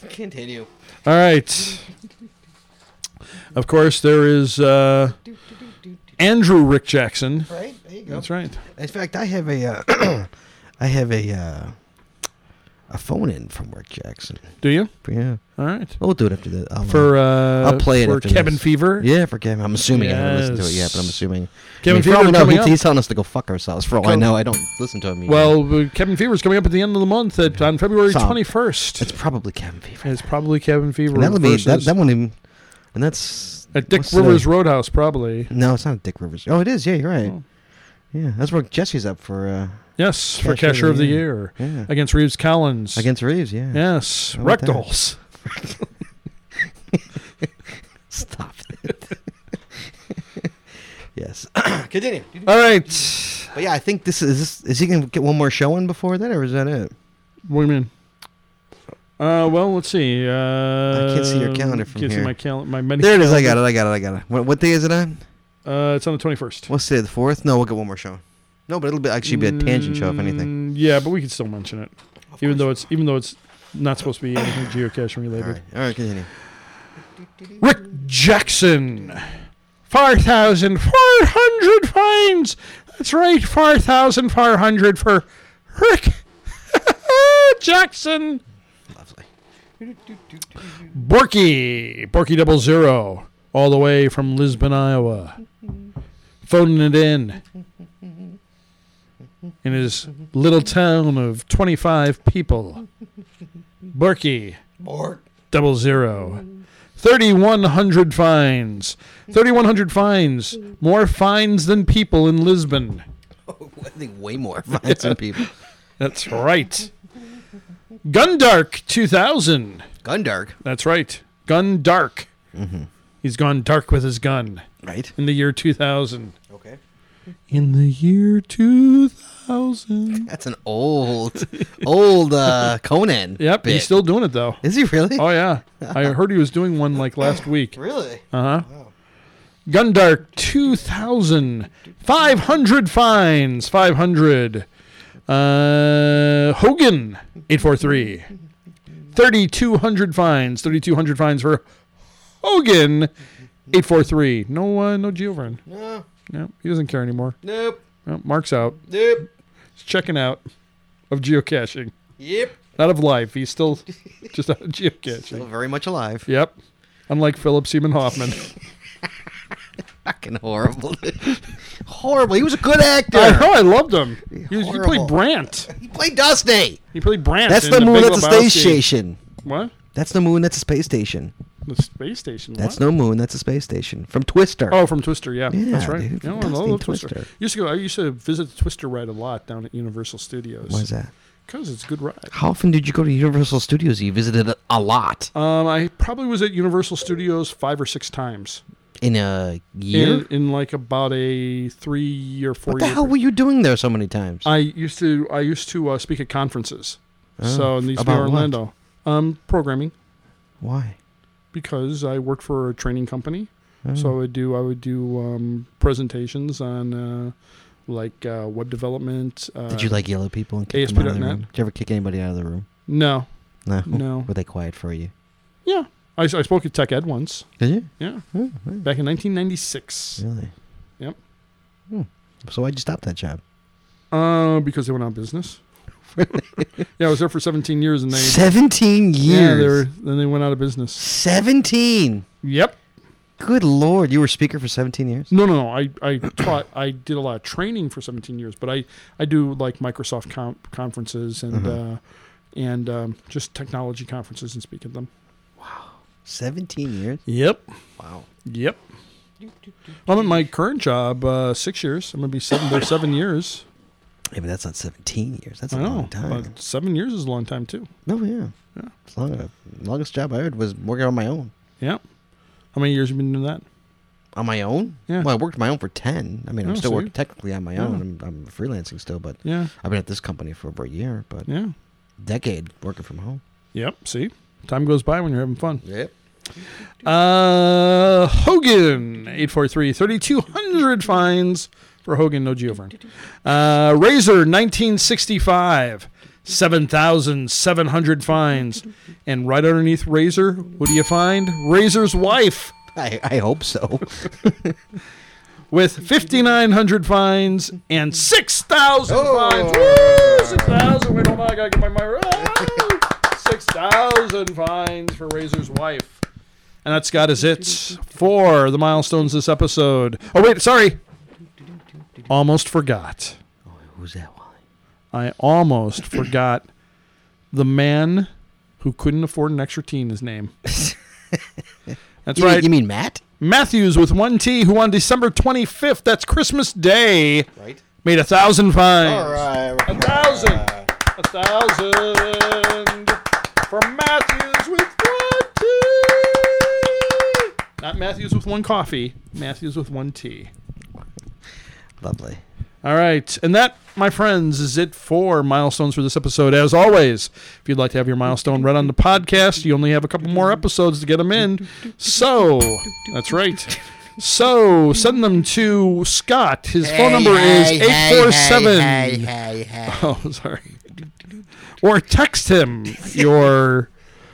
[SPEAKER 1] Continue.
[SPEAKER 2] All right. Of course, there is uh, Andrew Rick Jackson.
[SPEAKER 1] Right? There you go.
[SPEAKER 2] That's right.
[SPEAKER 1] In fact, I have a, uh, I have a, uh, a phone in from Rick Jackson.
[SPEAKER 2] Do you?
[SPEAKER 1] Yeah.
[SPEAKER 2] All right.
[SPEAKER 1] We'll do it after the. I'll, uh,
[SPEAKER 2] For uh,
[SPEAKER 1] I'll play it
[SPEAKER 2] for
[SPEAKER 1] after
[SPEAKER 2] Cabin
[SPEAKER 1] this.
[SPEAKER 2] Fever.
[SPEAKER 1] Yeah, for Kevin. I'm assuming I haven't listened to it yet,
[SPEAKER 2] Yes.
[SPEAKER 1] but I'm assuming.
[SPEAKER 2] Kevin
[SPEAKER 1] I mean, if you
[SPEAKER 2] Fever
[SPEAKER 1] don't know,
[SPEAKER 2] coming
[SPEAKER 1] he-
[SPEAKER 2] up.
[SPEAKER 1] he's telling us to go fuck ourselves. For all I
[SPEAKER 2] Come-
[SPEAKER 1] know, I don't listen to him. either.
[SPEAKER 2] Well, uh, Cabin Fever is coming up at the end of the month at, on February
[SPEAKER 1] So-
[SPEAKER 2] twenty first.
[SPEAKER 1] it's probably Kevin Fever.
[SPEAKER 2] It's probably Cabin Fever.
[SPEAKER 1] And that would be that,
[SPEAKER 2] versus-
[SPEAKER 1] that one. Even, and that's
[SPEAKER 2] at Dick
[SPEAKER 1] what's the-
[SPEAKER 2] Rivers Roadhouse, probably.
[SPEAKER 1] No, it's not Dick Rivers. Oh, it is. Yeah, you're right.
[SPEAKER 2] Oh.
[SPEAKER 1] Yeah, that's where Jesse's up for uh,
[SPEAKER 2] Yes, for
[SPEAKER 1] Cashier
[SPEAKER 2] Cashier
[SPEAKER 1] of
[SPEAKER 2] of
[SPEAKER 1] the
[SPEAKER 2] the
[SPEAKER 1] Year.
[SPEAKER 2] Year
[SPEAKER 1] yeah.
[SPEAKER 2] against Reeves Collins.
[SPEAKER 1] against Reeves. Yeah.
[SPEAKER 2] yes,
[SPEAKER 1] How about that?
[SPEAKER 2] rectals.
[SPEAKER 1] Stop it. yes. Continue.
[SPEAKER 2] All right.
[SPEAKER 1] But yeah, I think this is this, is he gonna get one more show in before that, or is that it?
[SPEAKER 2] What do you mean? Uh, well, let's see. Uh, I
[SPEAKER 1] can't see your calendar from
[SPEAKER 2] can't
[SPEAKER 1] here.
[SPEAKER 2] See my cal- my many
[SPEAKER 1] There it is. I got it. I got it. I got it. What, what day is it on?
[SPEAKER 2] Uh, it's on the twenty first.
[SPEAKER 1] What's today? The fourth? No, we'll get one more show. No, but it'll be actually be a tangent show if anything.
[SPEAKER 2] Mm, Yeah, but we can still mention it, even though it's even though it's not supposed to be anything geocaching
[SPEAKER 1] All
[SPEAKER 2] related.
[SPEAKER 1] right. All right. Continue.
[SPEAKER 2] Rick Jackson. 4,400 fines. That's right, 4,400 for Rick Jackson.
[SPEAKER 1] Lovely.
[SPEAKER 2] Borky, Borky double zero, all the way from Lisbon, Iowa. Phoning it in in his little town of 25 people. Borky, double zero. 3,100 fines. 3,100 fines. More fines than people in Lisbon.
[SPEAKER 1] I think way more fine some people.
[SPEAKER 2] That's right. Gundark 2000.
[SPEAKER 1] Gundark.
[SPEAKER 2] That's right. Gun dark. He's gone dark with his gun
[SPEAKER 1] Right.
[SPEAKER 2] in the year 2000.
[SPEAKER 1] Okay.
[SPEAKER 2] In the year 2000.
[SPEAKER 1] That's an old, old uh, Conan.
[SPEAKER 2] Yep,
[SPEAKER 1] bit.
[SPEAKER 2] he's still doing it though.
[SPEAKER 1] Is he really?
[SPEAKER 2] Oh yeah, I heard he was doing one like last week.
[SPEAKER 1] Really?
[SPEAKER 2] Uh huh. Gundark 2000. 500 fines. 500. Uh, Hogan 843. 3,200 fines. 3,200 fines for Hogan 843. No, uh, no Giovern.
[SPEAKER 1] No.
[SPEAKER 2] No, he doesn't care anymore.
[SPEAKER 1] Nope.
[SPEAKER 2] No, Mark's out.
[SPEAKER 1] Nope.
[SPEAKER 2] He's checking out of geocaching.
[SPEAKER 1] Yep.
[SPEAKER 2] Not of life. He's still just out of
[SPEAKER 1] Still
[SPEAKER 2] geocaching.
[SPEAKER 1] very much alive.
[SPEAKER 2] Yep. Unlike Philip Seaman Hoffman.
[SPEAKER 1] Fucking horrible. horrible. He was a good actor.
[SPEAKER 2] I know. I loved him. He, was, he played
[SPEAKER 1] Horrible.
[SPEAKER 2] Brant.
[SPEAKER 1] He played Dusty.
[SPEAKER 2] He played Brant.
[SPEAKER 1] That's
[SPEAKER 2] in
[SPEAKER 1] the moon.
[SPEAKER 2] Big
[SPEAKER 1] That's a
[SPEAKER 2] Lebowski.
[SPEAKER 1] space station.
[SPEAKER 2] What?
[SPEAKER 1] That's the moon. That's a space station.
[SPEAKER 2] The space station.
[SPEAKER 1] That's
[SPEAKER 2] what?
[SPEAKER 1] no moon. That's a space station from Twister.
[SPEAKER 2] Oh, from Twister. Yeah,
[SPEAKER 1] Yeah,
[SPEAKER 2] that's right.
[SPEAKER 1] dude,
[SPEAKER 2] Yeah, I
[SPEAKER 1] from
[SPEAKER 2] love
[SPEAKER 1] Dusty
[SPEAKER 2] Twister.
[SPEAKER 1] Twister.
[SPEAKER 2] Used to go. I used to visit the Twister ride a lot down at Universal Studios.
[SPEAKER 1] Why is that?
[SPEAKER 2] Because it's a good ride.
[SPEAKER 1] How often did you go to Universal Studios? You visited it a lot
[SPEAKER 2] Um, I probably was at Universal Studios five or six times
[SPEAKER 1] in a year.
[SPEAKER 2] in, in like about a three or four.
[SPEAKER 1] what the
[SPEAKER 2] year
[SPEAKER 1] hell were you doing there so many times?
[SPEAKER 2] I used to I used to uh, speak at conferences. so in East New
[SPEAKER 1] Oh, about what?
[SPEAKER 2] Orlando, um, programming
[SPEAKER 1] Why?
[SPEAKER 2] because I worked for a training company.
[SPEAKER 1] Mm.
[SPEAKER 2] So I
[SPEAKER 1] Hmm.
[SPEAKER 2] would do I would do um, presentations on uh, like uh, web development. Uh,
[SPEAKER 1] Did you like yellow people and kick them out of the
[SPEAKER 2] ASP.NET?
[SPEAKER 1] room? Did you ever kick anybody out of the room?
[SPEAKER 2] No,
[SPEAKER 1] No.
[SPEAKER 2] no.
[SPEAKER 1] Were they quiet for you?
[SPEAKER 2] yeah, I, I spoke at Tech Ed once.
[SPEAKER 1] Did you?
[SPEAKER 2] Yeah,
[SPEAKER 1] Oh, right.
[SPEAKER 2] back in 1996.
[SPEAKER 1] Really?
[SPEAKER 2] Yep.
[SPEAKER 1] Hmm. So why'd you stop that job?
[SPEAKER 2] Uh, because they went out of business. yeah, I was there for 17 years, and they
[SPEAKER 1] Seventeen years.
[SPEAKER 2] yeah, they were, then they went out of business.
[SPEAKER 1] Seventeen.
[SPEAKER 2] Yep.
[SPEAKER 1] Good lord, you were speaker for 17 years?
[SPEAKER 2] No, no, no. I, I taught, I did a lot of training for 17 years, but I, I do like Microsoft com- conferences and, uh, and um, just technology conferences and speak at them.
[SPEAKER 1] 17 years?
[SPEAKER 2] Yep.
[SPEAKER 1] Wow.
[SPEAKER 2] Yep. I'm at my current job uh, six years. I'm going to be seven there seven years.
[SPEAKER 1] Yeah, but that's not 17 years. That's a
[SPEAKER 2] I know.
[SPEAKER 1] long time.
[SPEAKER 2] but seven years is a long time, too.
[SPEAKER 1] No, yeah. It's long enough. Longest job I had was working on my own.
[SPEAKER 2] Yeah. How many years have you been doing that?
[SPEAKER 1] On my own?
[SPEAKER 2] Yeah.
[SPEAKER 1] Well, I worked my own for 10. I mean, I'm
[SPEAKER 2] Oh,
[SPEAKER 1] still
[SPEAKER 2] so
[SPEAKER 1] working
[SPEAKER 2] you-
[SPEAKER 1] technically on my own. I'm, I'm freelancing still, but
[SPEAKER 2] Yeah.
[SPEAKER 1] I've been at this company for over a year, but
[SPEAKER 2] Yeah.
[SPEAKER 1] decade working from home.
[SPEAKER 2] Yep. See? Time goes by when you're having fun.
[SPEAKER 1] Yep.
[SPEAKER 2] Uh, Hogan, 843, 3,200 fines for Hogan, no Giovern. Uh, Razor, 1965, 7,700 fines. And right underneath Razor, what do you find? Razor's wife
[SPEAKER 1] I, I hope so.
[SPEAKER 2] with 5,900 fines and 6,000
[SPEAKER 1] Oh.
[SPEAKER 2] fines. Woo! 6,000. Wait, oh my God, get my mic. Ah! thousand fines for Razor's wife. And that's got us it for the milestones this episode. Oh wait, sorry. Almost forgot.
[SPEAKER 1] Who's that Wally?
[SPEAKER 2] I almost forgot the man who couldn't afford an extra T in his name. That's
[SPEAKER 1] You, mean-
[SPEAKER 2] right.
[SPEAKER 1] you mean Matt?
[SPEAKER 2] Matthews with one T, who on December 25th, that's Christmas Day,
[SPEAKER 1] Right.
[SPEAKER 2] made a thousand fines.
[SPEAKER 1] All right.
[SPEAKER 2] A thousand. A thousand for Matthews with one T. Not Matthews with one coffee, Matthews with one T.
[SPEAKER 1] Lovely.
[SPEAKER 2] All right. And that, my friends, is it for milestones for this episode. As always, if you'd like to have your milestone read on the podcast, you only have a couple more episodes to get them in. So, that's right. So, send them to Scott. His phone number is 847. Oh, sorry. Or text him your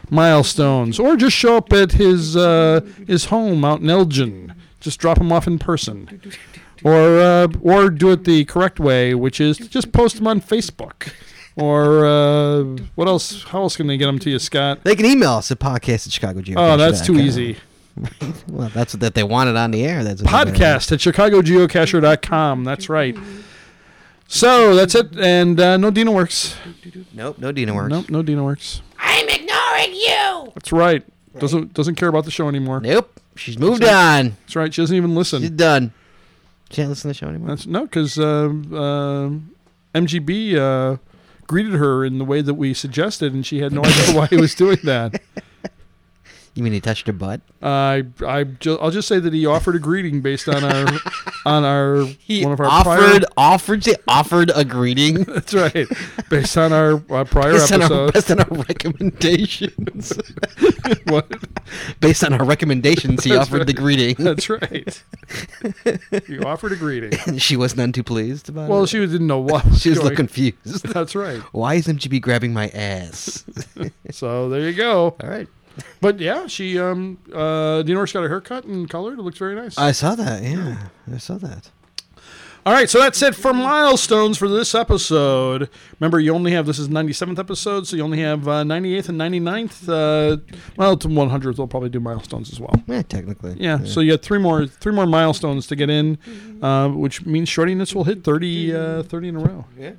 [SPEAKER 2] milestones, or just show up at his uh, his home out in Elgin. Just drop him off in person, or uh, or do it the correct way, which is to just post them on Facebook. Or uh, what else? How else can they get them to you, Scott?
[SPEAKER 1] They can email us at podcast at Chicago
[SPEAKER 2] Oh, that's too easy.
[SPEAKER 1] Well, that's what that they wanted on the air. That's what they wanted.
[SPEAKER 2] podcast at chicagogeocacher.com. That's right. So that's it, and uh, no Dina works.
[SPEAKER 1] Nope, no Dina works.
[SPEAKER 2] Nope, no Dina works. I'm ignoring you. That's right. Doesn't doesn't care about the show anymore.
[SPEAKER 1] Nope. She's moved on.
[SPEAKER 2] That's right. She doesn't even listen.
[SPEAKER 1] She's done. She can't listen to the show anymore.
[SPEAKER 2] That's no, because uh, uh, MGB uh, greeted her in the way that we suggested, and she had no idea why he was doing that.
[SPEAKER 1] You mean he touched her butt?
[SPEAKER 2] I I ju- I'll just say that he offered a greeting based on our on our
[SPEAKER 1] He
[SPEAKER 2] one of our prior.
[SPEAKER 1] offered offered to, offered a greeting
[SPEAKER 2] That's right. Based on our uh, prior
[SPEAKER 1] based on, our,
[SPEAKER 2] episode.
[SPEAKER 1] based on our recommendations.
[SPEAKER 2] What?
[SPEAKER 1] based on our recommendations, he
[SPEAKER 2] That's
[SPEAKER 1] offered
[SPEAKER 2] right.
[SPEAKER 1] the greeting,
[SPEAKER 2] That's right. you offered a greeting.
[SPEAKER 1] and she was none too pleased about
[SPEAKER 2] Well,
[SPEAKER 1] it.
[SPEAKER 2] she didn't know what was
[SPEAKER 1] she was a
[SPEAKER 2] going-
[SPEAKER 1] little confused.
[SPEAKER 2] That's right.
[SPEAKER 1] Why is MGB grabbing my ass?
[SPEAKER 2] So there you go.
[SPEAKER 1] All right,
[SPEAKER 2] But yeah, she um uh Dina Orsh got a haircut and colored. It looks very nice.
[SPEAKER 1] I saw that. Yeah, I saw that.
[SPEAKER 2] All right, so that's it for milestones for this episode. Remember, you only have this is 97th episode, so you only have uh, 98th and 99th. Uh, well, to 100th, we'll probably do milestones as well.
[SPEAKER 1] Yeah, technically.
[SPEAKER 2] Yeah, so you got three more three more milestones to get in, uh, which means Shorty Nits will hit 30, uh, 30 in a row. Yeah.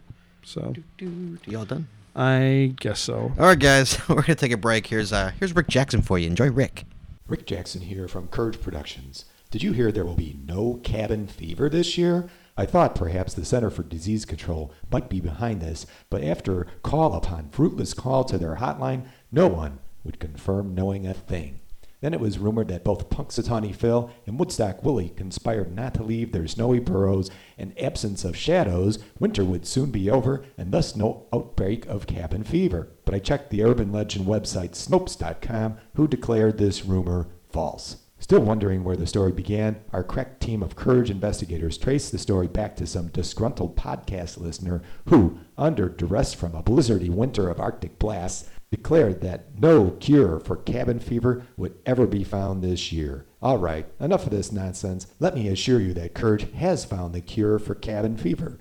[SPEAKER 2] So
[SPEAKER 1] you all done.
[SPEAKER 2] I guess so.
[SPEAKER 1] All right, guys, we're gonna take a break. Here's uh, here's Rick Jackson for you. Enjoy, Rick.
[SPEAKER 7] Rick Jackson here from Courage Productions. Did you hear there will be no cabin fever this year? I thought perhaps the Center for Disease Control might be behind this, but after call upon fruitless call to their hotline, no one would confirm knowing a thing. Then it was rumored that both Punxsutawney Phil and Woodstock Willie conspired not to leave their snowy burrows. In absence of shadows, winter would soon be over, and thus no outbreak of cabin fever. But I checked the urban legend website Snopes.com, who declared this rumor false. Still wondering where the story began, our crack team of courage investigators traced the story back to some disgruntled podcast listener who, under duress from a blizzardy winter of Arctic blasts, declared that no cure for cabin fever would ever be found this year. All right, enough of this nonsense. Let me assure you that Courage has found the cure for cabin fever.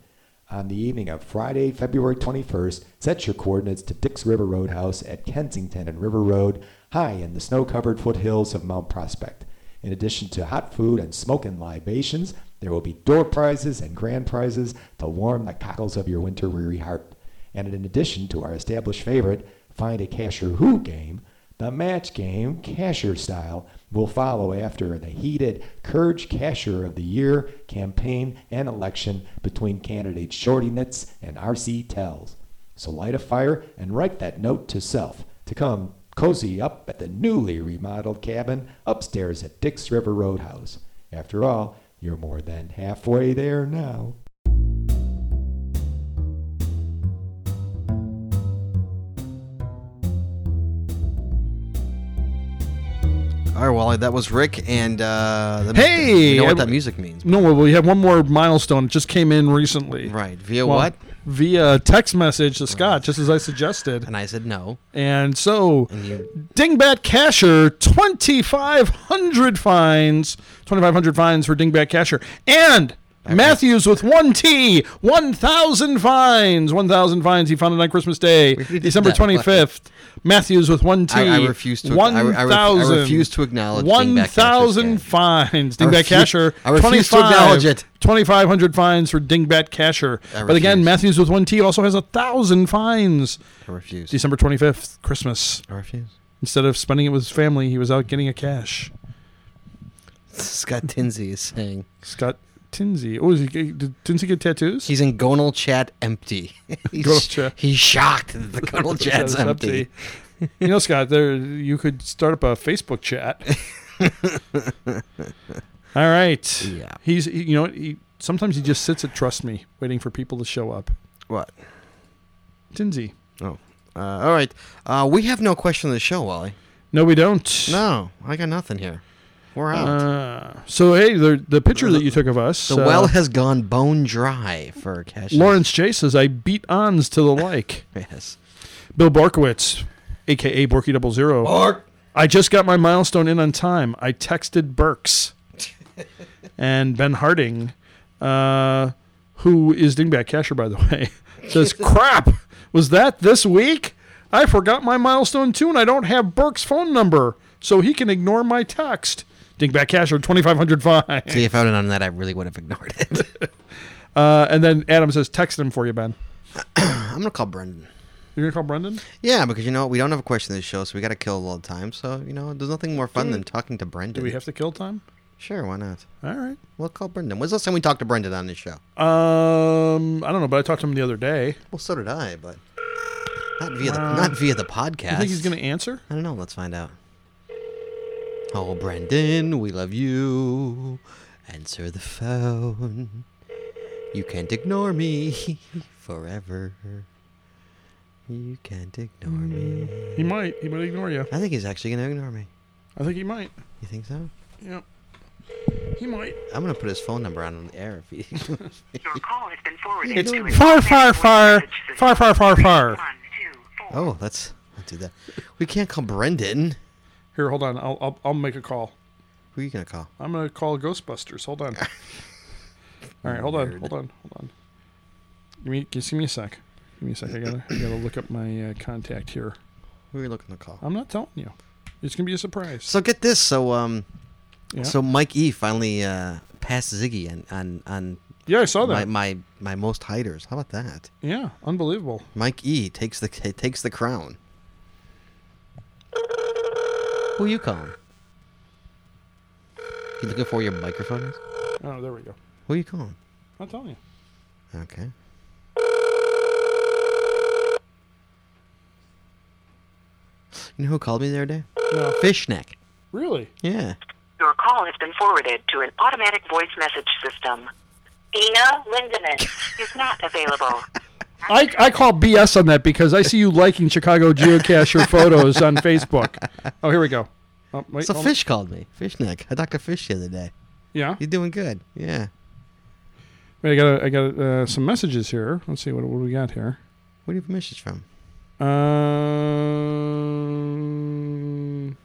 [SPEAKER 7] On the evening of Friday, February 21st, set your coordinates to Dix River Roadhouse at Kensington and River Road, high in the snow covered foothills of Mount Prospect. In addition to hot food and smoking libations, there will be door prizes and grand prizes to warm the cockles of your winter weary heart. And in addition to our established favorite, Find a Cashier Who game, the match game, Cashier style, will follow after the heated Courage Cashier of the Year campaign and election between candidates Shorty Knits and RC Tells. So light a fire and write that note to self to come cozy up at the newly remodeled cabin upstairs at Dix River Roadhouse. After all, you're more than halfway there now.
[SPEAKER 1] All right, Wally, that was Rick, and uh, the,
[SPEAKER 2] Hey!
[SPEAKER 1] you know what
[SPEAKER 2] I-
[SPEAKER 1] that music means,
[SPEAKER 2] No, well, we have one more milestone. It just came in recently.
[SPEAKER 1] right? Via
[SPEAKER 2] Well,
[SPEAKER 1] what?
[SPEAKER 2] Via text message to Scott, just as I suggested.
[SPEAKER 1] And I said no.
[SPEAKER 2] And so,
[SPEAKER 1] And you,
[SPEAKER 2] Dingbat Casher, 2,500 fines. 2,500 fines for Dingbat Casher. And Matthews with one T, 1,000 fines. 1,000 fines he founded on Christmas Day,
[SPEAKER 1] We- we did
[SPEAKER 2] December
[SPEAKER 1] that, but-
[SPEAKER 2] 25th. Matthews with one T.
[SPEAKER 1] I- I refuse to- I- I re- I
[SPEAKER 2] 1,000.
[SPEAKER 1] refuse to acknowledge Dingbat Casher's
[SPEAKER 2] 1,000
[SPEAKER 1] gang.
[SPEAKER 2] fines.
[SPEAKER 1] I
[SPEAKER 2] Dingbat
[SPEAKER 1] refuse-
[SPEAKER 2] Casher.
[SPEAKER 1] I refuse to acknowledge it.
[SPEAKER 2] 2,500 fines for Dingbat Casher.
[SPEAKER 1] I
[SPEAKER 2] But again,
[SPEAKER 1] refuse.
[SPEAKER 2] Matthews with one T also has a 1,000 fines.
[SPEAKER 1] I refuse.
[SPEAKER 2] December 25th, Christmas.
[SPEAKER 1] I refuse.
[SPEAKER 2] Instead of spending it with his family, he was out getting a cash.
[SPEAKER 1] Scott Tinsey is saying
[SPEAKER 2] Scott Tinsey. Oh, is he, did Tinsey get tattoos?
[SPEAKER 1] he's in Gonal chat empty. he's,
[SPEAKER 2] Gonal chat.
[SPEAKER 1] he's shocked that the Gonal chat's
[SPEAKER 2] That's
[SPEAKER 1] empty.
[SPEAKER 2] empty. you know, Scott, there you could start up a Facebook chat. All right.
[SPEAKER 1] Yeah.
[SPEAKER 2] He's he- you know what, he sometimes he just sits at trust me waiting for people to show up.
[SPEAKER 1] What?
[SPEAKER 2] Tinsy.
[SPEAKER 1] Oh. Uh, all right. Uh, we have no question of the show, Wally.
[SPEAKER 2] No, we don't.
[SPEAKER 1] No, I got nothing here. We're out.
[SPEAKER 2] Uh, so hey, the the picture that you took of us,
[SPEAKER 1] the
[SPEAKER 2] uh,
[SPEAKER 1] well has gone bone dry for cash.
[SPEAKER 2] Lawrence Chase says I beat ons to the like.
[SPEAKER 1] Yes.
[SPEAKER 2] Bill Borkowitz, aka Borky Double Zero.
[SPEAKER 1] Bork.
[SPEAKER 2] I just got my milestone in on time. I texted Burks and Ben Harding, uh, who is Dingbat Casher, by the way, says, Crap, was that this week? I forgot my milestone too, and I don't have Burke's phone number, so he can ignore my text. Dingbat Casher, 2500 fine.
[SPEAKER 1] See, if I would have known that, I really would have ignored it.
[SPEAKER 2] Uh, and then Adam says, Text him for you, Ben.
[SPEAKER 1] I'm gonna call Brendan.
[SPEAKER 2] You're going to call Brendan?
[SPEAKER 1] Yeah, because you know we don't have a question of the show, so we got to kill a lot of time. So you know, there's nothing more fun than talking to Brendan.
[SPEAKER 2] Do we have to kill time?
[SPEAKER 1] Sure, why not?
[SPEAKER 2] All right.
[SPEAKER 1] We'll call Brendan. When's the last time we talked to Brendan on this show?
[SPEAKER 2] Um, I don't know, but I talked to him the other day.
[SPEAKER 1] Well, so did I, but not via the, not via the podcast.
[SPEAKER 2] Uh, I think he's going to answer.
[SPEAKER 1] I don't know. Let's find out. Oh, Brendan, we love you. Answer the phone. You can't ignore me forever. You can't ignore me.
[SPEAKER 2] He might. He might ignore you.
[SPEAKER 1] I think he's actually gonna ignore me.
[SPEAKER 2] I think he might.
[SPEAKER 1] You think so?
[SPEAKER 2] Yeah. He might.
[SPEAKER 1] I'm gonna put his phone number on the air. If he,
[SPEAKER 8] Your call has been forwarded
[SPEAKER 2] It's
[SPEAKER 8] to an
[SPEAKER 2] far,
[SPEAKER 8] automatic
[SPEAKER 2] far,
[SPEAKER 8] voice
[SPEAKER 2] far,
[SPEAKER 8] message system.
[SPEAKER 2] far, far, far, far.
[SPEAKER 8] One, two, four.
[SPEAKER 1] oh, let's not do that. We can't call Brendan.
[SPEAKER 2] Here, hold on. I'll, I'll, I'll make a call.
[SPEAKER 1] Who are you gonna call?
[SPEAKER 2] I'm gonna call Ghostbusters. Hold on. All right, hold on, hold on, hold on. Give me, just give me a sec. Give me a sec. I gotta, I gotta look up my uh, contact here.
[SPEAKER 1] Who are you looking to call?
[SPEAKER 2] I'm not telling you. It's gonna be a surprise.
[SPEAKER 1] So get this. So um,
[SPEAKER 2] Yeah.
[SPEAKER 1] so Mike E finally uh passed Ziggy on on on
[SPEAKER 2] Yeah, I saw
[SPEAKER 1] my,
[SPEAKER 2] that.
[SPEAKER 1] my my most hiders. How about that?
[SPEAKER 2] Yeah, unbelievable.
[SPEAKER 1] Mike E takes the takes the crown. Who you calling? You looking for your microphone? is?
[SPEAKER 2] Oh, there we go.
[SPEAKER 1] Who you calling?
[SPEAKER 2] I'm telling you.
[SPEAKER 1] Okay. You know who called me the other day?
[SPEAKER 2] No,
[SPEAKER 1] Fishneck.
[SPEAKER 2] really.
[SPEAKER 1] Yeah.
[SPEAKER 8] Your call has been forwarded to an automatic voice message system. Dina Lindemann is not available.
[SPEAKER 2] I, I call BS on that because I see you liking Chicago geocacher photos on Facebook. Oh, here we go. Oh, wait,
[SPEAKER 1] So
[SPEAKER 2] hold on.
[SPEAKER 1] Fish called me. Fishneck. I talked to Fish the other day.
[SPEAKER 2] Yeah.
[SPEAKER 1] He's doing good. Yeah.
[SPEAKER 2] Wait, I got I got uh, some messages here. Let's see what what do we got here. Uh,
[SPEAKER 1] Where do you have a message from?
[SPEAKER 2] Um.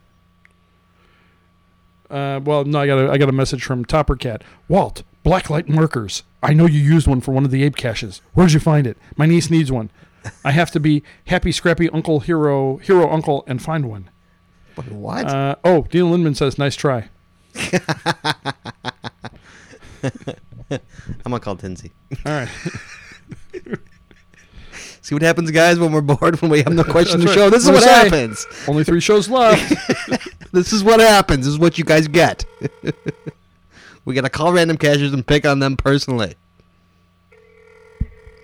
[SPEAKER 2] Uh, well, no, I got a, I got a message from Topper Cat. Walt, blacklight markers. I know you used one for one of the ape caches. Where'd you find it? My niece needs one. I have to be happy, scrappy uncle, hero, hero uncle, and find one.
[SPEAKER 1] Wait, What?
[SPEAKER 2] Uh, oh, Dean Lindman says, nice try.
[SPEAKER 1] I'm gonna call Tinsy.
[SPEAKER 2] All right.
[SPEAKER 1] See what happens, guys, when we're bored, when we have no question to
[SPEAKER 2] That's right.
[SPEAKER 1] show. This is
[SPEAKER 2] I'm
[SPEAKER 1] what
[SPEAKER 2] gonna say-
[SPEAKER 1] happens.
[SPEAKER 2] Only three shows left.
[SPEAKER 1] This is what happens. This is what you guys get. we gotta call random cashers and pick on them personally.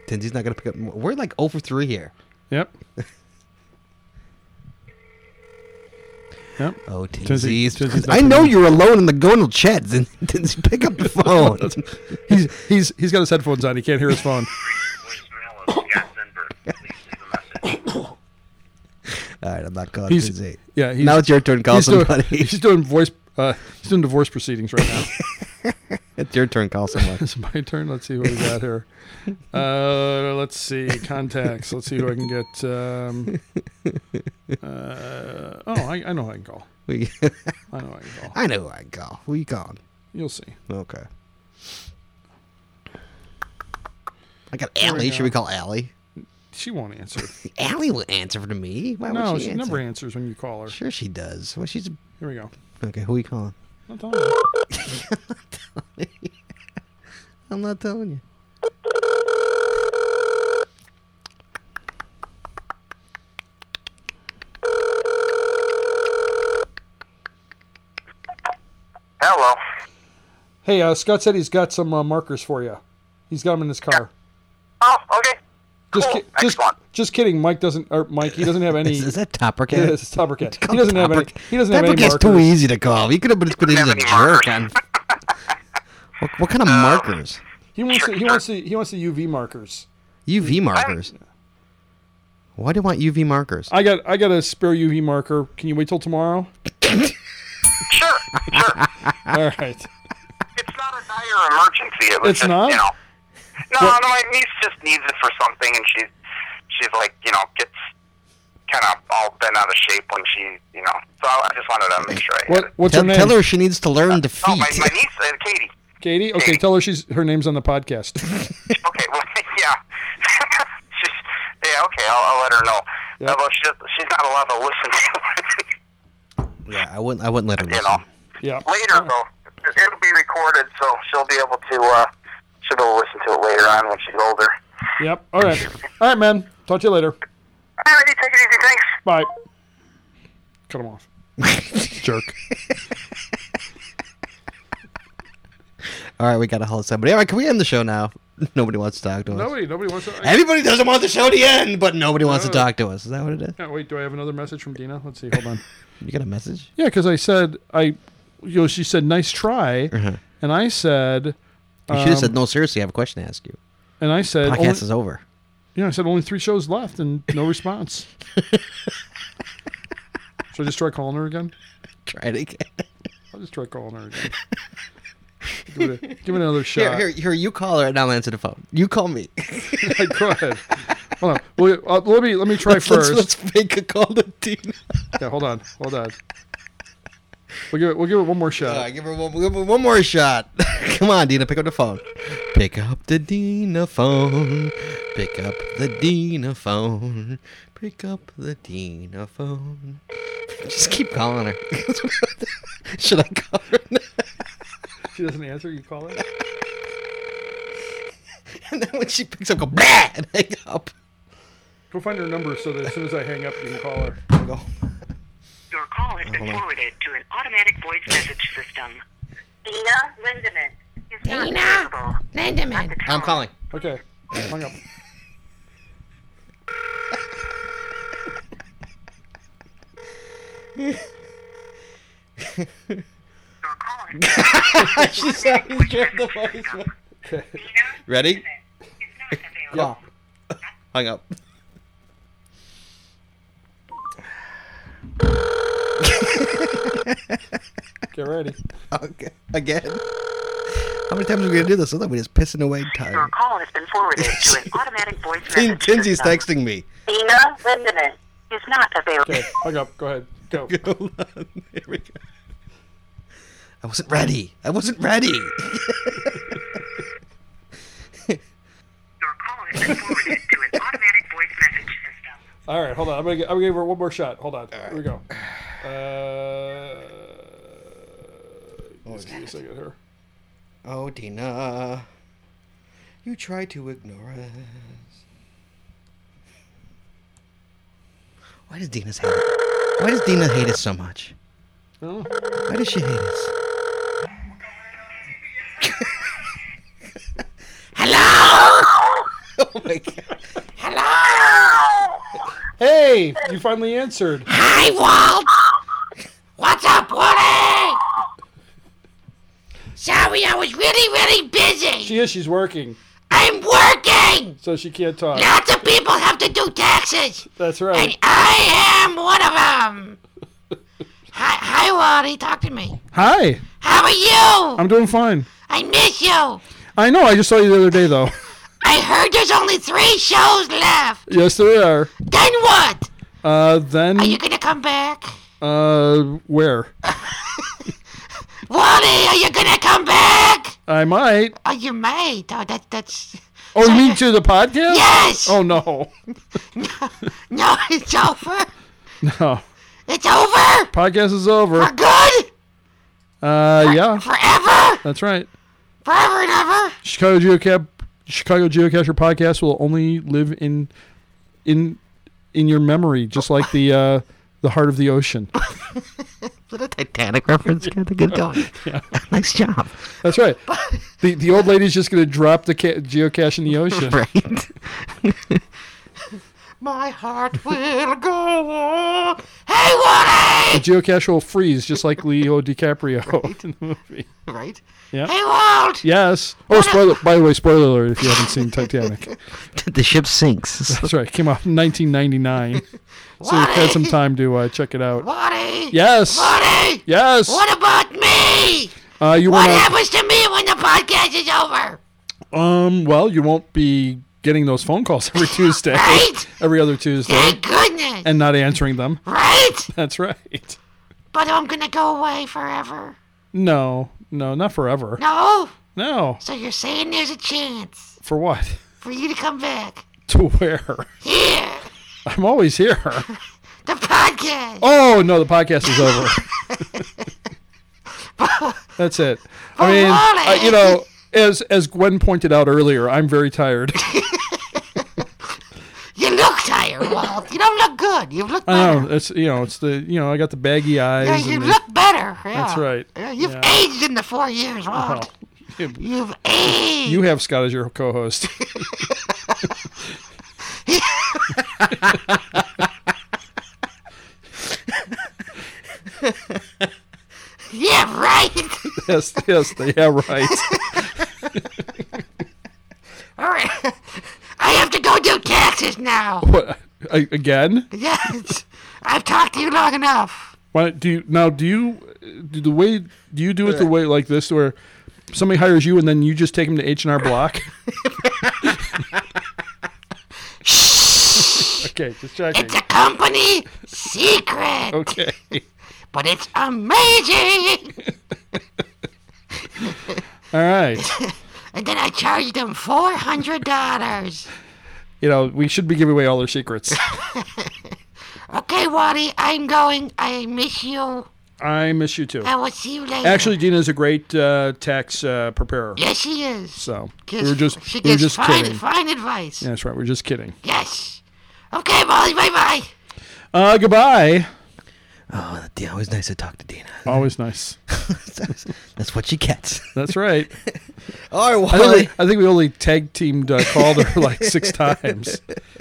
[SPEAKER 1] Tinsy's not gonna pick up. We're like over three here.
[SPEAKER 2] yep. Yep.
[SPEAKER 1] Oh,
[SPEAKER 2] Tinsy-
[SPEAKER 1] Tinsy's.
[SPEAKER 2] Tinsy's not
[SPEAKER 1] I know
[SPEAKER 2] gonna-
[SPEAKER 1] you're alone in the Gonal chat. Tin- Tinsy, pick up the phone.
[SPEAKER 2] He's he's he's got his headphones on. He can't hear his phone.
[SPEAKER 1] All right, I'm not calling
[SPEAKER 2] He's-
[SPEAKER 1] Tinsy.
[SPEAKER 2] Yeah. He's,
[SPEAKER 1] Now it's your turn to call
[SPEAKER 2] he's
[SPEAKER 1] somebody.
[SPEAKER 2] Doing, he's doing voice. Uh, he's doing divorce proceedings right now.
[SPEAKER 1] it's your turn to call somebody.
[SPEAKER 2] it's my turn. Let's see what we got here. Uh, let's see contacts. Let's see who I can get. Um, uh, oh, I, I know who I can call.
[SPEAKER 1] We-
[SPEAKER 2] I know who I can call.
[SPEAKER 1] I know who I can call. Who you calling?
[SPEAKER 2] You'll see.
[SPEAKER 1] Okay. I got Allie. Should we call Allie?
[SPEAKER 2] She won't answer.
[SPEAKER 1] Allie will answer to me. Why
[SPEAKER 2] no,
[SPEAKER 1] would
[SPEAKER 2] she,
[SPEAKER 1] she, answer?
[SPEAKER 2] never answers when you call her.
[SPEAKER 1] Sure, she does. Well, she's
[SPEAKER 2] Here we go.
[SPEAKER 1] okay. Who are you calling?
[SPEAKER 2] Not telling you.
[SPEAKER 1] I'm not telling you.
[SPEAKER 9] Hello.
[SPEAKER 2] Hey, uh, Scott said he's got some uh, markers for you. He's got them in his car.
[SPEAKER 9] Oh, okay.
[SPEAKER 2] Just,
[SPEAKER 9] Cool.
[SPEAKER 2] ki- just,
[SPEAKER 9] Excellent.
[SPEAKER 2] just kidding. Mike doesn't. Or Mike, he doesn't have any.
[SPEAKER 1] Is, is that Topper
[SPEAKER 2] Yeah,
[SPEAKER 1] Cat?
[SPEAKER 2] it's Topper Cat.
[SPEAKER 1] Call
[SPEAKER 2] He doesn't have any.
[SPEAKER 1] Topper-
[SPEAKER 2] He doesn't have
[SPEAKER 1] Topper
[SPEAKER 2] any
[SPEAKER 1] Cat's
[SPEAKER 2] markers.
[SPEAKER 1] too easy to call. You could have just put it as a
[SPEAKER 9] have any
[SPEAKER 1] jerk.
[SPEAKER 9] markers.
[SPEAKER 1] On. What, what kind of markers?
[SPEAKER 2] He wants. The, he wants the. He wants the UV markers.
[SPEAKER 1] UV markers. Why do you want UV markers?
[SPEAKER 2] I got. I got a spare UV marker. Can you wait till tomorrow?
[SPEAKER 9] Sure, sure.
[SPEAKER 1] Ah.
[SPEAKER 2] All right.
[SPEAKER 9] It's not a dire emergency. It was
[SPEAKER 2] It's
[SPEAKER 9] just,
[SPEAKER 2] not?
[SPEAKER 9] You know, no, no. My niece just needs it for something, and she's she's like, you know, gets kind of all bent out of shape when she, you know. So I just wanted to make sure. I
[SPEAKER 2] What?
[SPEAKER 9] Had it.
[SPEAKER 2] What's
[SPEAKER 1] Tell,
[SPEAKER 2] her name?
[SPEAKER 1] tell her she needs to learn defeat.
[SPEAKER 9] Oh, my, my niece, uh, Katie.
[SPEAKER 2] Katie. Okay.
[SPEAKER 9] Katie.
[SPEAKER 2] Tell her she's. Her name's on the podcast.
[SPEAKER 9] Okay, well, yeah. she's, yeah. Okay, I'll, I'll let her know.
[SPEAKER 2] Yeah.
[SPEAKER 9] Although she does, she's not allowed to listen to it.
[SPEAKER 1] yeah, I wouldn't. I wouldn't let her.
[SPEAKER 9] you
[SPEAKER 1] Listen.
[SPEAKER 9] know.
[SPEAKER 2] yeah.
[SPEAKER 9] Later though, it'll be recorded, so she'll be able to uh, she'll be able to listen to it later on when she's older.
[SPEAKER 2] Yep. All right. All right, man. Talk to you later.
[SPEAKER 9] Alrighty, take it easy. Thanks.
[SPEAKER 2] Bye. Cut him off. Jerk.
[SPEAKER 1] All right, we gotta hold somebody. All right, can we end the show now? Nobody wants to talk to us.
[SPEAKER 2] Nobody. Uh, Nobody wants to.
[SPEAKER 1] Everybody doesn't want the show to end, but nobody wants to talk to us. Is that what it is?
[SPEAKER 2] Yeah, wait, do I have another message from Dina? Let's see. Hold on.
[SPEAKER 1] You got a message?
[SPEAKER 2] yeah, because I said I, you know, she said nice try, and I said,
[SPEAKER 1] Uh-huh. You should have
[SPEAKER 2] um,
[SPEAKER 1] said no. Seriously, I have a question to ask you.
[SPEAKER 2] and I said,
[SPEAKER 1] Podcast
[SPEAKER 2] only,
[SPEAKER 1] is over.
[SPEAKER 2] you know, I said only three shows left and no response. Should I just try calling her again?
[SPEAKER 1] Try it again.
[SPEAKER 2] I'll just try calling her again. Give it, a, give it another
[SPEAKER 1] Here,
[SPEAKER 2] shot.
[SPEAKER 1] here, here. You call her, and I'll answer the phone. You call me.
[SPEAKER 2] Go ahead. Hold on. Well, uh, let me let me try
[SPEAKER 1] Let's-
[SPEAKER 2] 1st
[SPEAKER 1] Let's, let's make a call to Tina.
[SPEAKER 2] Yeah, hold on, hold on. We'll give it. We'll give it one more shot.
[SPEAKER 1] All right, give her one, give her one more shot. Come on, Dina, pick up the phone. Pick up the Dina phone. Pick up the Dina phone. Pick up the Dina phone. Just keep calling her. Should I call her?
[SPEAKER 2] She doesn't answer. You call it.
[SPEAKER 1] And then when she picks up, go bah, and hang up.
[SPEAKER 2] Go find her number so that as soon as I hang up, you can call her.
[SPEAKER 1] Go.
[SPEAKER 8] Your call has been forwarded to an automatic voice message system.
[SPEAKER 9] Dina Lindemann.
[SPEAKER 8] Dana! Lindemann.
[SPEAKER 1] I'm calling.
[SPEAKER 2] Okay, hung up.
[SPEAKER 9] Your call has
[SPEAKER 1] She said he dropped the voicemail.
[SPEAKER 2] Okay.
[SPEAKER 1] Ready?
[SPEAKER 9] not available.
[SPEAKER 2] Yeah.
[SPEAKER 1] Hung up.
[SPEAKER 2] Get ready.
[SPEAKER 1] Okay. Again. How many times are we gonna do this? I thought we just pissing away
[SPEAKER 8] Your
[SPEAKER 1] time.
[SPEAKER 8] call has been forwarded to an automatic voice
[SPEAKER 1] Tin-
[SPEAKER 8] message
[SPEAKER 1] Tinsy's
[SPEAKER 8] system.
[SPEAKER 1] texting me.
[SPEAKER 8] Dina Lindemann is not available.
[SPEAKER 2] Okay, hung up. Go ahead. Go.
[SPEAKER 1] Hold on. Here we go. I wasn't ready. I wasn't ready.
[SPEAKER 8] Your call has been forwarded to an automatic voice message system.
[SPEAKER 2] All right, hold on. I'm gonna. gi- I'm gonna give her one more shot. Hold on. Here we go. Uh, just give me a second here.
[SPEAKER 1] Oh, Dina. You try to ignore us. Why does Dina's hate us? Why does Dina hate us so much?
[SPEAKER 2] No.
[SPEAKER 1] Why does she hate us? Hello! Oh my god.
[SPEAKER 2] Hey, you finally answered.
[SPEAKER 10] What's up, Woody? Sorry, I was really, really busy.
[SPEAKER 2] She is. She's working,
[SPEAKER 10] I'm working.
[SPEAKER 2] so she can't talk.
[SPEAKER 10] Lots of people have to do taxes,
[SPEAKER 2] That's right.
[SPEAKER 10] and I am one of them. Hi, hi, Woody. Talk to me.
[SPEAKER 2] Hi.
[SPEAKER 10] How are you?
[SPEAKER 2] I'm doing fine.
[SPEAKER 10] I miss you.
[SPEAKER 2] I know. I just saw you the other day, though.
[SPEAKER 10] I heard there's only three shows left.
[SPEAKER 2] yes, there are.
[SPEAKER 10] Then what?
[SPEAKER 2] Uh, then.
[SPEAKER 10] Are you gonna come back?
[SPEAKER 2] Uh, where?
[SPEAKER 10] Woody, are you gonna come back?
[SPEAKER 2] I might.
[SPEAKER 10] Oh, you might. Oh, that, that's
[SPEAKER 2] Oh, you mean to the podcast?
[SPEAKER 9] Yes.
[SPEAKER 2] Oh no,
[SPEAKER 9] No, it's over.
[SPEAKER 2] no.
[SPEAKER 9] It's over.
[SPEAKER 2] Podcast is over.
[SPEAKER 9] We're good
[SPEAKER 2] Uh, yeah.
[SPEAKER 9] forever,
[SPEAKER 2] That's right.
[SPEAKER 9] forever and ever.
[SPEAKER 2] Chicago Geocache Chicago Geocacher podcast will only live in in in your memory, just like the uh, the heart of the ocean.
[SPEAKER 1] Is that a Titanic reference? Kind of good going. nice job.
[SPEAKER 2] That's right. the The old lady's just gonna drop the ca- geocache in the ocean.
[SPEAKER 1] Right.
[SPEAKER 9] My heart will go. Hey,
[SPEAKER 2] The
[SPEAKER 9] Woody!
[SPEAKER 2] geocache will freeze, just like Leo DiCaprio in the movie.
[SPEAKER 9] Right?
[SPEAKER 2] Yeah.
[SPEAKER 9] Hey, Walt!
[SPEAKER 2] Yes. Oh, spoiler! By the way, spoiler alert if you haven't seen Titanic.
[SPEAKER 1] the ship sinks.
[SPEAKER 2] That's right. It came out in 1999, so you've had some time to uh, check it out.
[SPEAKER 9] Woody!
[SPEAKER 2] Yes.
[SPEAKER 9] Woody!
[SPEAKER 2] Yes.
[SPEAKER 9] What about me?
[SPEAKER 2] Uh, you
[SPEAKER 9] What
[SPEAKER 2] want to?
[SPEAKER 9] happens to me when the podcast is over?
[SPEAKER 2] Um. Well, you won't be getting those phone calls every Tuesday,
[SPEAKER 9] Right?
[SPEAKER 2] every other Tuesday,
[SPEAKER 9] Thank goodness!
[SPEAKER 2] and not answering them.
[SPEAKER 9] right?
[SPEAKER 2] That's right.
[SPEAKER 9] But I'm gonna go away forever.
[SPEAKER 2] No, no, not forever.
[SPEAKER 9] No?
[SPEAKER 2] No.
[SPEAKER 9] So you're saying there's a chance
[SPEAKER 2] For what?
[SPEAKER 9] for you to come back?
[SPEAKER 2] To where?
[SPEAKER 9] Here!
[SPEAKER 2] I'm always here.
[SPEAKER 9] The podcast!
[SPEAKER 2] Oh no, the podcast is over. That's it. I mean, I, you know, as as Gwen pointed out earlier, I'm very tired.
[SPEAKER 9] You look tired, Walt. You don't look good. You look
[SPEAKER 2] I
[SPEAKER 9] better.
[SPEAKER 2] know it's you know it's the you know I got the baggy eyes.
[SPEAKER 9] Yeah, you
[SPEAKER 2] and the-
[SPEAKER 9] look better. Yeah.
[SPEAKER 2] That's right.
[SPEAKER 9] Yeah, you've
[SPEAKER 2] Yeah. Oh,
[SPEAKER 9] aged in the four years, Walt. You've aged.
[SPEAKER 2] You have Scott as your co-host.
[SPEAKER 9] Yeah, right.
[SPEAKER 2] yes, yes, they- yeah, right.
[SPEAKER 9] All right. I have to go do taxes now.
[SPEAKER 2] What a- again?
[SPEAKER 9] Yes. I've talked to you long enough.
[SPEAKER 2] Why do you now? Do you do the way? Do you do it the way like this, where somebody hires you and then you just take them to H and R Block? okay, just checking.
[SPEAKER 9] It's a company secret,
[SPEAKER 2] Okay,
[SPEAKER 9] but it's amazing.
[SPEAKER 2] all right.
[SPEAKER 9] And then I charged them four hundred dollars.
[SPEAKER 2] You know we should be giving away all their secrets.
[SPEAKER 9] Okay, Waddy, I'm going. I miss you.
[SPEAKER 2] I miss you too.
[SPEAKER 9] I will see you later.
[SPEAKER 2] Actually, Dina's a great uh, tax uh, preparer.
[SPEAKER 9] yes, she is.
[SPEAKER 2] So
[SPEAKER 9] Gives-
[SPEAKER 2] we were just
[SPEAKER 9] she
[SPEAKER 2] we were
[SPEAKER 9] gives
[SPEAKER 2] just
[SPEAKER 9] fine,
[SPEAKER 2] kidding.
[SPEAKER 9] fine advice.
[SPEAKER 2] Yeah, that's right. We are just kidding.
[SPEAKER 9] Yes. Okay, Molly. Bye bye.
[SPEAKER 2] Uh, goodbye.
[SPEAKER 1] Oh, yeah, always nice to talk to Dina.
[SPEAKER 2] Always nice.
[SPEAKER 1] That's what she gets.
[SPEAKER 2] That's right.
[SPEAKER 1] All right,
[SPEAKER 2] I think,
[SPEAKER 1] Wally.
[SPEAKER 2] we- I think we only tag teamed uh, called her like six times.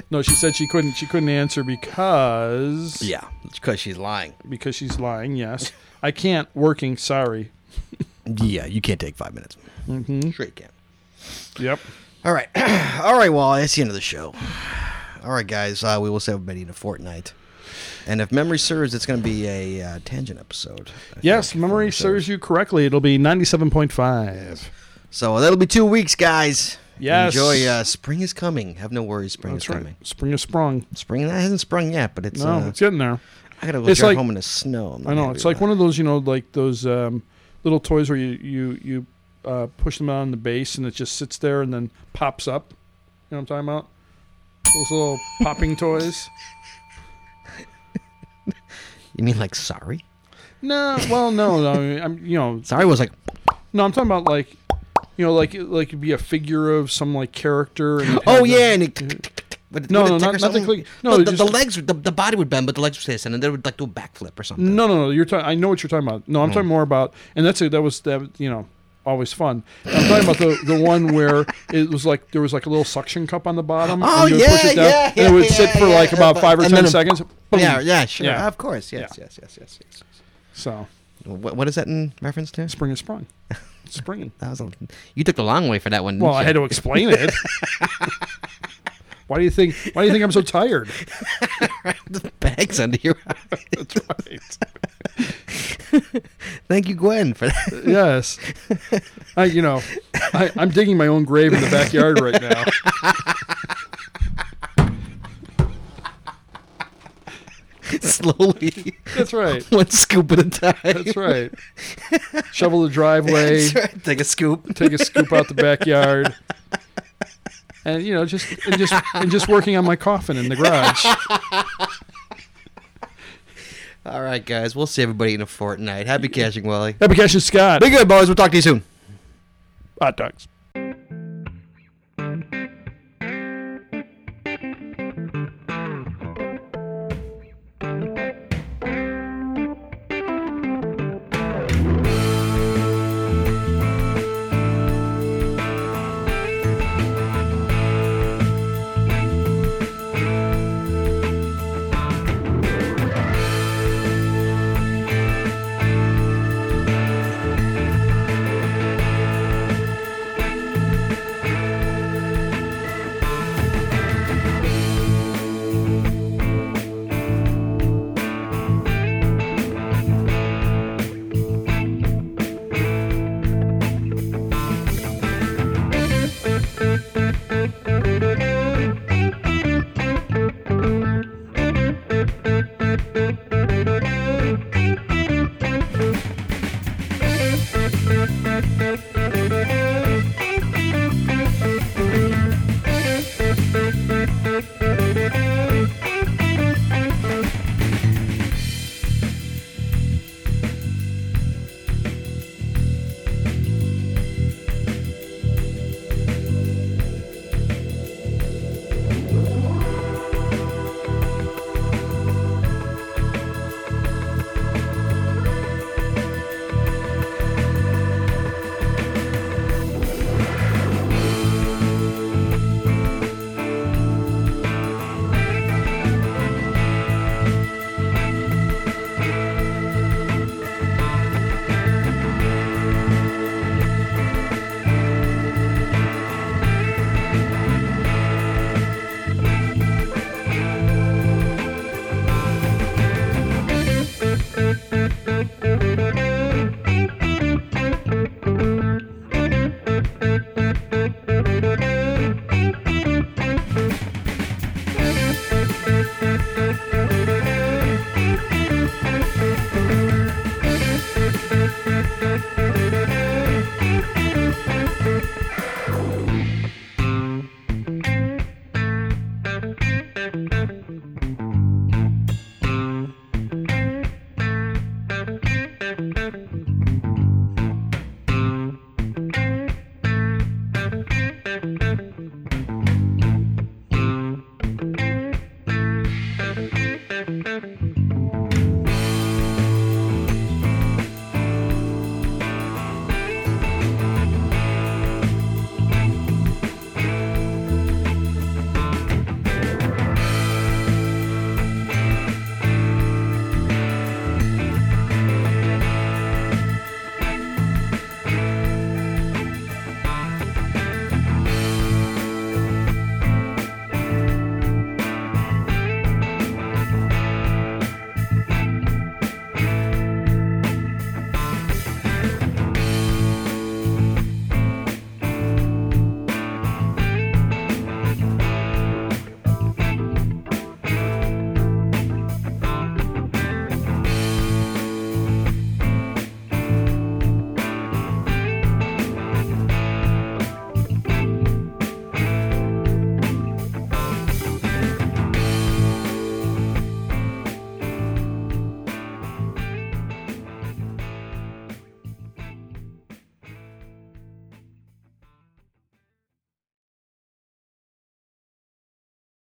[SPEAKER 2] No, she said she couldn't. She couldn't answer because
[SPEAKER 1] Yeah, because she's lying.
[SPEAKER 2] because she's lying. Yes, I can't working. Sorry.
[SPEAKER 1] Yeah, you can't take five minutes. Mm-hmm. Straight can't.
[SPEAKER 2] Yep.
[SPEAKER 1] All right. All right, Wally. That's the end of the show. All right, guys. Uh, we will see everybody in a fortnight. And if memory serves, it's going to be a uh, tangent episode. I
[SPEAKER 2] Yes,
[SPEAKER 1] think,
[SPEAKER 2] memory
[SPEAKER 1] if
[SPEAKER 2] serves you correctly. It'll be ninety-seven point five.
[SPEAKER 1] So that'll be two weeks, guys.
[SPEAKER 2] Yes.
[SPEAKER 1] Enjoy. Uh, spring is coming. Have no worries. Spring
[SPEAKER 2] That's
[SPEAKER 1] is
[SPEAKER 2] right.
[SPEAKER 1] coming.
[SPEAKER 2] Spring is sprung.
[SPEAKER 1] Spring that hasn't sprung yet, but it's.
[SPEAKER 2] No,
[SPEAKER 1] uh,
[SPEAKER 2] it's getting there.
[SPEAKER 1] I gotta go
[SPEAKER 2] it's
[SPEAKER 1] drive
[SPEAKER 2] like-
[SPEAKER 1] home in the snow. I'm not
[SPEAKER 2] I know.
[SPEAKER 1] happy
[SPEAKER 2] It's like
[SPEAKER 1] about
[SPEAKER 2] one of those, you know, like those um, little toys where you you you uh, push them out on the base and it just sits there and then pops up. You know what I'm talking about? Those little popping toys.
[SPEAKER 1] it. You mean like sorry?
[SPEAKER 2] No, well, no, no. I mean, I'm, you know,
[SPEAKER 1] Sorry was like
[SPEAKER 2] no. I'm talking about like, you know, like like it'd be a figure of some like character. And it has
[SPEAKER 1] oh
[SPEAKER 2] a-
[SPEAKER 1] yeah, and it. But
[SPEAKER 2] No,
[SPEAKER 1] would it
[SPEAKER 2] no,
[SPEAKER 1] tick
[SPEAKER 2] not-
[SPEAKER 1] or
[SPEAKER 2] not the
[SPEAKER 1] something?
[SPEAKER 2] click- no,
[SPEAKER 1] the, the,
[SPEAKER 2] just-
[SPEAKER 1] the legs, would- the, the body would bend, but the legs would stay the same, and they would like do a backflip or something.
[SPEAKER 2] No, no, no. You're talking. I know what you're talking about.
[SPEAKER 1] Hmm.
[SPEAKER 2] No, I'm talking more about, and that's a, that was that you know always fun. I'm talking about the the one where it was like there was like a little suction cup on the bottom.
[SPEAKER 1] Oh,
[SPEAKER 2] and you would push
[SPEAKER 1] yeah,
[SPEAKER 2] it down,
[SPEAKER 1] yeah,
[SPEAKER 2] and it would
[SPEAKER 1] yeah,
[SPEAKER 2] sit for
[SPEAKER 1] yeah,
[SPEAKER 2] like
[SPEAKER 1] yeah,
[SPEAKER 2] about
[SPEAKER 1] but-
[SPEAKER 2] five or
[SPEAKER 1] and
[SPEAKER 2] ten
[SPEAKER 1] then a-
[SPEAKER 2] seconds. Boom.
[SPEAKER 1] Yeah, yeah, sure,
[SPEAKER 2] Yeah.
[SPEAKER 1] of course, yes,
[SPEAKER 2] Yeah.
[SPEAKER 1] yes, yes, yes, yes, yes.
[SPEAKER 2] So
[SPEAKER 1] What, what is that in reference to?
[SPEAKER 2] spring is sprung. It's Spring.
[SPEAKER 1] That was a, you took the long way for that one.
[SPEAKER 2] Well,
[SPEAKER 1] didn't
[SPEAKER 2] I
[SPEAKER 1] you?
[SPEAKER 2] had to explain it. Why do you think? Why do you think I'm so tired?
[SPEAKER 1] the bags under your eyes.
[SPEAKER 2] That's right.
[SPEAKER 1] Thank you, Gwen, for that.
[SPEAKER 2] Yes. I, you know, I, I'm digging my own grave in the backyard right now.
[SPEAKER 1] Slowly,
[SPEAKER 2] That's right.
[SPEAKER 1] one scoop at a time.
[SPEAKER 2] That's right. Shovel the driveway.
[SPEAKER 1] That's right. Take a scoop.
[SPEAKER 2] Take a scoop out the backyard. and you know just and just and just working on my coffin in the garage.
[SPEAKER 1] All right, guys. We'll see everybody in a fortnight. Happy cashing, Wally.
[SPEAKER 2] Happy cashing, Scott.
[SPEAKER 1] Be good, boys. We'll talk to you soon.
[SPEAKER 2] Hot dogs.